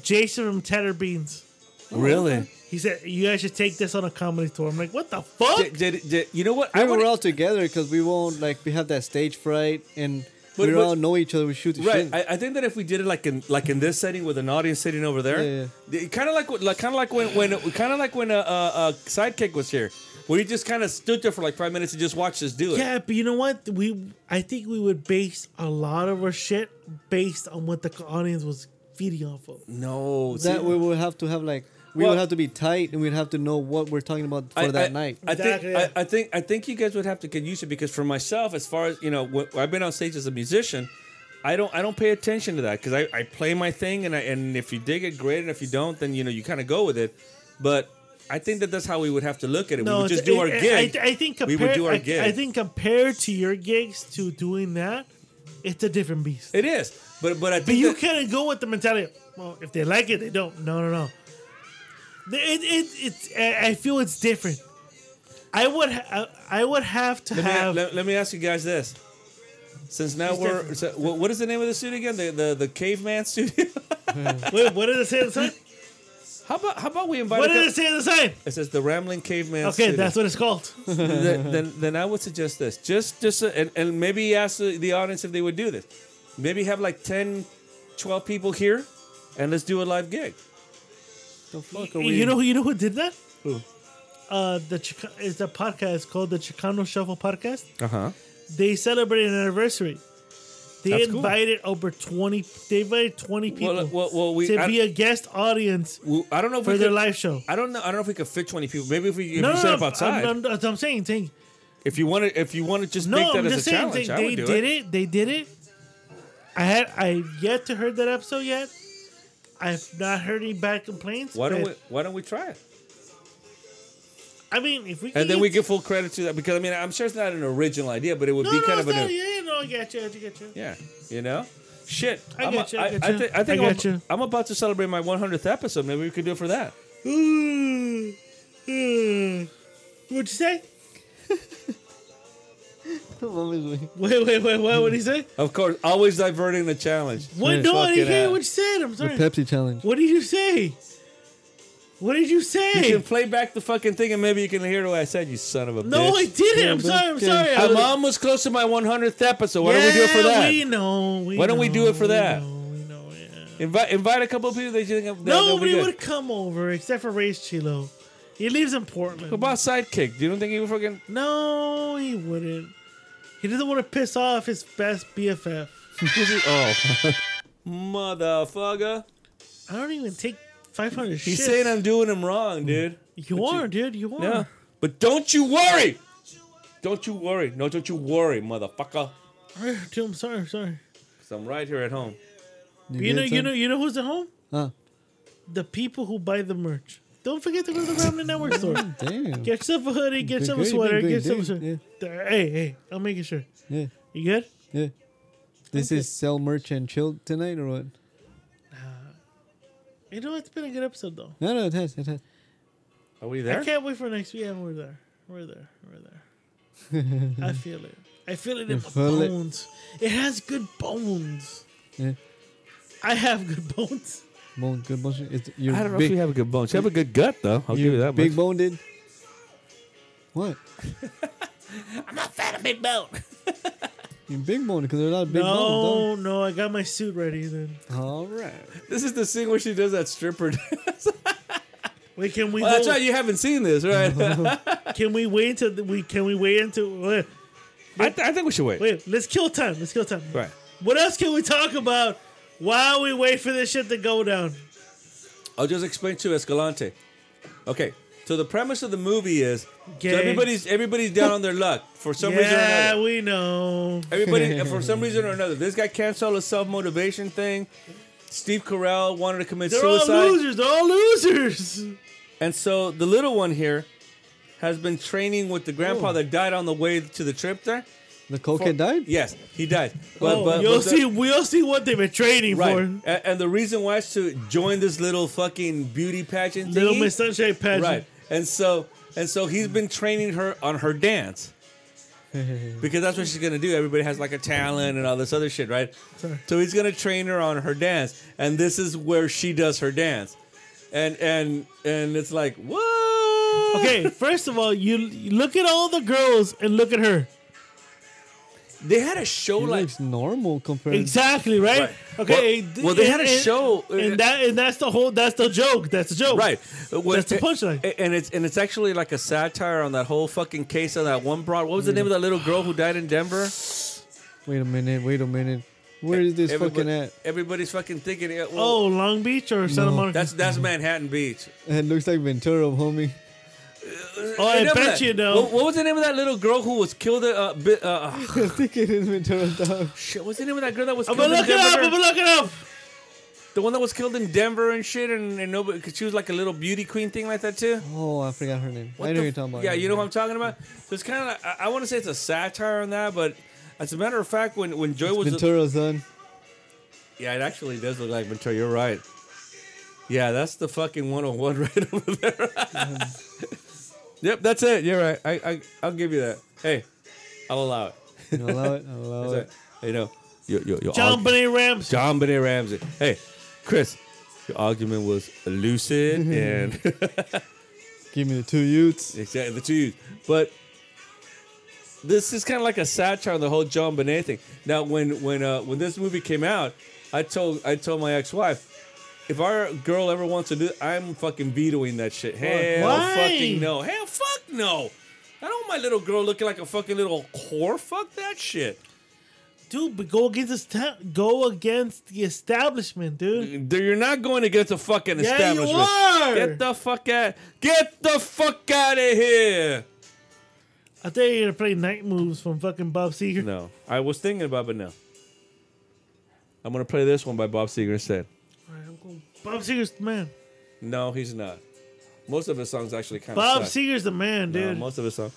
Speaker 1: Jason from Cheddar Beans. oh.
Speaker 6: really?
Speaker 1: He said, "You guys should take this on a comedy tour." I'm like, "What the fuck?"
Speaker 6: Did, did, did- you know what?
Speaker 3: I
Speaker 6: I
Speaker 3: we're
Speaker 6: would.
Speaker 3: all together because we won't like we have that stage fright and
Speaker 6: But-
Speaker 3: we
Speaker 6: but-
Speaker 3: all know each other. We shoot the
Speaker 6: Right.
Speaker 3: shit.
Speaker 6: I, I think that if we did it like in like in this setting with an audience sitting over there,
Speaker 3: Yeah,
Speaker 6: kind of like what- like kind of like when when kind of like when a uh, uh, sidekick was here, where you just kind of stood there for like five minutes and just watched us do it.
Speaker 1: yeah, but you know what? We I think we would base a lot of our shit based on what the audience was feeding off of.
Speaker 6: No. see-
Speaker 3: that we would have to have like we
Speaker 6: Well-
Speaker 3: would have to be tight and we'd have to know what we're talking about for
Speaker 6: I-
Speaker 3: that
Speaker 6: I-
Speaker 3: night.
Speaker 6: I think,
Speaker 1: Exactly, yeah.
Speaker 6: I, I think I think you guys would have to get used to it because for myself, as far as you know, wh- I've been on stage as a musician. I don't I don't pay attention to that because I, I play my thing and I, and if you dig it, great, and if you don't, then you know you kind of go with it. But I think that that's how we would have to look at it. we would just
Speaker 1: it's-
Speaker 6: do our
Speaker 1: it-
Speaker 6: gig.
Speaker 1: I, I think
Speaker 6: We
Speaker 1: compared,
Speaker 6: would do our
Speaker 1: I,
Speaker 6: gig.
Speaker 1: I think compared to your gigs to doing that, it's a different beast.
Speaker 6: it is, but but I
Speaker 1: but
Speaker 6: think
Speaker 1: you
Speaker 6: that-
Speaker 1: can't go with the mentality. Well, if they like it, they don't. No, no, no. The- It, it, it's. I I feel it's different. I would. Ha- I I would have to
Speaker 6: let, me,
Speaker 1: have.
Speaker 6: let, let me ask you guys this. Since now
Speaker 1: It's
Speaker 6: we're
Speaker 1: different.
Speaker 6: so, what, what is the name of the studio again? The the, the caveman studio.
Speaker 1: wait, what did it say on the sign?
Speaker 6: how about how about we invite?
Speaker 1: What
Speaker 6: a
Speaker 1: did
Speaker 6: couple-
Speaker 1: it say on the sign?
Speaker 6: It says the Rambling Caveman.
Speaker 1: Okay,
Speaker 6: Studio.
Speaker 1: that's what it's called.
Speaker 6: then, then, then I would suggest this. Just, just, uh, and, and maybe ask the, the audience if they would do this. Maybe have like 10, 12 people here, and let's do a live gig.
Speaker 3: the fuck are we?
Speaker 1: you know, you know who did that?
Speaker 6: Who?
Speaker 1: Uh, the Chica- it's a podcast called the Chicano Shuffle Podcast.
Speaker 6: Uh huh.
Speaker 1: They celebrated an anniversary. They
Speaker 6: That's cool.
Speaker 1: invited over twenty. They invited twenty people
Speaker 6: Well, well, well, we.
Speaker 1: to
Speaker 6: I,
Speaker 1: be a guest audience
Speaker 6: we- I don't know if
Speaker 1: for
Speaker 6: we
Speaker 1: their
Speaker 6: could-
Speaker 1: live show.
Speaker 6: I don't know. I don't know if we could fit twenty people. Maybe if we, if
Speaker 1: no,
Speaker 6: we
Speaker 1: no,
Speaker 6: set
Speaker 1: no,
Speaker 6: up outside.
Speaker 1: I'm, I'm, I'm saying, saying
Speaker 6: if you want to, if you want to just
Speaker 1: no.
Speaker 6: make that
Speaker 1: I'm
Speaker 6: as
Speaker 1: just
Speaker 6: a
Speaker 1: saying,
Speaker 6: challenge,
Speaker 1: saying
Speaker 6: I
Speaker 1: they
Speaker 6: would do
Speaker 1: did
Speaker 6: it.
Speaker 1: it. They did it. I had I yet to heard that episode yet. I've not heard any bad complaints.
Speaker 6: Why don't
Speaker 1: but-
Speaker 6: we? Why don't we try it?
Speaker 1: I mean, if we
Speaker 6: And then
Speaker 1: get-
Speaker 6: we give full credit to that because I mean I'm sure it's not an original idea, but it would
Speaker 1: no,
Speaker 6: be
Speaker 1: no,
Speaker 6: kind
Speaker 1: it's
Speaker 6: of an.
Speaker 1: not, yeah, no, I got you, I got you.
Speaker 6: Yeah, you know, shit.
Speaker 1: I
Speaker 6: I'm
Speaker 1: get you, I
Speaker 6: I,
Speaker 1: get
Speaker 6: I
Speaker 1: you,
Speaker 6: thi- I think
Speaker 1: I
Speaker 6: I'm,
Speaker 1: get you.
Speaker 6: I'm about to celebrate my 100th episode. Maybe we could do it for that.
Speaker 1: Ooh, ooh. What'd you say? Wait, wait, wait, what? What'd he say?
Speaker 6: Of course, always diverting the challenge.
Speaker 1: What?
Speaker 3: Yeah,
Speaker 1: No, I
Speaker 6: fucking uh,
Speaker 1: didn't hear
Speaker 6: ass.
Speaker 1: what you said. I'm
Speaker 3: the
Speaker 1: sorry.
Speaker 3: Pepsi challenge.
Speaker 1: What did you say? What did you
Speaker 6: You
Speaker 1: say?
Speaker 6: can play back the fucking thing and maybe you can hear what I said, you son of a bitch.
Speaker 1: No, I didn't. I'm sorry. I'm sorry. I
Speaker 6: I'm
Speaker 1: was-
Speaker 6: almost close to my 100th episode. Why don't we do it for
Speaker 1: Yeah,
Speaker 6: that?
Speaker 1: We know. we
Speaker 6: Why don't we
Speaker 1: know,
Speaker 6: do it for that?
Speaker 1: know, we know, yeah.
Speaker 6: Invite invite a couple of people that you think of. that- that'll be
Speaker 1: Nobody
Speaker 6: good.
Speaker 1: would come over except for Ray Chilo. He lives in Portland.
Speaker 6: What about sidekick? Do you don't think he would fucking?
Speaker 1: No, he wouldn't. He doesn't want to piss off his best BFF.
Speaker 6: oh, motherfucker!
Speaker 1: I don't even take 500
Speaker 6: He's
Speaker 1: shits.
Speaker 6: saying I'm doing him wrong, dude.
Speaker 1: You are, dude. You are.
Speaker 6: Yeah, but don't you worry. Don't you worry. No, don't you worry, motherfucker.
Speaker 1: Alright, dude, I'm sorry. I'm sorry.
Speaker 6: Cause I'm right here at home.
Speaker 1: You, know, you know, you know who's at home?
Speaker 3: Huh.
Speaker 1: The people who buy the merch. Don't forget to go to the Ramblin' Network store.
Speaker 3: Damn.
Speaker 1: Get yourself a hoodie. Get
Speaker 3: Good
Speaker 1: yourself a
Speaker 3: good,
Speaker 1: sweater.
Speaker 3: good
Speaker 1: Get yourself a
Speaker 3: day,
Speaker 1: shirt. Hey, hey, I'm making sure.
Speaker 3: Yeah.
Speaker 1: You good?
Speaker 3: Yeah. This
Speaker 1: Okay.
Speaker 3: is sell merch and chill tonight or what?
Speaker 1: You know, it's been a good episode though.
Speaker 3: No, no, it has, it has.
Speaker 6: Are we there?
Speaker 1: I can't wait for next week. Yeah, we're there. We're there. We're there. I feel it. I feel it in my
Speaker 3: feel it?
Speaker 1: bones. It has good bones.
Speaker 3: Yeah.
Speaker 1: I have good bones.
Speaker 3: Bone, good bone. It's, you're
Speaker 6: I don't know
Speaker 3: big,
Speaker 6: if you have a good bone. You have a good gut, though. I'll give
Speaker 3: you're
Speaker 6: you that
Speaker 3: Big
Speaker 6: much.
Speaker 3: bone did. What?
Speaker 6: I'm not fat. I'm big bone.
Speaker 3: You're big bone because there's a lot of big
Speaker 1: no,
Speaker 3: bones.
Speaker 1: no, I got my suit ready then.
Speaker 3: dog. All right.
Speaker 6: This is the scene where she does that stripper. dance.
Speaker 1: Wait, can we
Speaker 6: well, that's
Speaker 1: hold-
Speaker 6: right. You haven't seen this, right?
Speaker 1: can we wait until the, we can we wait until wait,
Speaker 6: I, th- I think we should wait.
Speaker 1: wait, let's kill time. Let's kill time.
Speaker 6: Right.
Speaker 1: What else can we talk about while we wait for this shit to go down?
Speaker 6: I'll just explain to Escalante. Okay, so the premise of the movie is so
Speaker 1: Gay.
Speaker 6: everybody's everybody's down on their luck for some reason or
Speaker 1: yeah,
Speaker 6: another.
Speaker 1: we know.
Speaker 6: Everybody for some reason or another. This guy canceled a self motivation thing. Steve Carell wanted to commit
Speaker 1: They're all
Speaker 6: suicide,
Speaker 1: losers. They're all losers.
Speaker 6: and so the little one here has been training with the
Speaker 1: Oh.
Speaker 6: grandpa that died on the way to the trip there.
Speaker 3: The cokehead died?
Speaker 6: Yes, he died.
Speaker 1: Oh, you'll
Speaker 6: the-
Speaker 1: see. we'll see what they've been training
Speaker 6: Right,
Speaker 1: for.
Speaker 6: and, and the reason why is to join this little fucking beauty pageant.
Speaker 1: Little
Speaker 6: thingy.
Speaker 1: Miss Sunshine pageant.
Speaker 6: Right. And so and so he's been training her on her dance. because that's what she's gonna do. Everybody has like a talent and all this other shit, right? So he's gonna train her on her dance, and this is where she does her dance, and and and it's like what?
Speaker 1: Okay. First of all, you you look at all the girls and look at her.
Speaker 6: they had a show
Speaker 3: He
Speaker 6: like
Speaker 3: looks normal compared.
Speaker 1: Exactly. Right.
Speaker 6: Right.
Speaker 1: Okay.
Speaker 6: Well- well, they had a
Speaker 1: and-
Speaker 6: show. uh,
Speaker 1: and that and that's the whole. That's the joke. That's the joke.
Speaker 6: right.
Speaker 1: That's the punchline.
Speaker 6: And it's and it's actually like a satire on that whole fucking case of that one broad. What was the
Speaker 1: Mm.
Speaker 6: name of that little girl who died in Denver?
Speaker 3: Wait a minute. Wait a minute. Where is this
Speaker 6: Everybody-
Speaker 3: fucking at?
Speaker 6: Everybody's fucking thinking. yeah, well,
Speaker 1: Oh, Long Beach or Santa Monica.
Speaker 6: That's that's Manhattan Beach.
Speaker 3: It looks like Ventura, homie.
Speaker 1: oh, I bet
Speaker 6: Remember that-
Speaker 1: you know.
Speaker 6: What, what was the name of that little girl who was killed? Uh, bi- uh, ah,
Speaker 3: I think it is Ventura, dog.
Speaker 6: shit, what's the name of that girl that was
Speaker 1: I'm
Speaker 6: killed
Speaker 1: gonna look
Speaker 6: in
Speaker 1: it up.
Speaker 6: Denver?
Speaker 1: I'm gonna look it up.
Speaker 6: the one that was killed in Denver and shit, and, and nobody. Cause she was like a little beauty queen thing like that too.
Speaker 3: Oh, I forgot her name.
Speaker 6: What
Speaker 3: I know
Speaker 6: the
Speaker 3: you're talking about.
Speaker 6: f- Yeah, you know what I'm talking about. So it's kind of. Like, I, I want to say it's a satire on that, but as a matter of fact, when when Joy was
Speaker 3: Ventura, son.
Speaker 6: yeah, it actually does look like Ventura. You're right. Yeah, that's the fucking 101 right over there. yep, that's it. You're right. I, I I'll give you that. Hey, I'll allow it.
Speaker 3: I'll allow it. I'll allow
Speaker 6: So,
Speaker 3: it.
Speaker 6: you know, your, your, your
Speaker 1: John
Speaker 6: arg-
Speaker 1: Benet Rams.
Speaker 6: John Benet Ramsey. Hey, Chris, your argument was lucid
Speaker 1: Mm-hmm.
Speaker 6: and
Speaker 3: Give me the two Utes.
Speaker 6: exactly the two. But this is kind of like a satire on the whole John Benet thing. Now, when when uh, when this movie came out, I told I told my ex wife. If our girl ever wants to do it, I'm fucking vetoing that shit. Hell
Speaker 1: Why?
Speaker 6: fucking no. Hell fuck no. I don't want my little girl looking like a fucking little whore. Fuck that shit.
Speaker 1: Dude, but go against the sta- go against the establishment, dude.
Speaker 6: Dude, You're not going to get the fucking
Speaker 1: Yeah, you
Speaker 6: establishment.
Speaker 1: are.
Speaker 6: Get the fuck out. Get the fuck out of here.
Speaker 1: I thought you were gonna play night moves from fucking Bob Seger.
Speaker 6: No, I was thinking about, it, but no. I'm gonna play this one by Bob Seger instead.
Speaker 1: Alright, I'm going- Bob Seger's the man.
Speaker 6: No, he's not. Most of his songs actually kind of
Speaker 1: Bob Seger's the man,
Speaker 6: No,
Speaker 1: dude.
Speaker 6: most of his songs.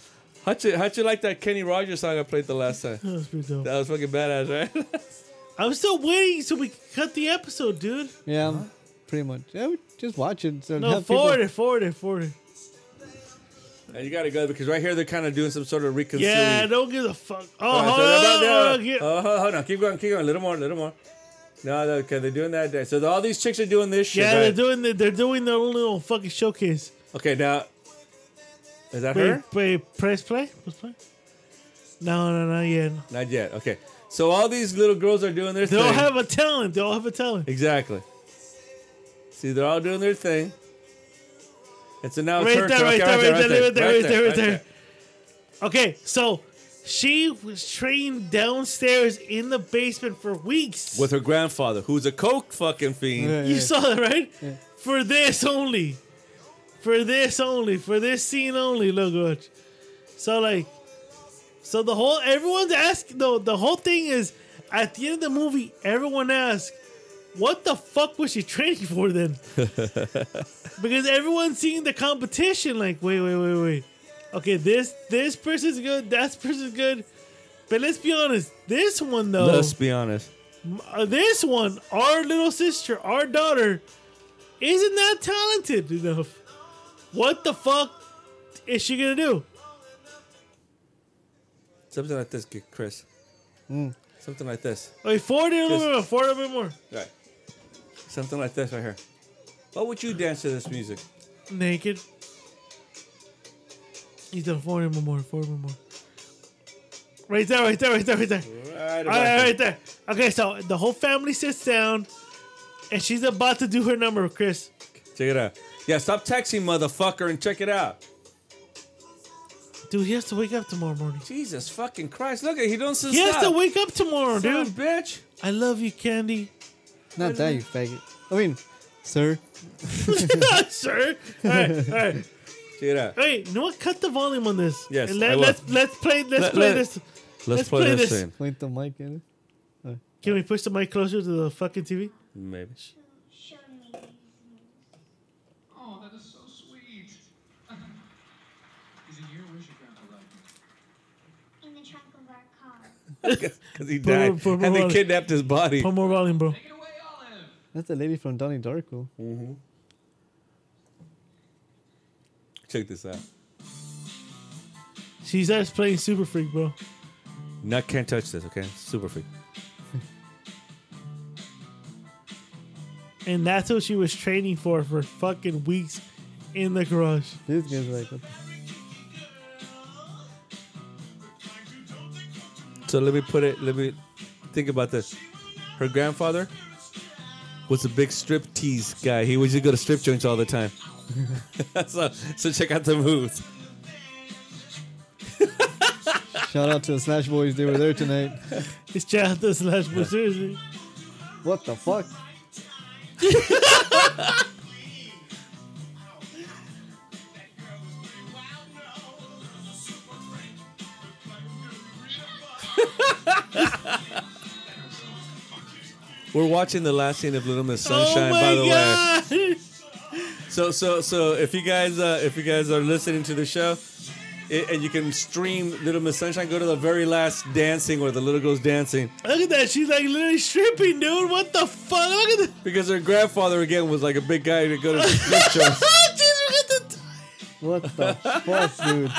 Speaker 6: How'd you, how'd you like that Kenny Rogers song I played the last time?
Speaker 1: That was pretty dope.
Speaker 6: That was fucking badass, right?
Speaker 1: I'm still waiting so we can cut the episode, dude.
Speaker 3: Yeah, I'm pretty much. Yeah, we just watch it. So
Speaker 1: No,
Speaker 3: have
Speaker 1: forward
Speaker 3: people,
Speaker 1: it, forward it, forward it.
Speaker 6: and you gotta go because right here they're kind of doing some sort of reconciliation.
Speaker 1: Yeah, don't give a fuck. Oh,
Speaker 6: All right,
Speaker 1: hold
Speaker 6: Uh, so
Speaker 1: on,
Speaker 6: they're about
Speaker 1: hold
Speaker 6: there.
Speaker 1: on, get-
Speaker 6: Oh, hold on, keep going, keep going, a little more, a little more. No, no, okay, they're doing that. So all these chicks are doing this shit.
Speaker 1: Yeah,
Speaker 6: right?
Speaker 1: they're doing the, they're doing their own little fucking showcase.
Speaker 6: okay, now is that
Speaker 1: Wait,
Speaker 6: her?
Speaker 1: wait, press play. Press play. No, no, no, yeah. no.
Speaker 6: Not yet. Okay, so all these little girls are doing their
Speaker 1: They
Speaker 6: thing.
Speaker 1: all have a talent. They all have a talent.
Speaker 6: exactly. See, they're all doing their thing. And so now it's
Speaker 1: Right
Speaker 6: her
Speaker 1: there,
Speaker 6: turn.
Speaker 1: right
Speaker 6: Okay,
Speaker 1: there, right there, right there, right there,
Speaker 6: right
Speaker 1: right there. Okay, so she was trained downstairs in the basement for weeks.
Speaker 6: With her grandfather, who's a coke fucking fiend.
Speaker 3: Yeah,
Speaker 1: You
Speaker 3: yeah.
Speaker 1: saw that, right? For this only. For this only. For this scene only. Look, watch. So, like, so the whole, everyone's asking, though, the whole thing is at the end of the movie, everyone asks, what the fuck was she training for then? because everyone's seeing the competition, like, wait, wait, wait, wait. Okay, this this person's good, that person's good. But let's be honest, this one though
Speaker 6: Let's be honest.
Speaker 1: uh, this one, our little sister, our daughter, isn't that talented enough. What the fuck is she gonna do?
Speaker 6: Something like this, kid, Chris.
Speaker 1: Mm.
Speaker 6: Something like this.
Speaker 1: Wait, forward it a
Speaker 6: Just-
Speaker 1: little bit, forward a bit more.
Speaker 6: Right. Something like this right here. What would you dance to this music?
Speaker 1: Naked. He's done forward a bit more, forward a bit more. Right there, right there, right there, right there.
Speaker 6: Right,
Speaker 1: All right, right there. Okay, so the whole family sits down, and she's about to do her number, Chris.
Speaker 6: Check it out. Yeah, stop texting, motherfucker, and check it out.
Speaker 1: Dude, he has to wake up tomorrow morning.
Speaker 6: Jesus fucking Christ! Look at he don't stop.
Speaker 1: He has to wake up tomorrow,
Speaker 6: Son of a
Speaker 1: dude.
Speaker 6: bitch.
Speaker 1: I love you, Candy.
Speaker 3: Not that you faggot. I mean, sir.
Speaker 1: sir. All right, all right.
Speaker 6: Check it out.
Speaker 1: Hey, you know what? Cut the volume on this.
Speaker 6: Yes,
Speaker 1: And
Speaker 6: I
Speaker 1: Let,
Speaker 6: will.
Speaker 1: us let's play. Let's
Speaker 6: Let-
Speaker 1: play
Speaker 6: let-
Speaker 1: this.
Speaker 6: Let's,
Speaker 1: play play this this. in.
Speaker 3: Point the mic in it.
Speaker 1: Can we push the mic closer to the fucking TV?
Speaker 6: Maybe.
Speaker 8: Oh, that is so sweet. is it your wish your grandpa left me?
Speaker 9: in the trunk of our car.
Speaker 6: Because he
Speaker 1: Put more-
Speaker 6: died,
Speaker 1: put more
Speaker 6: and they
Speaker 1: on it.
Speaker 6: kidnapped his body.
Speaker 1: Put more volume, bro.
Speaker 8: Take it away, Olive!
Speaker 3: That's the lady from Donnie Darko.
Speaker 6: Check this out.
Speaker 1: She starts playing Super Freak, bro.
Speaker 6: No, can't touch this. Okay, super free.
Speaker 1: And that's what she was training for for fucking weeks in the garage.
Speaker 3: This guy's like, what the-
Speaker 6: So let me put it. Let me think about this. Her grandfather was a big strip tease guy. He was just go to strip joints all the time. so, so check out the moves.
Speaker 3: shout out to the Slash Boys. They were there tonight.
Speaker 1: It's just the slash, but seriously.
Speaker 3: What the fuck?
Speaker 6: We're watching the last scene of Little Miss
Speaker 1: Oh
Speaker 6: Sunshine. by the
Speaker 1: my
Speaker 6: way.
Speaker 1: god!
Speaker 6: So so so if you guys uh, if you guys are listening to the show i and you can stream Little Miss Sunshine, go to the very last dancing where the little girl's dancing
Speaker 1: Look at that. She's like literally stripping, dude. What the fuck? Look at that.
Speaker 6: because her grandfather again was like a big guy to go to the strip joints.
Speaker 1: Jeez, look at the-
Speaker 3: What the fuck, dude?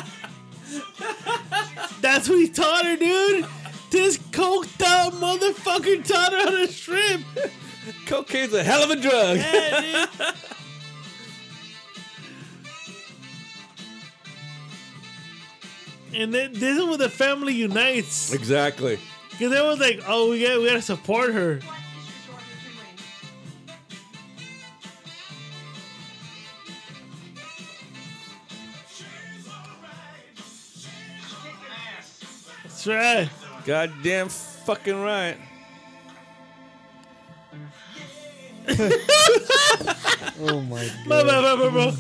Speaker 1: That's what he taught her, dude. This coked up motherfucker taught her how to strip.
Speaker 6: Cocaine's a hell of a drug.
Speaker 1: Yeah, dude. And then this is where the family unites.
Speaker 6: Exactly.
Speaker 1: Because they was like, oh, we got we gotta support her.
Speaker 9: What is your daughter doing?
Speaker 1: That's right.
Speaker 6: Goddamn fucking right.
Speaker 3: Oh my
Speaker 1: Bro,
Speaker 3: god.
Speaker 1: bro, bro, bro, bro.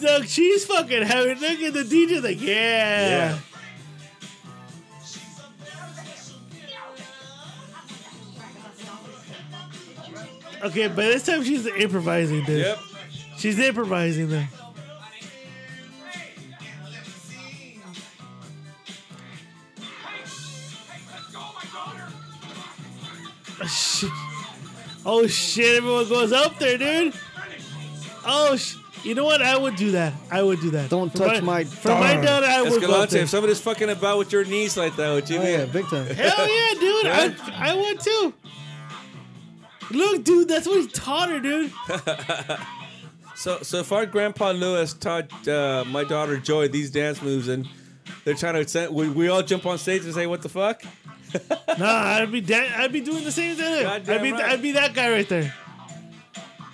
Speaker 1: Look, she's fucking having. Look at the DJ, like, yeah. Okay, but this time she's improvising, dude.
Speaker 6: Yep.
Speaker 1: She's improvising though. Oh, shit. Oh shit, everyone goes up there, dude. Oh, sh- you know what? I would do that. I would do that.
Speaker 3: Don't
Speaker 1: For
Speaker 3: touch my
Speaker 1: For my
Speaker 3: daughter.
Speaker 1: daughter, I would go up
Speaker 6: Escalante,
Speaker 1: there.
Speaker 6: if somebody's fucking about with your niece like that, would you
Speaker 3: Oh,
Speaker 6: be?
Speaker 3: yeah, big time.
Speaker 1: Hell yeah, dude. I, I would too. Look, dude, that's what he taught her, dude.
Speaker 6: So, so if our grandpa Lewis taught uh, my daughter Joy these dance moves, and they're trying to, send, we, we all jump on stage and say, "What the fuck?" Uh,
Speaker 1: Nah, I'd be da- I'd be doing the same thing. I'd
Speaker 6: Goddamn
Speaker 1: be
Speaker 6: right.
Speaker 1: I'd be that guy right there.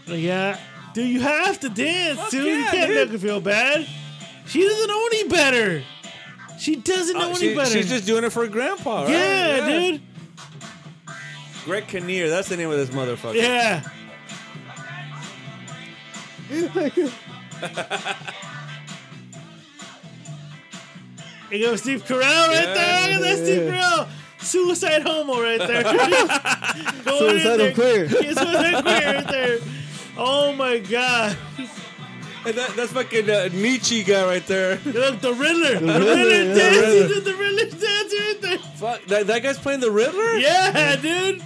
Speaker 1: Like, yeah, dude, you have to dance, dude. you
Speaker 6: yeah,
Speaker 1: can't
Speaker 6: dude.
Speaker 1: make her feel bad. She doesn't know any better. She doesn't know
Speaker 6: Uh,
Speaker 1: any
Speaker 6: she-
Speaker 1: better.
Speaker 6: she's just doing it for grandpa. Right?
Speaker 1: yeah, dude.
Speaker 6: Greg Kinnear, that's the name of this motherfucker.
Speaker 1: Yeah. It goes Steve Carell right there. Look at that Steve Carell. Suicide homo right there. Going in
Speaker 3: Suicidal
Speaker 1: there.
Speaker 3: queer.
Speaker 1: Yeah, suicidal queer right there. Oh my god.
Speaker 6: And that, that's fucking uh, Nietzsche guy right there.
Speaker 1: Look, the Riddler. The Riddler,
Speaker 3: Riddler, yeah, the
Speaker 1: dance.
Speaker 6: Riddler.
Speaker 1: He did the Riddler dance right there.
Speaker 6: Fuck, that, that guy's playing the Riddler.
Speaker 1: Yeah, dude.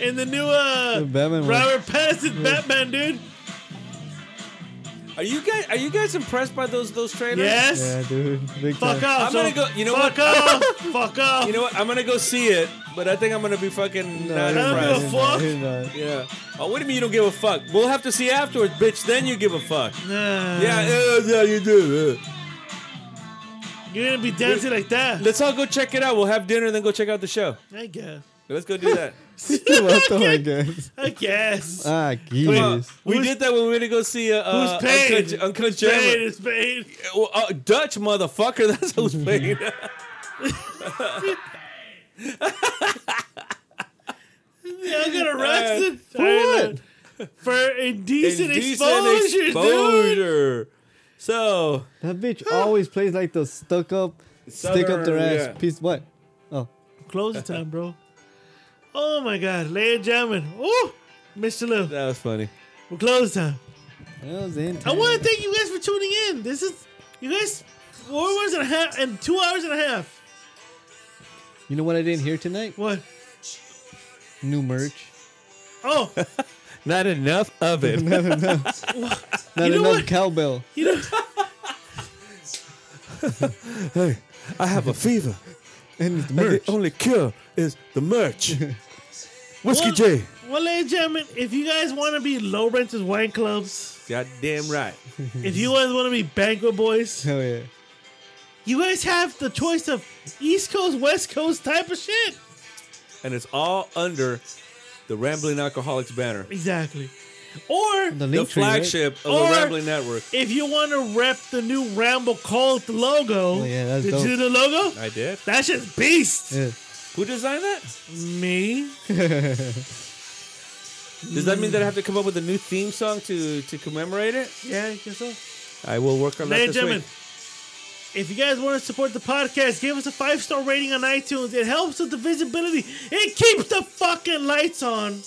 Speaker 1: And the new uh,
Speaker 3: The Batman one.
Speaker 1: Robert Pattinson Batman, dude.
Speaker 6: Are you guys are you guys impressed by those those trailers?
Speaker 1: Yes.
Speaker 3: Yeah, dude. Big
Speaker 1: Fuck
Speaker 3: time.
Speaker 1: off.
Speaker 6: I'm gonna
Speaker 1: so-
Speaker 6: go- you know
Speaker 1: fuck
Speaker 6: what?
Speaker 1: off. fuck off.
Speaker 6: You know what? I'm gonna go see it, but I think I'm gonna be fucking
Speaker 3: No,
Speaker 6: not
Speaker 3: you're
Speaker 1: I
Speaker 3: not,
Speaker 1: don't
Speaker 6: impressed.
Speaker 1: give a
Speaker 3: you're not,
Speaker 1: fuck.
Speaker 3: you're not.
Speaker 6: Yeah. Oh, what do you mean you don't give a fuck? We'll have to see afterwards, bitch. Then you give a fuck.
Speaker 1: Nah.
Speaker 6: Yeah, yeah, yeah, you do. yeah.
Speaker 1: You're gonna be dancing like that.
Speaker 6: Let's all go check it out. We'll have dinner, then go check out the show.
Speaker 1: I guess.
Speaker 6: Let's go do that.
Speaker 3: What the fuck, guys?
Speaker 1: I guess.
Speaker 3: Ah,
Speaker 6: Uh,
Speaker 3: Jesus.
Speaker 6: we
Speaker 1: Who's-
Speaker 6: did that when we went to go see uh, uh,
Speaker 1: Who's paid?
Speaker 6: Uncle, J- Uncle
Speaker 1: Spade
Speaker 6: Jeremy.
Speaker 1: is paid.
Speaker 6: Well, uh, Dutch motherfucker. That's who's paying.
Speaker 1: I
Speaker 6: Uh,
Speaker 1: got arrested.
Speaker 3: For what?
Speaker 1: Ireland. For indecent,
Speaker 6: Indecent
Speaker 1: exposure, dude.
Speaker 6: exposure. So
Speaker 3: That bitch always plays like the stuck up, stick up their
Speaker 6: Southern-
Speaker 3: ass
Speaker 6: yeah.
Speaker 3: piece. What? Oh,
Speaker 1: Close time, bro. Oh my God, ladies and gentlemen. Oh, Mr. Lou,
Speaker 6: that was funny.
Speaker 1: we're close time.
Speaker 3: that was in
Speaker 1: I
Speaker 3: time.
Speaker 1: want to thank you guys for tuning in. This is you guys four hours and a half and two hours and a half.
Speaker 3: You know what I didn't hear tonight?
Speaker 1: What?
Speaker 3: New merch.
Speaker 1: Oh,
Speaker 6: Not enough of it.
Speaker 3: Not enough. Not
Speaker 1: know
Speaker 3: enough
Speaker 1: what?
Speaker 3: cowbell.
Speaker 1: you know.
Speaker 6: I have a fever.
Speaker 3: And it's
Speaker 6: and
Speaker 3: merch.
Speaker 6: The only cure is the merch. Whiskey
Speaker 1: Well-
Speaker 6: J.
Speaker 1: Well, ladies and gentlemen, if you guys want to be low renters wine clubs,
Speaker 6: Goddamn right.
Speaker 1: if you guys want to be banquet boys,
Speaker 3: Hell yeah.
Speaker 1: you guys have the choice of East Coast, West Coast type of shit.
Speaker 6: And it's all under the Rambling Alcoholics banner,
Speaker 1: Exactly. Or
Speaker 3: The,
Speaker 6: the
Speaker 3: link tree, right?
Speaker 6: flagship of
Speaker 1: Or-
Speaker 6: the Rambling Network.
Speaker 1: if you want to rep the new Ramble Cult logo,
Speaker 3: Oh, yeah, that's
Speaker 1: did
Speaker 3: dope.
Speaker 1: you see the logo?
Speaker 6: I did.
Speaker 1: That shit's beast.
Speaker 3: Yeah.
Speaker 6: Who designed that?
Speaker 1: Me?
Speaker 6: Does that mean that I have to come up with a new theme song to to commemorate it?
Speaker 1: Yeah, I guess so.
Speaker 6: I will work on
Speaker 1: Ladies and
Speaker 6: that this
Speaker 1: gentlemen,
Speaker 6: week.
Speaker 1: if you guys want to support the podcast, give us a five star rating on iTunes. It helps with the visibility. It keeps the fucking lights on.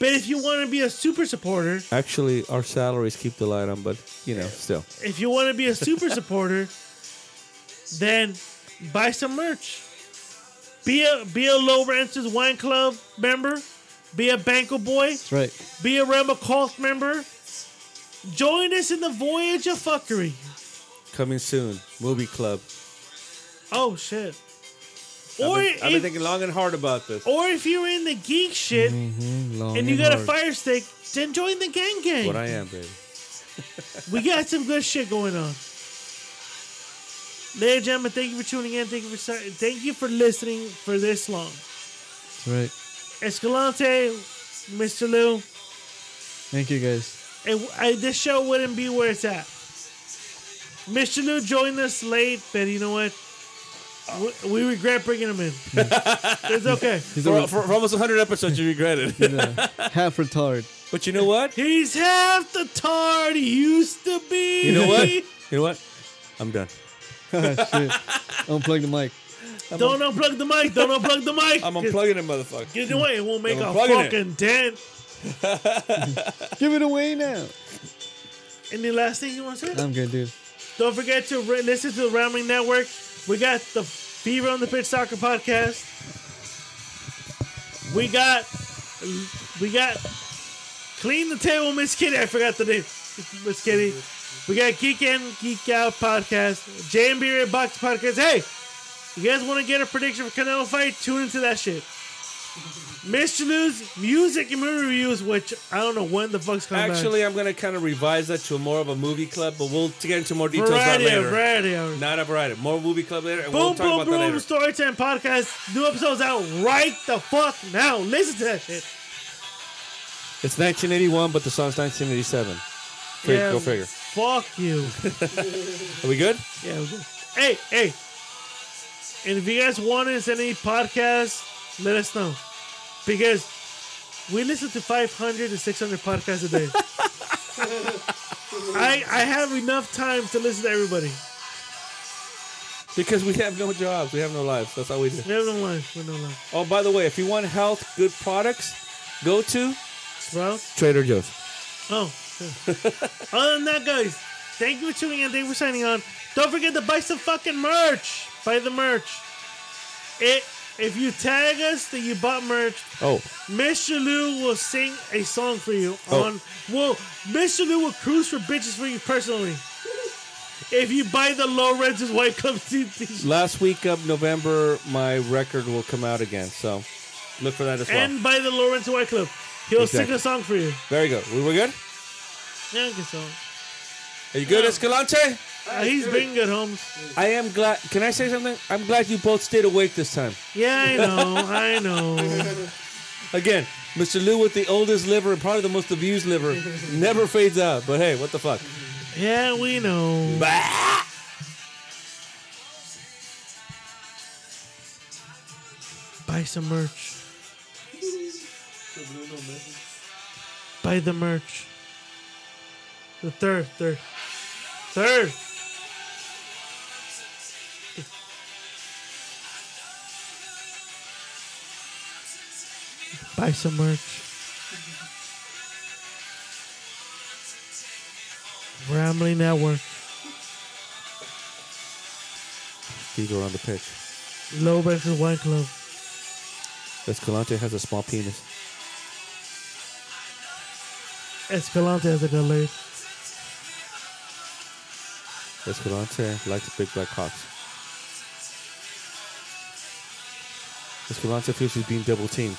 Speaker 1: but if you want to be a super supporter,
Speaker 6: Actually, our salaries keep the light on, but you know, still.
Speaker 1: if you want to be a super supporter, then buy some merch. Be a be a low renters wine club member. Be a Banco boy.
Speaker 3: That's right.
Speaker 1: Be a Rambo cult member. Join us in the voyage of fuckery.
Speaker 6: Coming soon, movie club.
Speaker 1: Oh shit.
Speaker 6: I've
Speaker 1: Or
Speaker 6: been, I've been
Speaker 1: if-
Speaker 6: thinking long and hard about this.
Speaker 1: Or if you're in the geek shit
Speaker 6: Mm-hmm.
Speaker 3: Long
Speaker 1: and you got a
Speaker 3: hard.
Speaker 1: fire stick, then join the gang gang.
Speaker 6: What I am, baby.
Speaker 1: we got some good shit going on. Ladies and gentlemen, thank you for tuning in. Thank you for si- thank you for listening for this long.
Speaker 3: That's right.
Speaker 1: Escalante, Mr. Lou,
Speaker 3: Thank you guys.
Speaker 1: and I, this show wouldn't be where it's at. Mr. Lou joined us late, but you know what? We, we regret bringing him in. it's okay.
Speaker 3: He's
Speaker 6: For,
Speaker 3: a
Speaker 6: for, for almost 100 episodes, you regret it.
Speaker 3: half retard.
Speaker 6: but you know what?
Speaker 1: He's half the tard he used to be.
Speaker 6: You know what? You know what? I'm done.
Speaker 3: Oh, Unplug the mic.
Speaker 1: Don't unplug the mic. Don't unplug the mic.
Speaker 6: I'm unplugging it, motherfucker.
Speaker 1: Get away. It won't make
Speaker 6: I'm
Speaker 1: a
Speaker 6: unplugging it.
Speaker 1: fucking dent.
Speaker 3: Give it away now.
Speaker 1: Any last thing you want to say?
Speaker 3: I'm good, dude.
Speaker 1: Don't forget to re- listen to the Rambling Network. We got the Fever on the Pitch Soccer podcast. We got, we got, clean the table, Miss Kitty. I forgot the name, Miss Kitty. We got Geek In, Geek Out podcast, J and B Red Box podcast. Hey, you guys want to get a prediction for Canelo fight? Tune into that shit. Michelin's music and movie reviews, which I don't know when the fuck's coming
Speaker 6: Actually, I'm going to kind of revise that to more of a movie club, but we'll get into more
Speaker 1: back.
Speaker 6: details about
Speaker 1: variety,
Speaker 6: later.
Speaker 1: variety. hour.
Speaker 6: Not a variety. More movie club later, and we'll
Speaker 1: boom,
Speaker 6: talk
Speaker 1: boom,
Speaker 6: about that
Speaker 1: boom,
Speaker 6: later.
Speaker 1: Storytime podcast. New episodes out right the fuck now. Listen to that shit.
Speaker 6: It's 1981, but the song's 1987. Freak,
Speaker 1: Yeah,
Speaker 6: Go figure.
Speaker 1: Fuck you.
Speaker 6: Are we good?
Speaker 1: Yeah. we're good. Hey, hey. And if you guys want us any podcasts, let us know. Because we listen to 500 to 600 podcasts a day. I, I have enough time to listen to everybody.
Speaker 6: Because we have no jobs, we have no lives. That's all we do.
Speaker 1: We have no life. We have no life.
Speaker 6: Oh, by the way, if you want health, good products, go to
Speaker 1: Sprouts?
Speaker 6: Trader Joe's.
Speaker 1: Oh. yeah. Other than that, guys, thank you for tuning in. Thank you for signing on. Don't forget to buy some fucking merch. Buy the merch. It, if you tag us that you bought merch,
Speaker 6: Oh,
Speaker 1: Mr. Lou will sing a song for you
Speaker 6: Oh.
Speaker 1: on well Mr. Lou will cruise for bitches for you personally. If you buy the low rents is white cup t- t-
Speaker 6: last week of November, my record will come out again. So look for that as well.
Speaker 1: and buy the low rents white club, he'll sing
Speaker 6: Exactly.
Speaker 1: a song for you.
Speaker 6: Very good. We were good?
Speaker 1: Yeah, I guess so.
Speaker 6: Are you good, Escalante?
Speaker 1: Uh, he's been good, Holmes.
Speaker 6: I am glad. Can I say something? I'm glad you both stayed awake this time.
Speaker 1: Yeah, I know, I know.
Speaker 6: Again, Mr. Lou with the oldest liver and probably the most abused liver never fades out. But hey, what the fuck?
Speaker 1: Yeah, we know. Buy some merch. Buy the merch. The third, third, third. Buy some merch. Rambling Network,
Speaker 6: Feet are on the pitch.
Speaker 1: Low Benches Wine Club.
Speaker 6: Escalante has a small penis.
Speaker 1: Escalante has a good lady.
Speaker 6: Escalante likes big black cocks. Escalante feels she's being double teamed.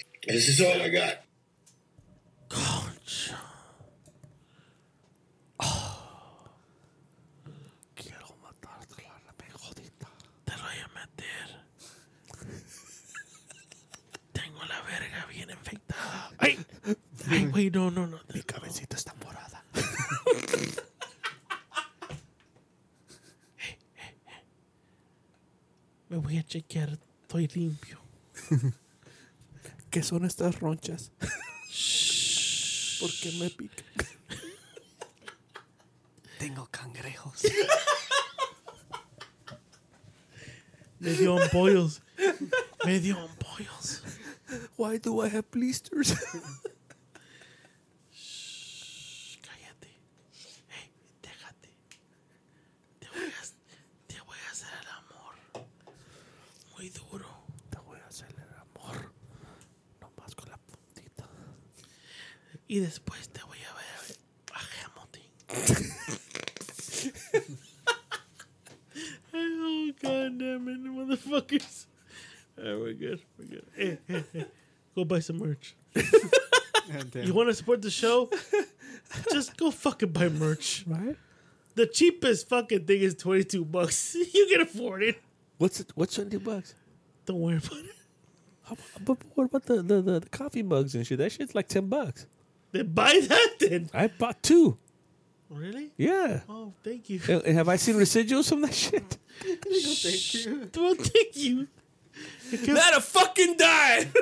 Speaker 5: is all I got.
Speaker 2: Ah.
Speaker 1: Tengo la verga bien infectada. Ay, ay, güey, no, no, no. Mi cabecita está morada. hey, hey, hey. Me voy a chequear. Estoy limpio.
Speaker 2: ¿Qué son estas ronchas? ¿Por qué me pica? Tengo cangrejos.
Speaker 1: Me dio ampollos. Me dio ampollos.
Speaker 2: Why do I have blisters?
Speaker 1: Cállate. Hey, déjate. Te voy a, te voy a hacer el amor. Muy duro. Te voy a hacer el amor. Nomás con la puntita. Y después te voy a ver a Hamilton. oh, god damn it, motherfuckers. Alright, we're good. We're good. Hey, hey, hey. Go buy some merch. You want to support the show? Just go fucking buy merch.
Speaker 2: Right?
Speaker 1: The cheapest fucking thing is 22 bucks. You can afford it.
Speaker 6: What's it, what's twenty bucks?
Speaker 1: Don't worry about it.
Speaker 6: How, but what about the, the, the, the coffee mugs and shit? That shit's like ten bucks.
Speaker 1: Then buy that then.
Speaker 6: I bought two.
Speaker 1: Really?
Speaker 6: Yeah.
Speaker 1: Oh, thank you.
Speaker 6: And, and have I seen residuals from that shit?
Speaker 1: Well, thank you. Because
Speaker 6: a fucking dime.